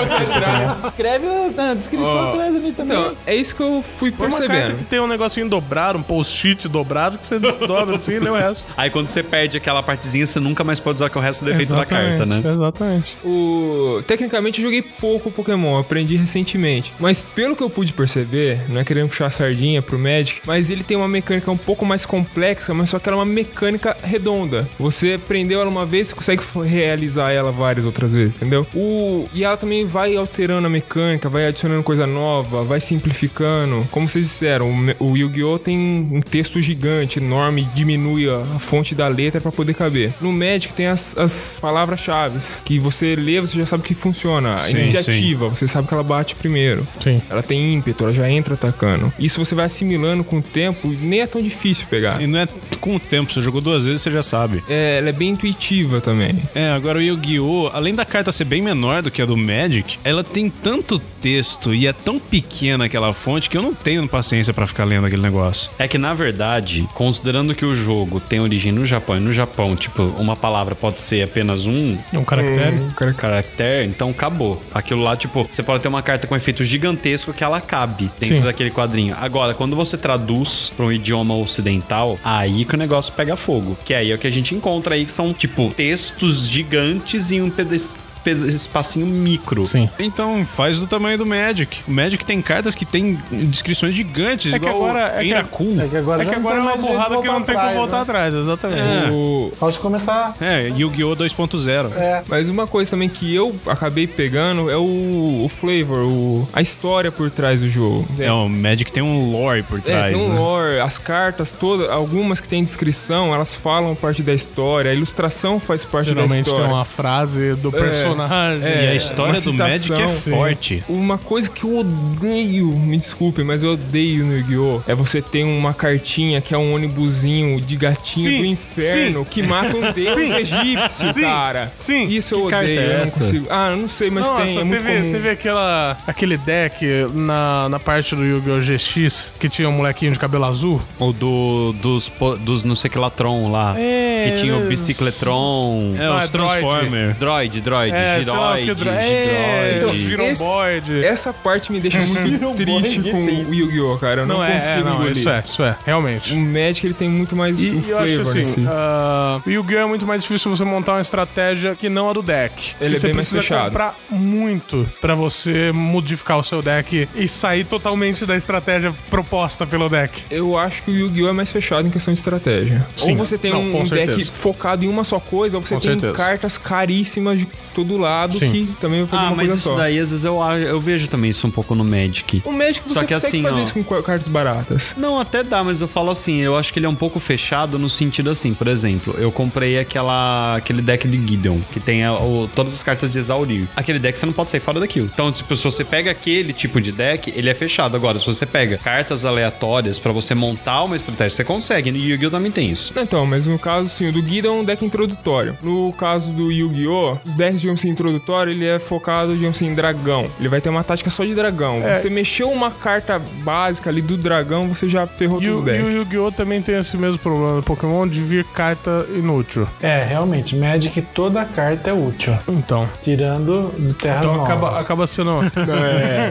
S1: Magic.
S4: Escreve a a descrição atrás ali também.
S3: Então, é isso que eu fui
S1: Põe uma carta que
S3: percebendo.
S1: tem um negocinho dobrado, um post-it dobrado, que você desdobra assim e lê o resto.
S5: Aí quando você perde aquela partezinha, você nunca mais pode usar com o resto do efeito da carta, né?
S1: Exatamente.
S3: O... Tecnicamente eu joguei pouco Pokémon, eu aprendi recentemente. Mas pelo que eu pude perceber, não é querendo puxar a sardinha pro Magic, mas ele tem uma mecânica um pouco mais complexa, mas só que ela é uma mecânica redonda. Você prendeu ela uma vez, você consegue f- realizar ela várias outras vezes, entendeu? O... E ela também vai alterando a mecânica, vai adicionando coisa nova, vai simplificando. Como vocês disseram, o me- o Yu-Gi-Oh! tem um texto gigante, enorme, diminui a a fonte da letra pra poder caber. No Magic tem as, as palavras-chave que você lê, você já sabe que funciona. A
S7: Sim,
S3: iniciativa, você sabe que ela bate primeiro.
S1: Sim.
S3: Ela tem ímpeto, ela já entra atacando. Isso você vai assimilando com o tempo e nem é tão difícil pegar.
S7: E não é com o tempo, você jogou duas vezes, você já sabe.
S3: É, ela é bem intuitiva também.
S7: É, agora o Yu-Gi-Oh! Além da carta ser bem menor do que a do Magic, ela tem tanto texto e é tão pequena aquela fonte que eu não tenho paciência pra ficar lendo aquele negócio.
S5: É que na verdade, considerando que o jogo tem origem no Japão e no Japão, tipo, uma palavra pode ser apenas um
S1: É um caractere.
S5: caractere, então acabou. Aquilo lá, tipo, você pode ter uma carta com efeito gigantesco que ela cabe dentro
S1: Sim.
S5: daquele quadrinho. Agora, quando você traduz para um idioma ocidental, aí que o negócio pega fogo. Que aí é o que a gente encontra aí, que são, tipo, textos gigantes em um pedes- pedes- espacinho micro.
S1: Sim.
S7: Então, faz do tamanho do Magic. O Magic tem cartas que tem descrições gigantes,
S1: É que
S7: igual
S1: agora- é que-
S7: Inraku.
S8: É que agora,
S1: É que agora é
S8: já não tem
S1: uma
S8: mais jeito de
S1: burrada que não tem como
S8: atrás,
S1: voltar
S8: né?
S1: atrás, exatamente.
S3: O...
S8: Pode começar.
S7: É, Yu-Gi-Oh! 2.0.
S1: É.
S3: Mas uma coisa também que eu acabei pegando é o, o flavor, o- a história por trás do jogo.
S7: É, o Magic tem um lore por trás,
S3: É, tem um
S7: né?
S3: lore, as cartas, todas, algumas que tem descrição, elas falam parte da história, a ilustração faz parte da
S1: Geralmente tem
S3: história.
S1: uma frase do personagem.
S3: é.
S7: E a história
S3: uma
S7: do Magic é
S3: citação, sim.
S7: forte.
S3: Uma coisa que eu odeio, me desculpe, mas eu odeio no Yu-Gi-Oh! é você ter uma cartinha que é um ônibusinho de gatinho
S1: Sim,
S3: do inferno que
S1: <laughs>
S3: mata um deus
S1: Sim.
S3: egípcio,
S1: Sim,
S3: cara.
S1: sim.
S3: Isso eu
S5: Que carta
S3: odeio,
S5: é
S3: eu não
S5: essa?
S3: consigo. Ah, não sei, mas
S1: Nossa,
S3: tem, é muito
S1: teve,
S3: comum.
S1: teve aquela, aquele deck na, na parte do Yu-Gi-Oh! GX que tinha um molequinho de cabelo azul.
S5: Ou do, dos, po- dos não
S1: É,
S5: sei que lá, Tron lá. que tinha o Bicicletron.
S7: É,
S1: Ah,
S7: os
S1: é droid.
S7: Transformers.
S5: Droid, droid.
S1: É, É, sei lá, o que
S5: Giroid,
S1: dra- é, então,
S5: Giroid.
S1: Giromboide.
S3: Essa parte me deixa
S1: <laughs>
S3: muito triste com o Yu-Gi-Oh, cara. Eu não,
S1: não, é,
S3: consigo
S1: é, não,
S3: engolir.
S1: isso é, isso é, realmente.
S3: O Magic ele tem muito mais
S1: E,
S3: o
S1: e eu acho que
S3: flavor
S1: assim,
S3: em si.
S1: ah, o Yu-Gi-Oh! é muito mais difícil você montar uma estratégia que não a do deck.
S3: Ele
S1: Que
S3: é
S1: você
S3: bem mais
S1: precisa
S3: fechado.
S1: comprar muito pra você modificar o seu deck e sair totalmente da estratégia proposta pelo deck.
S3: Eu acho que o Yu-Gi-Oh! é mais fechado em questão de estratégia.
S1: Sim.
S3: ou você tem
S1: Não,
S3: um,
S1: com
S3: um deck
S1: certeza.
S3: focado em uma só coisa, ou você
S1: Com
S3: tem
S1: certeza.
S3: cartas caríssimas de todo lado
S1: Sim.
S3: que também
S1: é
S3: vai fazer
S5: Ah,
S3: uma
S5: mas
S3: coisa
S5: isso
S3: só.
S5: daí, às vezes, eu, a- eu vejo também isso um pouco no Magic.
S3: O Magic você
S5: Só
S3: consegue
S5: que assim,
S3: fazer
S5: ó.
S3: isso com qua- cartas baratas.
S5: Não, até dá, mas eu falo assim, eu acho que ele é um pouco fechado no sentido assim, por exemplo, eu comprei aquela, aquele deck de Gideon, que tem a- o- todas as cartas de Exaurir. Aquele deck você não pode sair fora daquilo. Então, tipo, se você pega aquele tipo de deck, ele é fechado. Agora, se você pega cartas aleatórias pra você montar uma estratégia, você consegue. No Yu-Gi-Oh! também tem isso.
S3: Não, Então, mas no caso, sim, o do Guido é um deck introdutório. No caso do Yu-Gi-Oh!, os decks, digamos assim, introdutório, ele é focado, digamos assim, em dragão. Ele vai ter uma tática só de dragão.
S1: É.
S3: Você mexeu uma carta básica ali do dragão, você já ferrou
S1: E
S3: tudo
S1: o,
S3: o deck.
S1: e o Yu-Gi-Oh! também tem esse mesmo problema do Pokémon de vir carta inútil.
S8: É, realmente, Magic toda carta é útil.
S1: Então.
S8: Tirando de terras
S1: Então
S8: novas.
S1: acaba, acaba sendo.
S5: <laughs>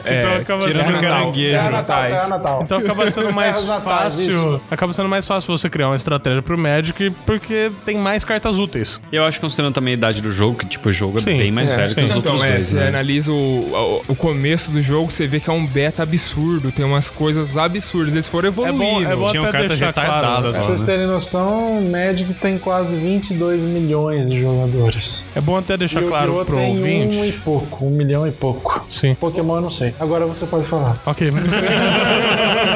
S5: É,
S1: então acaba sendo.
S3: caranguejo.
S8: Terra Natal, Terra Natal.
S1: Então acaba
S8: <laughs>
S1: sendo mais
S8: Terras É, natais,
S1: fácil.
S8: isso.
S1: Acaba sendo mais fácil você criar uma estratégia pro Magic porque tem mais cartas úteis.
S5: Eu acho que considerando também a idade do jogo, que tipo, o jogo é
S1: Sim,
S5: bem mais
S1: é,
S5: velho
S1: sim.
S5: que os
S1: Então,
S5: outros
S3: é,
S5: dois,
S3: você
S5: né?
S3: analisa o, o- o começo do jogo, você vê que é um beta absurdo, tem umas coisas absurdas. Eles foram
S1: É
S8: um
S3: evoluindo.
S1: bom, é bom
S7: Tinham
S1: até
S7: cartas
S1: deixar claro.
S7: retardadas
S8: Pra
S7: lá,
S8: vocês
S7: né?
S8: terem noção, Magic tem quase 22 milhões de jogadores.
S1: É bom até deixar claro
S8: Yu-Gi-Oh!
S1: pro
S8: tem
S1: ouvinte.
S8: um e pouco, um milhão e pouco.
S1: Sim.
S8: Pokémon eu não sei. Agora você pode falar.
S1: Ok. <laughs>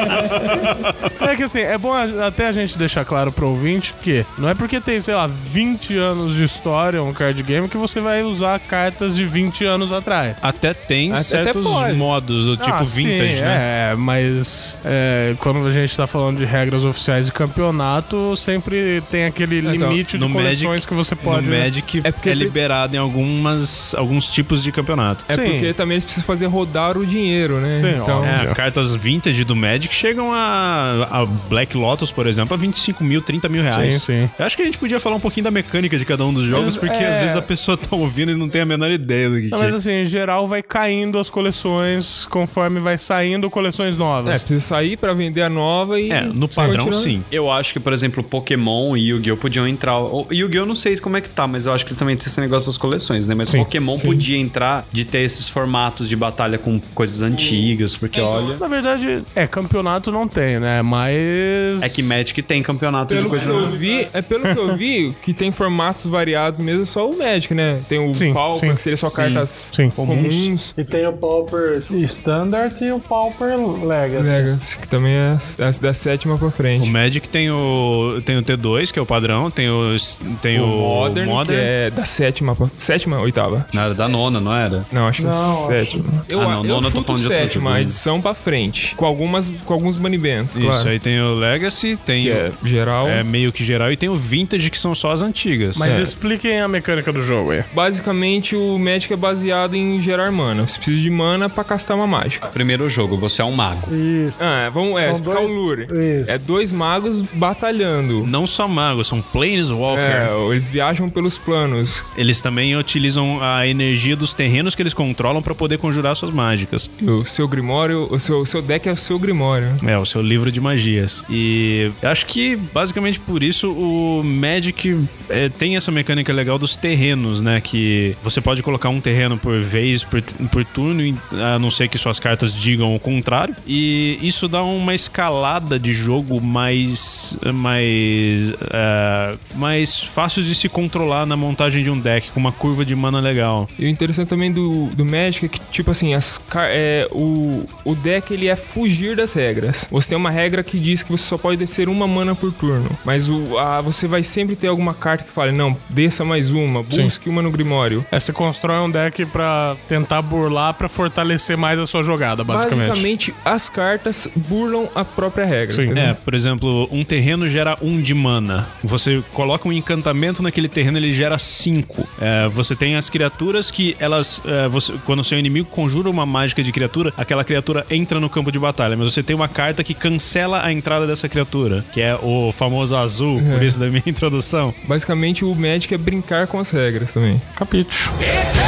S1: é que assim, é bom a- até a gente deixar claro pro ouvinte que não é porque tem, sei lá, 20 anos de história um card game que você vai usar cartas de 20 anos atrás.
S7: Até tem
S3: Até
S7: certos
S3: pode.
S7: modos, do tipo
S1: Ah, sim,
S7: vintage, né?
S1: É, mas é, quando a gente tá falando de regras oficiais de campeonato, sempre tem aquele
S3: Então,
S1: limite de
S7: no
S1: coleções
S7: Magic-
S1: que você pode. né?
S7: no Magic
S3: É
S7: é,
S3: porque-
S7: liberado em algumas, alguns tipos de campeonato.
S3: É
S1: Sim.
S3: porque também eles precisam fazer rodar o dinheiro, né?
S1: Bem,
S3: então,
S1: óbvio.
S7: É, cartas vintage do Magic chegam a, a Black Lotus, por exemplo, a 25 mil, 30 mil reais.
S1: Sim, sim.
S7: Eu acho que a gente podia falar um pouquinho da mecânica de cada um dos jogos,
S1: Mas,
S7: porque
S1: é.
S7: às vezes a pessoa tá ouvindo e não tem a menor ideia do que,
S1: Não,
S7: que é.
S1: mas assim, em geral vai caindo as coleções conforme vai saindo coleções
S3: é,
S1: novas.
S3: precisa sair pra vender a nova e.
S7: É, no padrão sim.
S5: Eu acho que, por exemplo, Pokémon e Yu-Gi-Oh! podiam entrar. O Yu-Gi-Oh! não sei como é que tá, mas eu acho que ele também tem esse negócio das coleções, né? Mas Pokémon podia entrar de ter esses formatos de batalha com coisas antigas, porque olha.
S1: Na verdade, é, campeonato não tem, né? Mas.
S5: É que Magic tem campeonato de
S3: Pelo que
S5: coisa.
S3: eu vi, é pelo que eu vi que tem formatos variados mesmo, é só o Magic, né? Tem o
S1: Sim,
S3: Pauper,
S1: sim,
S3: que seria só
S5: sim,
S3: cartas
S1: sim.
S3: comuns.
S8: E tem o Pauper Standard e o Pauper Legacy.
S3: Legacy, que também é as- da sétima pra
S7: O
S3: frente.
S7: Magic tem o, tem o T2, que é o padrão, tem o, tem o, Modern.
S3: que é da sétima pra... Sétima ou oitava?
S5: Não, era da nona, não era?
S3: Não, acho que
S8: Não,
S3: é sétima. Eu,
S5: Ah,
S3: eu
S5: não, nona eu tô
S3: chuto
S5: falando de outro
S3: sétima,
S5: jogo.
S3: a edição pra frente. Com, algumas, com alguns bunny bands,
S7: Isso,
S3: claro.
S7: aí tem o Legacy, tem
S3: Que é geral.
S7: o, é meio que geral, e tem o Vintage, que são só as antigas.
S1: Mas
S7: É.
S1: expliquem a mecânica do jogo aí.
S3: Basicamente, o Magic é baseado em gerar mana. Você precisa de mana pra castar uma mágica.
S5: Primeiro jogo, você é um mago.
S8: Isso,
S3: Ah, vamos é,
S8: São
S3: explicar
S8: dois-
S3: o lure.
S8: isso.
S3: É dois magos batalhando.
S7: Não só magos, são Planeswalker.
S3: É, eles viajam pelos planos.
S7: Eles também utilizam a energia dos terrenos que eles controlam pra poder conjurar suas mágicas.
S3: O seu Grimório, o seu, o seu deck é o seu Grimório.
S7: É, o seu livro de magias. E eu acho que basicamente por isso o Magic é, tem essa mecânica legal dos terrenos, né? Que você pode colocar um terreno por vez, por, por turno, em- a não ser que suas cartas digam o contrário. E isso dá uma escalada de jogo mais. mais. é, mais fácil de se controlar na montagem de um deck, com uma curva de mana legal.
S3: E o interessante também do, do Magic é que, tipo assim, as car- é, o, o deck ele é fugir das regras. Você tem uma regra que diz que você só pode descer uma mana por turno. Mas o, a, você vai sempre ter alguma carta que fale, não, desça mais uma, busque uma no Grimório.
S1: É, você constrói um deck pra tentar burlar, pra fortalecer mais a sua jogada, basicamente.
S3: Basicamente, as cartas burlam a própria regra.
S1: Sim.
S3: entendeu?
S7: É, por exemplo, um terreno gera um de mana. Você coloca um encantamento naquele terreno, ele gera cinco. É, você tem as criaturas que elas. é, você- quando o seu inimigo conjura uma mágica de criatura, aquela criatura entra no campo de batalha. Mas você tem uma carta que cancela a entrada dessa criatura, que é o famoso azul, por isso da minha <laughs> introdução.
S3: Basicamente, o Magic é brincar com as regras também.
S1: Capítulo.
S6: It's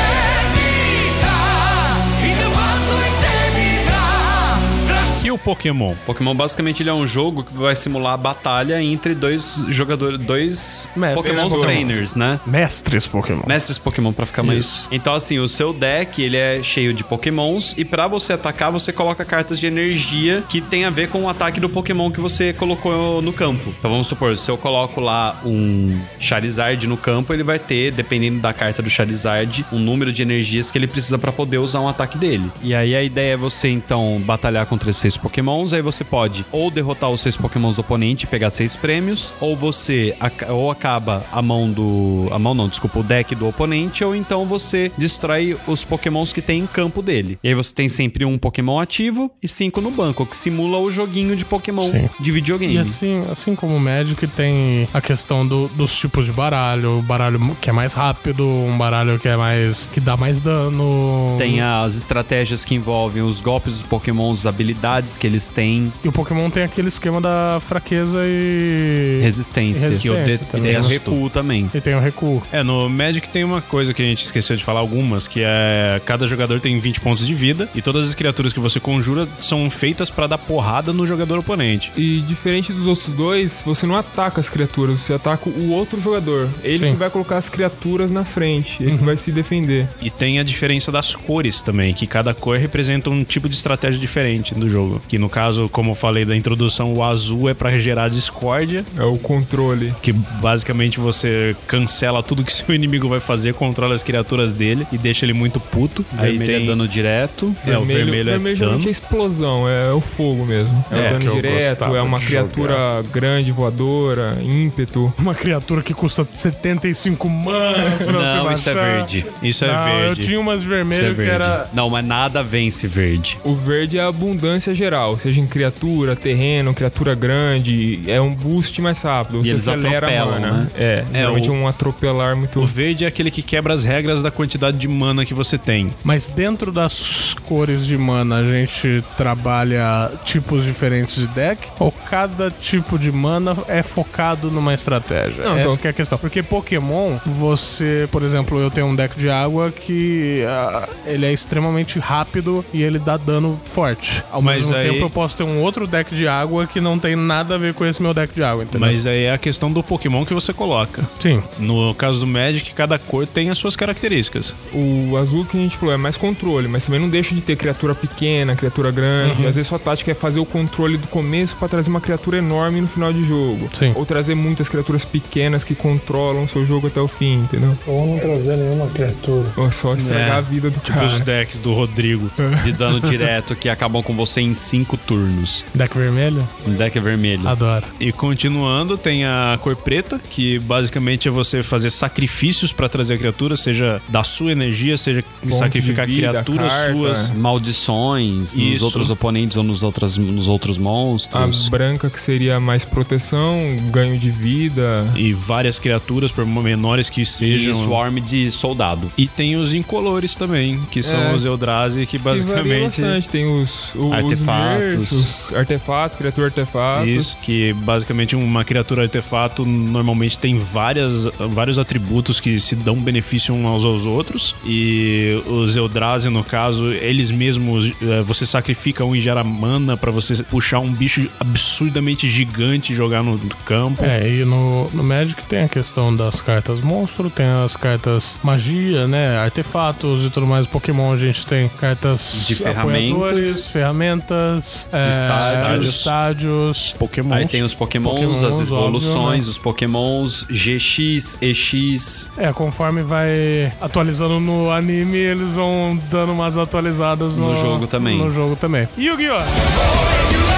S7: Pokémon?
S5: Pokémon basicamente ele é um jogo que vai simular a batalha entre dois jogadores, dois
S1: Mestres
S5: Pokémon
S1: Pokémon.
S5: trainers, né?
S1: Mestres Pokémon.
S5: Mestres Pokémon pra ficar mais. Então assim, o seu deck, ele é cheio de Pokémons e pra você atacar, você coloca cartas de energia que tem a ver com o ataque do Pokémon que você colocou no campo. Então vamos supor, se eu coloco lá um Charizard no campo, ele vai ter, dependendo da carta do Charizard, um número de energias que ele precisa pra poder usar um ataque dele. E aí a ideia é você então batalhar contra esses seis Pokémons, aí você pode ou derrotar os seis Pokémons do oponente e pegar seis prêmios, ou você ac- ou acaba a mão do a mão não, desculpa, o deck do oponente, ou então você destrói os Pokémons que tem em campo dele. E aí você tem sempre um Pokémon ativo e cinco no banco, que simula o joguinho de Pokémon
S1: Sim.
S5: de videogame.
S1: E assim, assim como o Magic tem a questão do- dos tipos de baralho, o baralho que é mais rápido, um baralho que é mais. que dá mais dano.
S5: Tem as estratégias que envolvem os golpes dos Pokémons, as habilidades que eles têm,
S1: E o Pokémon tem aquele esquema da fraqueza e.
S5: resistência.
S1: Resistência
S5: e
S1: É, também. um né?
S5: tem o recuo também.
S1: E tem o recuo.
S7: É, no Magic tem uma coisa que a gente esqueceu de falar algumas, que é cada jogador tem 20 pontos de vida e todas as criaturas que você conjura são feitas pra dar porrada no jogador oponente.
S3: E diferente dos outros dois, você não ataca as criaturas, você ataca o outro jogador. Ele
S1: Sim.
S3: que vai colocar as criaturas na frente, ele que vai se defender.
S7: E tem a diferença das cores também, que cada cor representa um tipo de estratégia diferente do jogo. Que no caso, como eu falei da introdução, o azul é pra gerar discórdia,
S3: É o controle.
S7: que basicamente você cancela tudo que <laughs> seu inimigo vai fazer, controla as criaturas dele e deixa ele muito puto. Aí
S5: Vermelho é
S7: tem...
S5: dano direto.
S7: É, o vermelho é
S3: geralmente
S7: dano.
S3: é explosão, é o fogo mesmo. É,
S7: É,
S3: o
S7: que
S3: dano
S7: eu
S3: direto,
S1: gostava
S3: é uma
S1: de
S3: criatura grande, voadora, ímpeto.
S1: Uma criatura que custa 75 manas pra
S5: Não,
S1: você
S5: isso
S1: baixar.
S5: é verde.
S7: Isso é
S1: Não,
S7: verde.
S1: Ah, eu tinha umas
S5: Isso é
S1: vermelhas que
S5: verde.
S1: era.
S5: Não, mas nada vence verde.
S3: O verde é a abundância geral, seja em criatura, terreno, criatura grande, é um boost mais rápido, você
S5: eles
S3: acelera a
S5: atropelam,
S3: mana.
S5: né?
S3: É,
S7: É,
S3: geralmente
S7: o-
S3: um atropelar
S7: O
S3: muito.
S7: verde é aquele que quebra as regras da quantidade de mana que você tem.
S1: Mas dentro das cores de mana, a gente trabalha tipos diferentes de deck? Ou cada tipo de mana é focado numa estratégia?
S3: Não,
S1: Essa
S3: então-
S1: que é a questão. Porque Pokémon, você, por exemplo, eu tenho um deck de água que ah, ele é extremamente rápido e ele dá dano forte. Ao
S7: Mas
S1: mesmo
S7: aí-
S1: tempo, eu posso ter um outro deck de água que não tem nada a ver com esse meu deck de água, entendeu?
S7: Mas aí é a questão do Pokémon que você coloca.
S1: Sim.
S7: No caso do Magic, cada cor tem as suas características.
S3: O azul que a gente falou é mais controle, mas também não deixa de ter criatura pequena, criatura
S7: Uhum.
S3: grande. Às vezes sua tática é fazer o controle do começo pra trazer uma criatura enorme no final de jogo.
S1: Sim.
S3: Ou trazer muitas criaturas pequenas que controlam o seu jogo até o fim, entendeu?
S8: Ou não trazer nenhuma criatura.
S3: Ou só estragar
S7: É.
S3: a vida do
S7: Tipo
S5: Ah,
S3: cara.
S7: os decks do Rodrigo.
S5: de dano direto que acabam com você em cinco turnos.
S1: Deck vermelho?
S5: Um deck vermelho.
S1: Adoro.
S7: E continuando, tem a cor preta, que basicamente é você fazer sacrifícios pra trazer a criatura, seja da sua energia, seja sacrificar
S3: de vida,
S7: criaturas
S3: carta.
S7: suas.
S5: é. Maldições nos
S7: Isso.
S5: outros oponentes ou nos, outras, nos outros
S3: A
S5: monstros.
S3: branca que seria mais proteção, ganho de vida.
S7: E várias criaturas, por menores que
S5: E
S7: sejam.
S5: swarm de soldado.
S7: E tem os incolores também, que são
S3: É.
S7: os Eldrazi, que
S3: Que varia
S7: basicamente.
S3: bastante. Tem os, o- os
S5: Artefatos.
S3: versos, os artefatos, criatura artefatos.
S7: Isso, que basicamente uma criatura artefato normalmente tem várias, vários atributos que se dão benefício uns aos, aos outros. E os Eldrazi, no caso, eles mesmos, eh, você sacrifica um e gera mana pra você puxar um bicho absurdamente gigante e jogar no campo.
S1: É, e no, no Magic tem a questão das cartas monstro, tem as cartas magia, né? Artefatos e tudo mais. Pokémon a gente tem cartas
S5: De ferramentas.
S1: apoiadores, ferramentas, é,
S5: Estádios.
S1: estádios.
S7: Pokémon.
S5: Aí tem os pokémons,
S1: Pokémons,
S5: as evoluções,
S1: óbvio, né?
S5: os pokémons GX, EX.
S1: É, conforme vai atualizando no anime, eles vão dando umas atualizadas no,
S5: No jogo também.
S1: No jogo também. Yu-Gi-Oh!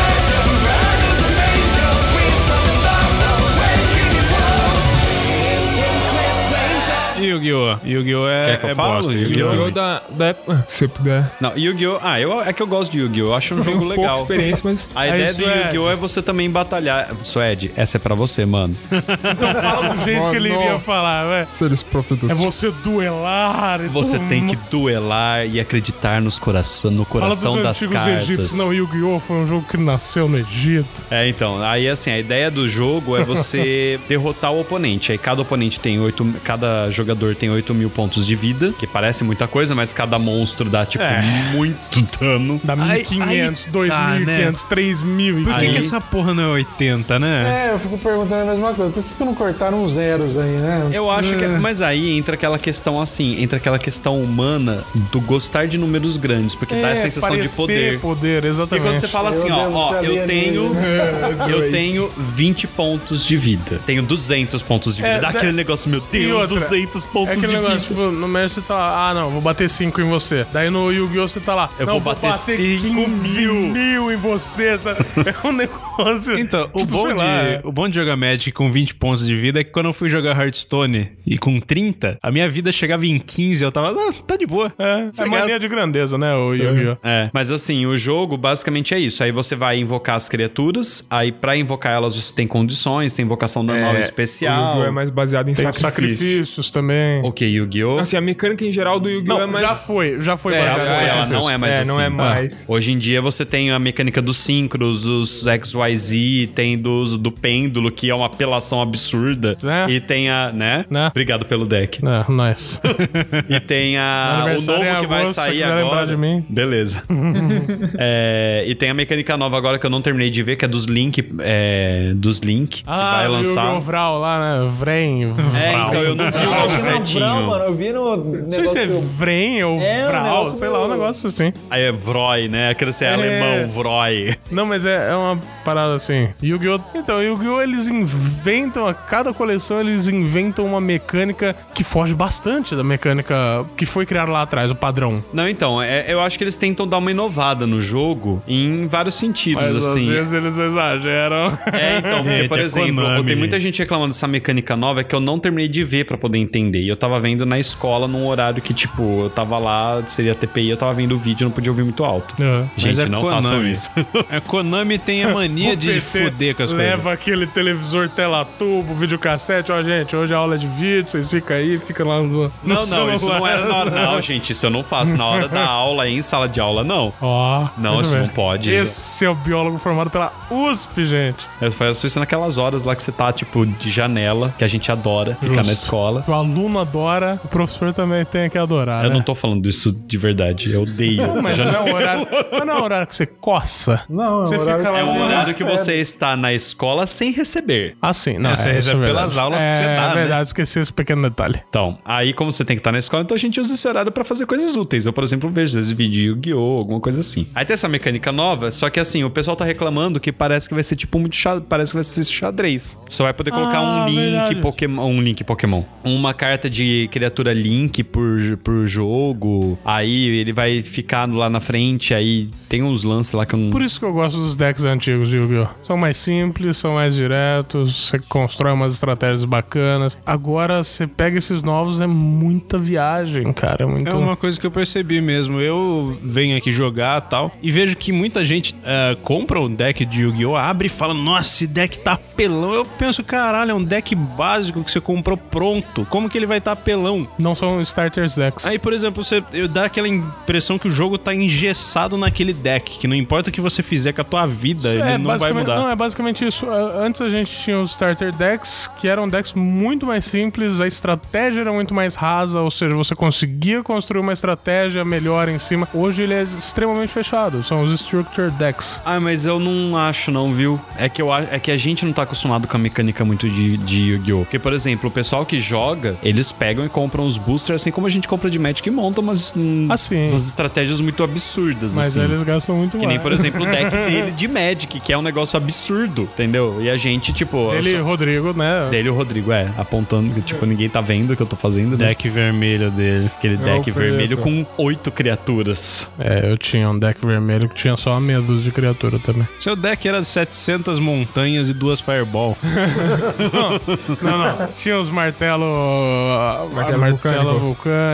S7: Yu-Gi-Oh! Yu-Gi-Oh! é,
S5: Quer que eu
S7: é
S5: falo?
S7: bosta.
S5: Yu-Gi-Oh!
S3: Yu-Gi-Oh! da, da época. Se você puder.
S5: Não, Yu-Gi-Oh! Ah, eu, é que eu gosto de Yu-Gi-Oh! Eu acho um jogo
S3: Pouca
S5: legal.
S3: experiência,
S5: <laughs>
S3: mas
S5: A
S1: Aí,
S5: ideia do
S1: Suede.
S5: Yu-Gi-Oh! é você também batalhar. Suede, essa é pra você, mano.
S1: Fala do jeito que ele
S3: Mano.
S1: iria falar, velho.
S3: seres profetas.
S1: É você duelar e <laughs>
S5: Você
S1: tudo
S5: tem que
S1: mais.
S5: duelar e acreditar nos coração, no
S1: Fala
S5: coração
S1: dos
S5: das
S1: antigos
S5: cartas.
S1: egípcios. Não, Yu-Gi-Oh! foi um jogo que nasceu no Egito.
S5: É, então, aí assim, a
S1: <laughs>
S5: ideia do jogo é você derrotar o oponente. Aí cada oponente tem oito. Cada jogador tem oito 8 mil pontos de vida, que parece muita coisa, mas cada monstro dá, tipo,
S7: É.
S5: muito dano.
S1: Dá
S7: Aí-
S1: 1.500,
S7: aí
S1: 2.500,
S7: tá, né?
S1: 3.000.
S7: Por que,
S1: Aí-
S7: que essa porra não é 80, né?
S8: É, eu fico perguntando a mesma coisa. Por que, que não cortaram os zeros aí, né?
S5: Eu acho
S1: É.
S5: que. é, Mas aí entra aquela questão assim, entra aquela questão humana do gostar de números grandes, porque dá a sensação de
S1: É, parecer
S5: poder.
S1: poder,
S5: E
S1: exatamente. É
S5: quando você fala assim, ó,
S8: devo
S5: ó,
S8: saber
S1: <laughs>
S5: eu tenho. Eu
S1: Dois.
S5: tenho 20 pontos de vida. Tenho 200 pontos de vida.
S1: É,
S5: Dá
S1: da-
S5: aquele negócio, meu
S1: E
S5: Deus,
S1: outra,
S5: 200
S1: É
S5: pontos de
S1: aquele negócio,
S5: vida.
S1: tipo, no México você tá lá, ah, não, vou bater 5 em você. Daí no Yu-Gi-Oh! você tá lá,
S5: Eu
S1: não,
S5: vou bater
S1: 15
S5: mil.
S1: mil em você. sabe? É um negócio.
S7: Então, o,
S1: tipo,
S7: bom
S1: sei lá, é.
S7: de, o bom de jogar Magic com 20 pontos de vida é que quando eu fui jogar Hearthstone e com 30, a minha vida chegava em 15, eu tava, ah, tá de boa.
S1: É, é mania de grandeza, né, o Yu-Gi-Oh!
S5: É, mas assim, o jogo basicamente é isso. Aí você vai invocar as criaturas, aí pra invocar elas você tem condições, tem invocação normal e
S3: O
S5: especial.
S3: Yu-Gi-Oh! é mais baseado em
S1: Tem
S3: sacrifício.
S1: sacrifícios também.
S5: Ok, Yu-Gi-Oh!
S3: Assim, a mecânica em geral do Yu-Gi-Oh!
S1: Não,
S3: é mais...
S1: já foi, já foi.
S3: É,
S1: baseado
S5: já
S1: em
S5: foi, ela
S1: sacrifício.
S5: não é mais
S3: É, não
S5: assim.
S3: é mais.
S5: Hoje em dia você tem a mecânica dos síncros, os XYZ, tem dos, do pêndulo, que é uma apelação absurda.
S3: É.
S1: Né?
S5: E tem a, né?
S1: Né?
S5: Obrigado pelo deck.
S1: É, nice.
S5: E tem a, o
S1: Aniversário
S5: novo
S1: em
S5: que vai
S1: agosto, se
S5: sair
S1: quiser lembrar
S5: agora.
S1: de mim. <laughs>
S5: Beleza. É, e tem a mecânica nova agora que eu não terminei de ver, que é dos Link. é, dos Link, que <laughs> vai
S1: o
S5: lançar.
S1: Ah, Vral lá, né? Vrem.
S5: É,
S1: Vral.
S5: então eu não vi
S1: Não
S5: o nome
S9: Eu vi no Brau,
S5: certinho.
S9: mano. Eu vi no
S1: sei
S9: negócio
S1: se é
S9: que eu-
S1: Vrem ou
S9: É, um
S1: Vral,
S9: negócio
S1: sei lá, um
S9: meio-
S1: negócio assim.
S5: Aí é Vroy, né? Aquele assim, é, alemão, Vroy.
S1: Não, mas é, é uma parada assim. Yu-Gi-Oh! Então, Yu-Gi-Oh! eles inventam, a cada coleção eles inventam uma mecânica que foge bastante da mecânica que foi criada lá atrás, o padrão.
S5: Não, então, é- eu acho que eles tentam dar uma inovada no jogo em vários sentidos,
S1: Mas às
S5: assim.
S1: vezes eles exageram. <laughs>
S5: É, então, porque,
S7: Gente,
S5: por
S7: a
S5: exemplo,
S7: Konami.
S5: tem muita gente reclamando dessa mecânica nova que eu não terminei de ver pra poder entender. E eu tava vendo na escola num horário que, tipo, eu tava lá, seria TPI, eu tava vendo o vídeo, não podia ouvir muito alto. Gente,
S7: Mas é
S5: não
S7: Konami. <laughs>
S5: façam isso.
S7: A Konami tem <laughs> a
S5: é
S7: mania
S1: O
S7: de
S1: PT
S7: foder com as
S1: leva
S7: coisas.
S1: aquele televisor tela tubo, videocassete, ó, gente, hoje é aula de vídeo, vocês ficam aí, fica lá no. no
S5: Não, não, isso não
S1: celular. <laughs>
S5: era
S7: <laughs>
S5: na hora. Não, gente, isso eu não faço na hora da aula, em sala de aula, não.
S1: Ó.
S5: Não,
S1: muito
S7: assim,
S5: isso
S1: bem.
S5: não pode.
S1: Esse é o biólogo formado pela USP, gente.
S5: Eu faço isso naquelas horas lá que você tá, tipo, de janela, que a gente adora ficar na escola.
S1: O aluno adora, o professor também tem que adorar.
S5: Eu
S1: né?
S5: não tô falando isso de verdade, eu odeio.
S1: Mas não
S5: janela.
S1: é um horário. Mas não é um horário que você coça.
S8: Não, é
S1: Você
S8: um horário
S1: fica lá
S5: É
S8: que
S1: fazendo
S5: um
S8: você
S5: horário que
S8: recebe.
S5: você está na escola sem receber.
S1: Assim, não.
S7: É, você recebe
S1: isso é
S7: pelas
S1: verdade.
S7: aulas que
S1: é,
S7: você dá,
S1: É
S7: né?
S1: verdade, esqueci esse pequeno detalhe.
S5: Então, aí como você tem que estar na escola, então a gente usa esse horário pra fazer coisas úteis. Eu, por exemplo, vejo esse vídeo Yu-Gi-Oh, alguma coisa assim. Aí tem essa mecânica nova, só que assim, o pessoal tá reclamando que parece que vai ser tipo muito xadrez, parece que vai ser xadrez. Só vai poder colocar
S1: Ah,
S5: um link
S1: verdade.
S5: Pokémon, um link Pokémon, uma carta de criatura link por, por jogo. Aí ele vai ficar lá na frente, aí tem uns lances lá que eu não
S1: Por isso que eu gosto dos decks antigos de Yu-Gi-Oh! São mais simples, são mais diretos, você constrói umas estratégias bacanas. Agora, você pega esses novos, é muita viagem, cara. É muito.
S7: É uma coisa que eu percebi mesmo. Eu venho aqui jogar tal e vejo que muita gente ah, compra um deck de Yu-Gi-Oh! abre e fala: Nossa, esse deck tá pelão. Eu penso, caralho, é um deck básico que você comprou pronto. Como que ele vai tá pelão?
S1: Não são starters decks.
S7: Aí, por exemplo, você eu dá aquela impressão que o jogo tá engessado naquele deck, que não importa o que você fizer com a tua vida,
S1: Isso
S7: ele
S1: é,
S7: não vai
S1: basicamente-
S7: mudar.
S1: Não, é basicamente isso. A- Antes a gente tinha os starter decks, que eram decks muito mais simples, a estratégia era muito mais rasa, ou seja, você conseguia construir uma estratégia melhor em cima. Hoje ele é extremamente fechado, são os structure decks.
S5: Ah, mas eu não acho não, viu? É que, eu, a- é que a gente não tá acostumado com a mecânica muito de, de Yu-Gi-Oh! Porque, por exemplo, o pessoal que joga, eles pegam e compram os boosters, assim como a gente compra de Magic e monta umas, um-
S1: Assim.
S5: umas estratégias muito absurdas,
S1: Mas
S5: assim.
S1: eles é. gastam muito
S5: Que nem,
S1: mais.
S5: por exemplo, o
S1: <laughs>
S5: deck dele de Magic, que é um negócio absurdo, entendeu? E a gente, tipo... eu
S1: Ele,
S5: sou-
S1: Rodrigo, né?
S5: Dele e o Rodrigo, é, apontando que, tipo, ninguém tá vendo o que eu tô fazendo, né?
S7: Deck vermelho dele.
S5: Aquele
S1: É o
S5: deck vermelho com
S1: preto.
S5: oito criaturas.
S1: É, eu tinha um deck vermelho que tinha só uma meia dúzia de criatura também.
S7: Seu deck era 700 montanhas e
S1: <laughs>
S7: duas fireball.
S1: Não, não. tinha os martelo. ah,
S3: Martelo
S1: martelo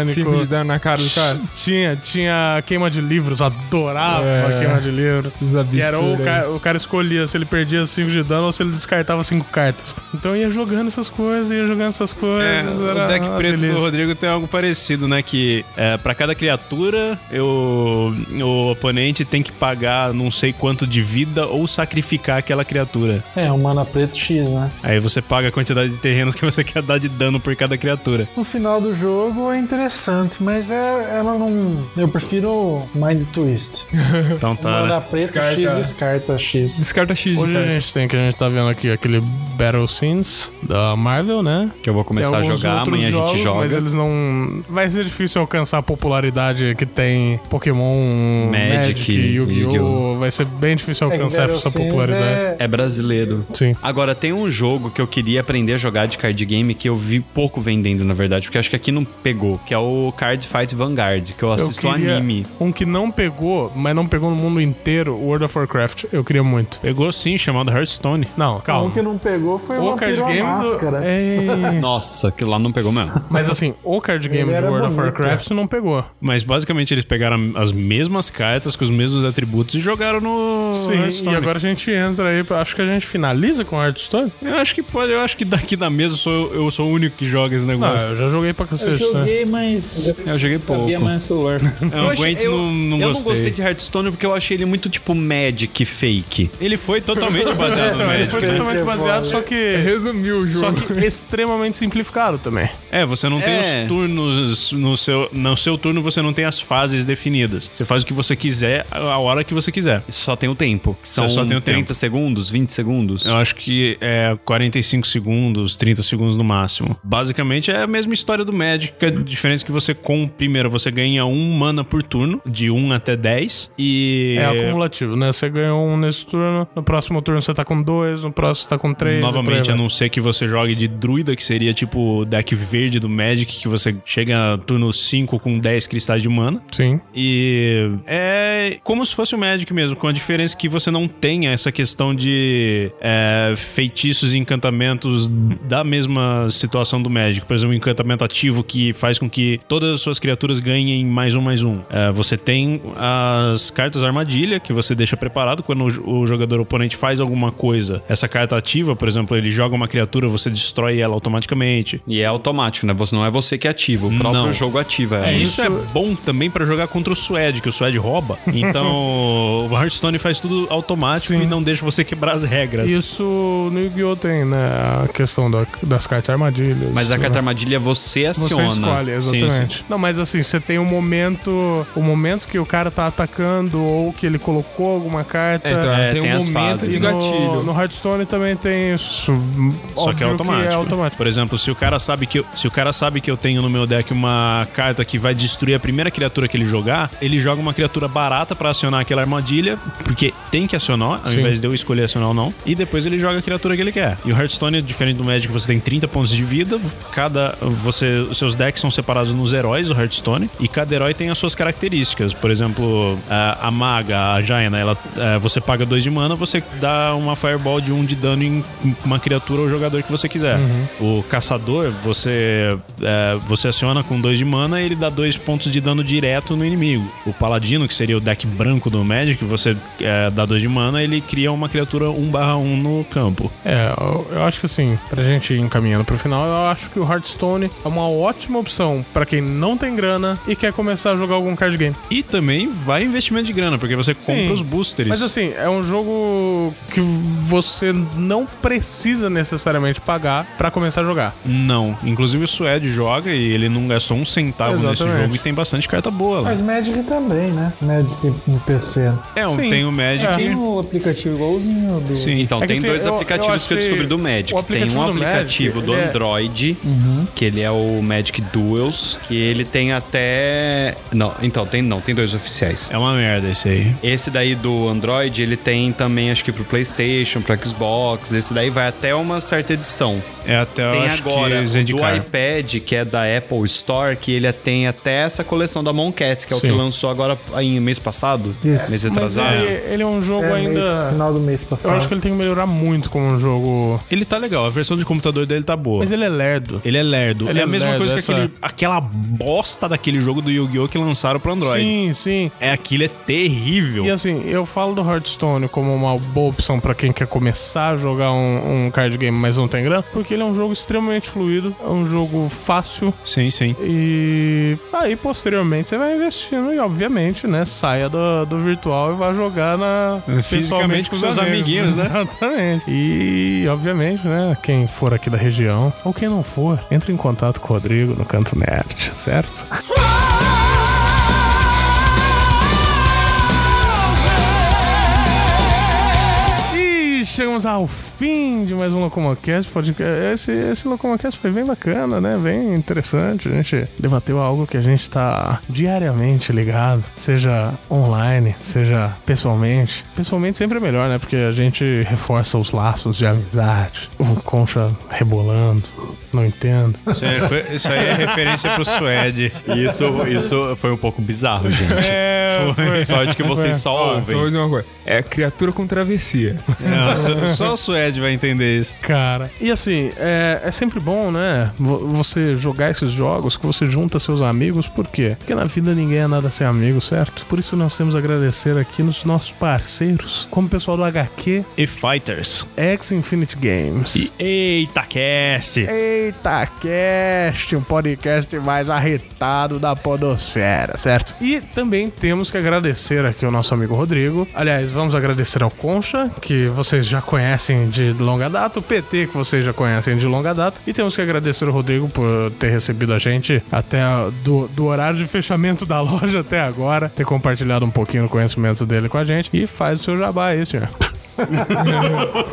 S3: Simples de
S1: vulcânico.
S3: dar na cara do cara.
S1: Tinha, tinha queima de livros, adorava
S3: É.
S1: queima de livros.
S3: Esses
S1: Que era o
S3: absurdos aí.
S1: cara, o cara escolhia se ele perdia 5 de dano ou se ele descartava 5 cartas. Então ia jogando essas coisas, ia jogando essas
S7: É,
S1: coisas.
S7: o deck
S1: uma
S7: preto do
S1: delícia.
S7: Rodrigo tem algo parecido, né? Que é, para cada criatura, eu, o oponente tem que pagar não sei quanto de vida ou sacrificar aquela criatura.
S8: É, um mana preto X, né?
S7: <laughs> Aí você paga a quantidade de terrenos que você quer dar de dano por cada criatura.
S8: no final do jogo é interessante, mas é, ela não. Eu prefiro Mind Twist.
S7: Então tá, né?
S8: Mana preta, X
S3: Descarta.
S8: descarta X.
S3: Descarta X,
S1: Hoje a
S3: cara.
S1: gente tem que a gente tá vendo aqui aquele Battle Scenes da Marvel, né?
S5: Que eu vou
S1: Tem
S5: começar a
S1: alguns
S5: jogar,
S1: outros
S5: amanhã a
S1: jogos,
S5: gente joga.
S1: Mas eles não. Vai ser difícil alcançar a popularidade que tem Pokémon,
S5: Magic,
S1: Magic, Yu-Gi-Oh!
S5: Yu-Gi-oh!
S1: Vai ser bem difícil alcançar
S8: Battle
S1: essa
S8: É, Sims
S1: popularidade.
S8: é-
S5: É brasileiro.
S1: Sim.
S5: Agora, tem um jogo que eu queria aprender a jogar de card game que eu vi pouco vendendo, na verdade, porque eu acho que aqui não pegou, que é o Card Fight Vanguard, que eu assisto
S1: queria
S5: anime.
S1: Um que não pegou, mas não pegou no mundo inteiro, World of Warcraft. Eu queria muito.
S7: Pegou sim, chamado Hearthstone.
S1: Não,
S8: Um
S1: calma.
S8: que não pegou foi o
S1: O
S8: Vampiro
S1: card game.
S8: à Máscara.
S1: Do... Ei.
S5: Nossa, aquilo lá não pegou mesmo.
S1: mas assim, o card game
S8: Ele
S1: de
S8: era
S1: World of
S8: bonito.
S1: Warcraft não pegou.
S7: Mas basicamente eles pegaram as mesmas cartas com os mesmos atributos e jogaram no
S1: Sim,
S7: Hearthstone.
S1: e agora a gente entra aí. pra- Acho que a gente finaliza com Hearthstone.
S7: Eu acho que pode, eu acho que daqui da mesa sou eu, eu sou o único que joga esse
S1: Não,
S7: negócio.
S1: eu já joguei pra
S4: Eu
S1: cacete, né?
S4: joguei, mas. Eu
S7: eu joguei pouco.
S4: sabia mais celular. <laughs>
S7: Eu,
S5: achei-
S7: aguento,
S5: <laughs> eu-
S7: É, não, não
S5: eu
S7: gostei.
S5: não gostei de Hearthstone porque eu achei ele muito tipo Magic fake.
S7: Ele foi
S1: <laughs>
S7: totalmente baseado no
S1: Então, ele foi
S7: Magic. né?
S1: totalmente baseado, só que.
S3: Resumiu o
S1: Só
S3: jogo.
S1: que extremamente simplificado também.
S7: É, você não tem
S5: É.
S7: os turnos no seu, no seu turno você não tem as fases definidas. Você faz o que você quiser a hora que você quiser.
S5: Só tem o tempo. que São
S7: só tem o
S5: 30
S7: tempo.
S5: segundos, 20 segundos.
S7: Eu acho que é 45 segundos, 30 segundos no máximo. Basicamente é a mesma história do Magic, que a diferença é que você com primeiro você ganha um mana por turno, de 1 até 10 e
S1: É acumulativo, né? Você ganhou um nesse turno, no próximo turno você tá com dois, no próximo você tá com três. e por aí
S7: Novamente, a
S1: vai.
S7: não ser que você jogue de druida, que seria tipo o deck verde do Magic, que você chega turno 5 com 10 cristais de mana.
S1: Sim.
S7: E é como se fosse o Magic mesmo, com a diferença que você não tem essa questão de é, feitiços e encantamentos da mesma situação do Magic. Por exemplo, um encantamento ativo que faz com que todas as suas criaturas ganhem mais um, mais um. É, você tem as cartas armadilha que você deixa preparado quando o jo- o jogador oponente faz alguma coisa. Essa carta ativa, por exemplo, ele joga uma criatura, você destrói ela automaticamente.
S5: E é automático, né? Você não é você que ativa, o próprio
S7: Não.
S5: jogo ativa. ela.
S7: É, isso é bom também pra jogar contra o Suede, que o Suede rouba. Então, o Hearthstone faz tudo automático
S1: Sim.
S7: e não deixa você quebrar as regras.
S1: Isso no Yu-Gi-Oh! tem, né? A questão da- das cartas armadilhas.
S5: Mas a
S1: né?
S5: carta armadilha você
S1: Você
S5: aciona.
S1: escolhe, exatamente.
S7: Sim,
S1: Não, mas assim, você tem um momento. O momento que o cara tá atacando ou que ele colocou alguma carta.
S3: É, então,
S5: É,
S3: tem,
S5: tem
S3: um
S5: as
S3: momento
S5: fases,
S3: de
S5: né?
S3: gatilho.
S1: No, no Hearthstone também tem isso.
S7: Só que é automático.
S1: é automático.
S7: Por exemplo, se o cara sabe que eu, se o cara sabe que eu tenho no meu deck uma carta que vai destruir a primeira criatura que ele jogar, ele joga uma criatura barata pra acionar aquela armadilha, porque tem que acionar, ao
S1: Sim.
S7: invés de eu escolher acionar ou não, e depois ele joga a criatura que ele quer. E o Hearthstone, diferente do Magic, você tem 30 pontos de vida, cada você os seus decks são separados nos heróis, o Hearthstone, e cada herói tem as suas características. Por exemplo, a, a maga, a Jaina, ela é, você paga 2 de mana, você dá uma fireball de 1 um de dano em uma criatura ou jogador que você quiser.
S1: Uhum.
S7: O caçador, você é, você aciona com 2 de mana e ele dá 2 pontos de dano direto no inimigo. O paladino, que seria o deck branco do Magic, você é, dá 2 de mana, ele cria uma criatura 1/1 no campo.
S1: É, eu, eu acho que assim, pra gente ir encaminhando pro final, eu acho que o Hearthstone é uma ótima opção pra quem não tem grana e quer começar a jogar algum card game.
S7: E também vai investimento de grana, porque você compra
S1: Sim.
S7: os boosters.
S1: Mas assim, é um jogo que você não precisa necessariamente pagar pra começar a jogar.
S7: Não. Inclusive o Suede joga e ele não gastou um centavo nesse
S1: Exatamente.
S7: jogo e tem bastante carta boa. lá.
S8: Mas Magic também, né? Magic no PC.
S7: é, um-
S1: Sim.
S7: tem o Magic.
S1: É.
S4: Tem um aplicativo igualzinho ao do.
S7: Sim.
S5: Então,
S1: É que
S5: tem
S1: assim,
S5: dois
S1: eu- eu
S5: aplicativos que eu
S1: achei
S5: descobri do
S1: o
S5: Magic. Tem
S1: aplicativo
S5: um
S1: do Magic,
S5: aplicativo
S1: ele
S5: do
S1: é- Uhum.
S5: Android, que ele é o Magic Duels, que ele tem até... Não, então, tem não, tem dois oficiais.
S7: É uma merda esse aí.
S5: Esse daí do Android, ele tem também, acho que pro Playstation, pro Xbox, esse daí vai até uma certa edição.
S7: É até eu
S5: tem
S7: acho
S5: agora
S7: que
S5: o do
S7: Zendikar.
S5: iPad, que é da Apple Store, que ele tem até essa coleção da Moncat, que é o
S1: Sim.
S5: que lançou agora em mês passado, mês
S1: Mas
S5: atrasado.
S1: ele, ele é um jogo
S8: É, mês,
S1: ainda.
S8: final do mês
S1: Eu
S8: passado.
S1: acho que ele tem que melhorar muito como um jogo.
S7: Ele tá legal, a versão de computador dele tá boa.
S1: Mas ele é lerdo.
S7: Ele é lerdo.
S1: Ele
S7: é a
S1: é
S7: mesma
S1: lerdo,
S7: coisa que
S1: essa-
S7: aquele, aquela bosta daquele jogo do Yu-Gi-Oh! que lançaram pro Android.
S1: Sim, sim.
S7: É, aquilo é terrível.
S1: E assim, eu falo do Hearthstone como uma boa opção pra quem quer começar a jogar um, um card game, mas não tem grana, porque ele é um jogo extremamente fluido, é um jogo fácil
S7: Sim, sim.
S1: e aí posteriormente você vai investindo e obviamente, né, saia do, do virtual e vai jogar na
S7: Fisicamente com seus amiguinhos, né?
S1: Exatamente. E obviamente, né, quem for aqui da região ou quem não for, entre em contato com o Rodrigo no Canto Nerd, certo? E Chegamos ao fim de mais um Locomocast. podcast. Esse, esse Locomocast foi bem bacana, né? Bem interessante. A gente debateu algo que a gente tá diariamente ligado, seja online, seja pessoalmente. Pessoalmente sempre é melhor, né? Porque a gente reforça os laços de amizade. O Concha rebolando, não entendo.
S7: Isso, é- isso aí é referência pro Suede.
S5: Isso, isso foi um pouco bizarro, <laughs> gente.
S1: É, foi.
S5: Só <laughs> de que vocês só
S3: Só vou
S5: ouvem.
S3: dizer uma coisa. É criatura com travessia.
S7: Não, só, só o Suede vai entender isso.
S1: Cara. E assim, é, é sempre bom, né? vo- Você jogar esses jogos que você junta seus amigos, por quê? Porque na vida ninguém é nada sem amigo, certo? Por isso nós temos a agradecer aqui nos nossos parceiros, como o pessoal do HQ
S7: E Fighters.
S1: X Infinity Games.
S7: E eita, cast!
S1: Eita Cast, um podcast mais arretado da podosfera, certo? E também temos que agradecer aqui o nosso amigo Rodrigo. Aliás, vamos agradecer ao Concha, que vocês já conhecem de longa data, o PT, que vocês já conhecem de longa data. E temos que agradecer o Rodrigo por ter recebido a gente até do, do horário de fechamento da <laughs> loja até agora, ter compartilhado um pouquinho do conhecimento dele com a gente. E faz o seu jabá aí, senhor.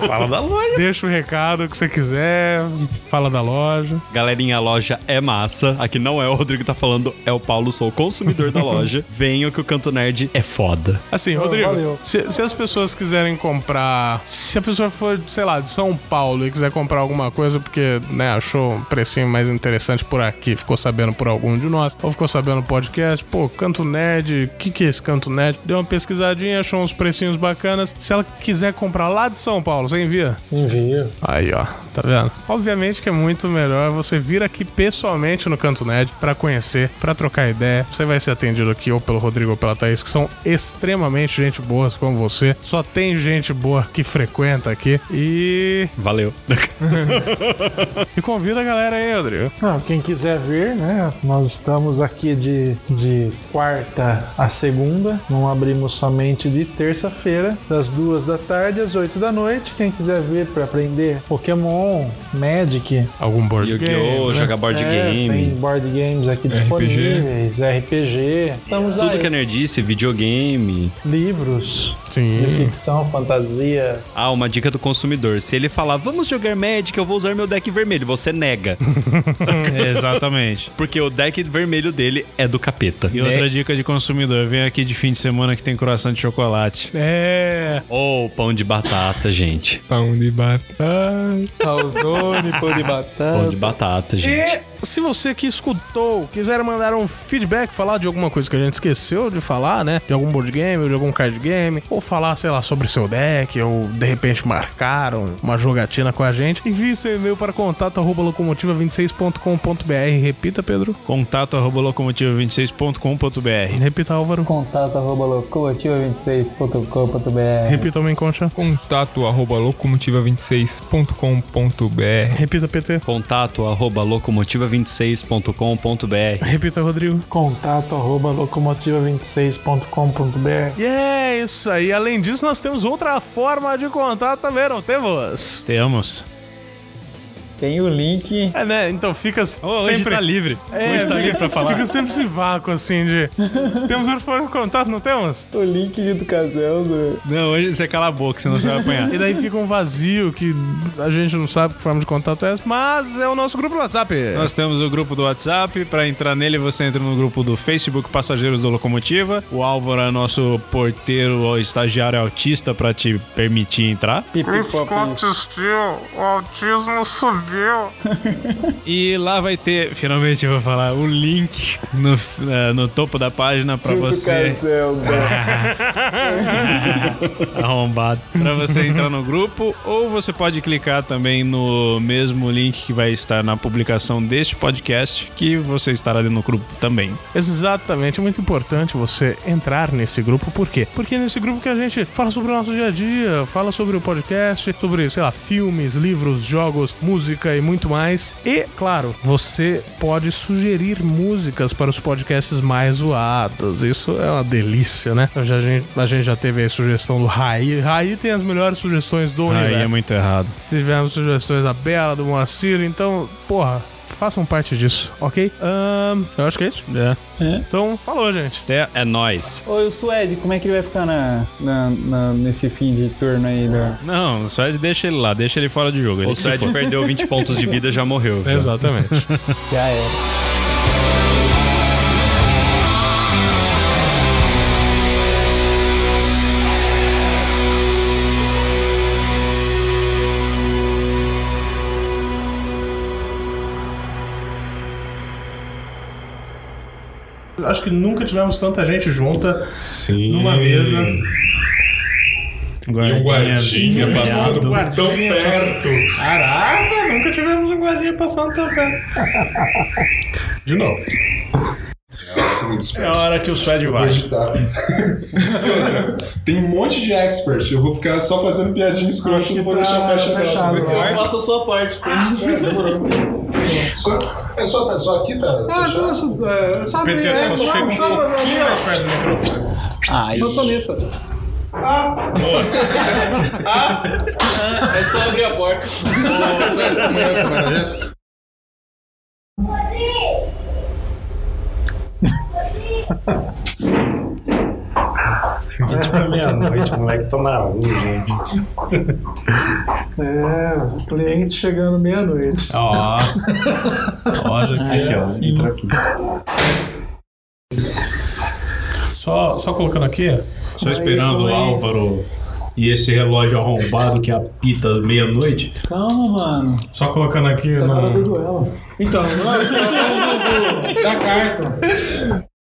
S7: Fala da loja.
S1: Deixa o recado que você quiser, fala da loja.
S5: Galerinha, a loja é massa. Aqui não é o Rodrigo que tá falando, é o Paulo, sou o consumidor <laughs> da loja. Venham que o Canto Nerd é foda.
S1: Assim, Rodrigo,
S8: valeu.
S1: se, se as pessoas quiserem comprar. Se a pessoa for, sei lá, de São Paulo e quiser comprar alguma coisa porque, né, achou um precinho mais interessante por aqui, ficou sabendo por algum de nós, ou ficou sabendo no podcast, pô, canto nerd, o que, que é esse canto nerd? Deu uma pesquisadinha, achou uns precinhos bacanas. Se ela quiser comprar lá de São Paulo, você envia?
S8: Envio.
S1: Aí, ó, tá vendo? Obviamente que é muito melhor você vir aqui pessoalmente no Canto Nerd pra conhecer, pra trocar ideia. Você vai ser atendido aqui ou pelo Rodrigo ou pela Thaís, que são extremamente gente boas como você. Só tem gente boa que frequenta aqui. E,
S5: Valeu.
S1: <laughs> e convida a galera aí, Rodrigo.
S8: Não, quem quiser vir, né? Nós estamos aqui de, de quarta a segunda. Não abrimos somente de terça-feira, das duas da tarde às oito da noite. Quem quiser vir para aprender Pokémon, Magic,
S1: Algum board game,
S5: Yu-Gi-Oh!
S1: né?
S5: Jogar board
S8: é, tem
S5: game.
S8: board games aqui disponíveis, RPG. Estamos
S5: Tudo
S8: aí.
S5: que é nerdice, videogame.
S8: Livros de
S1: Sim.
S8: ficção, fantasia.
S5: Ah, uma dica do consumidor. Se ele falar, vamos jogar Magic, eu vou usar meu deck vermelho, você <laughs> nega.
S7: <laughs> Exatamente.
S5: Porque o deck vermelho dele é do capeta.
S7: E outra dica de consumidor: vem aqui de fim de semana que tem croissant de chocolate.
S1: É.
S5: Ô, pão de batata, gente.
S3: Pão de bata.
S4: Tá Calzone, pão de
S5: Pão
S4: batata.
S5: de batata, gente.
S1: E se você que escutou quiser mandar um feedback, falar de alguma coisa que a gente esqueceu de falar, né? De algum board game, ou de algum card game, ou falar, sei lá, sobre seu deck, ou de repente marcaram uma jogatina com a gente, envie seu e-mail para contato@locomotiva26.com.br. Repita, Pedro.
S7: Contato arroba locomotiva26.com.br.
S1: Repita, Álvaro.
S4: Contato arroba locomotiva26.com.br.
S1: Repita, Homem Concha.
S3: Contato arroba locomotiva26.com.br.
S1: Repita, PT.
S5: Contato arroba locomotiva26.com.br.
S1: Repita, Rodrigo.
S8: Contato arroba locomotiva26.com.br.
S1: E é isso aí. Além disso, nós temos outra forma de contato também, não temos?
S7: Temos.
S4: Tem o link.
S1: É, né? Então fica sempre...
S7: Sempre tá livre.
S1: É,
S7: Hoje tá livre pra falar.
S1: Fica sempre esse vácuo assim
S7: <laughs>
S1: de. temos outro forma de contato, não temos?
S4: O link do casal do.
S7: Não, hoje você cala a boca, senão você vai <laughs> apanhar.
S1: E daí fica um vazio que a gente não sabe que forma de contato é, essa, mas é o nosso grupo do WhatsApp.
S7: Nós temos o grupo do WhatsApp. Pra entrar nele, você entra no grupo do Facebook Passageiros do Locomotiva. O Álvaro é nosso porteiro ou estagiário autista pra te permitir entrar.
S4: Pipipop.
S1: o autismo subiu.
S7: E lá vai ter, finalmente eu vou falar, o link no, eh, no topo da página pra você arrombado. <laughs> Pra você entrar no grupo, ou você pode clicar também no mesmo link que vai estar na publicação deste podcast, que você estará dentro do grupo também.
S1: Exatamente, é muito importante você entrar nesse grupo, por quê? Porque é nesse grupo que a gente fala sobre o nosso dia a dia, fala sobre o podcast, sobre, sei lá, filmes, livros, jogos, música e muito mais. E, claro, você pode sugerir músicas para os podcasts mais zoados. Isso é uma delícia, né? Eu já- a, gente, a gente já teve a sugestão do Raí. Raí tem as melhores sugestões do
S7: Aí é
S1: universo.
S7: muito errado.
S1: Tivemos sugestões da Bela, do Moacir, então, porra, façam parte disso, ok? Ahn, eu acho que é isso.
S7: É.
S1: Então, falou, gente.
S7: Até
S5: É nóis.
S4: Ô, e o Suede, como é que ele vai ficar na, na- na- nesse fim de turno aí? Da...
S7: Não, só deixa ele lá, deixa ele fora de jogo. Ele
S5: O
S7: que
S5: Sed
S7: se foda.
S5: perdeu 20 pontos de vida já <laughs> morreu. já.
S1: Exatamente.
S4: Já era.
S1: Acho que nunca tivemos tanta gente junta numa mesa.
S7: Guardinha,
S9: um guardinha passando por
S1: Guardinha
S9: tão perto.
S1: Caraca, nunca tivemos um guardinha passando tão perto.
S9: De novo.
S8: É a hora que o Suede vai.
S2: Tá. Tem um monte de expert. Eu vou ficar só fazendo piadinha escrota, não vou deixar a caixa
S8: tá fechado. né? Ah, tá.
S2: aberta.
S8: Eu
S4: faço a sua parte.
S2: Só- É só, é só aqui, tá?
S8: Ah,
S2: Fechado?
S8: então, é, sabe,
S9: PT,
S8: é,
S9: só
S8: só-
S9: chega um
S8: só-
S9: pouquinho mais perto do microfone.
S4: Ai. É só abrir a porta.
S9: Pra meia-noite, moleque, tomar um, gente.
S8: É, cliente chegando meia-noite.
S5: Ó. Ó, já aqui, ó. Entra aqui.
S9: Só, só colocando aqui, só esperando o Álvaro e esse relógio arrombado que apita meia-noite.
S8: Calma, mano.
S9: Só colocando aqui.
S8: Tá na hora do
S9: no...
S8: duelo. Então, não, tá na hora do- da carta.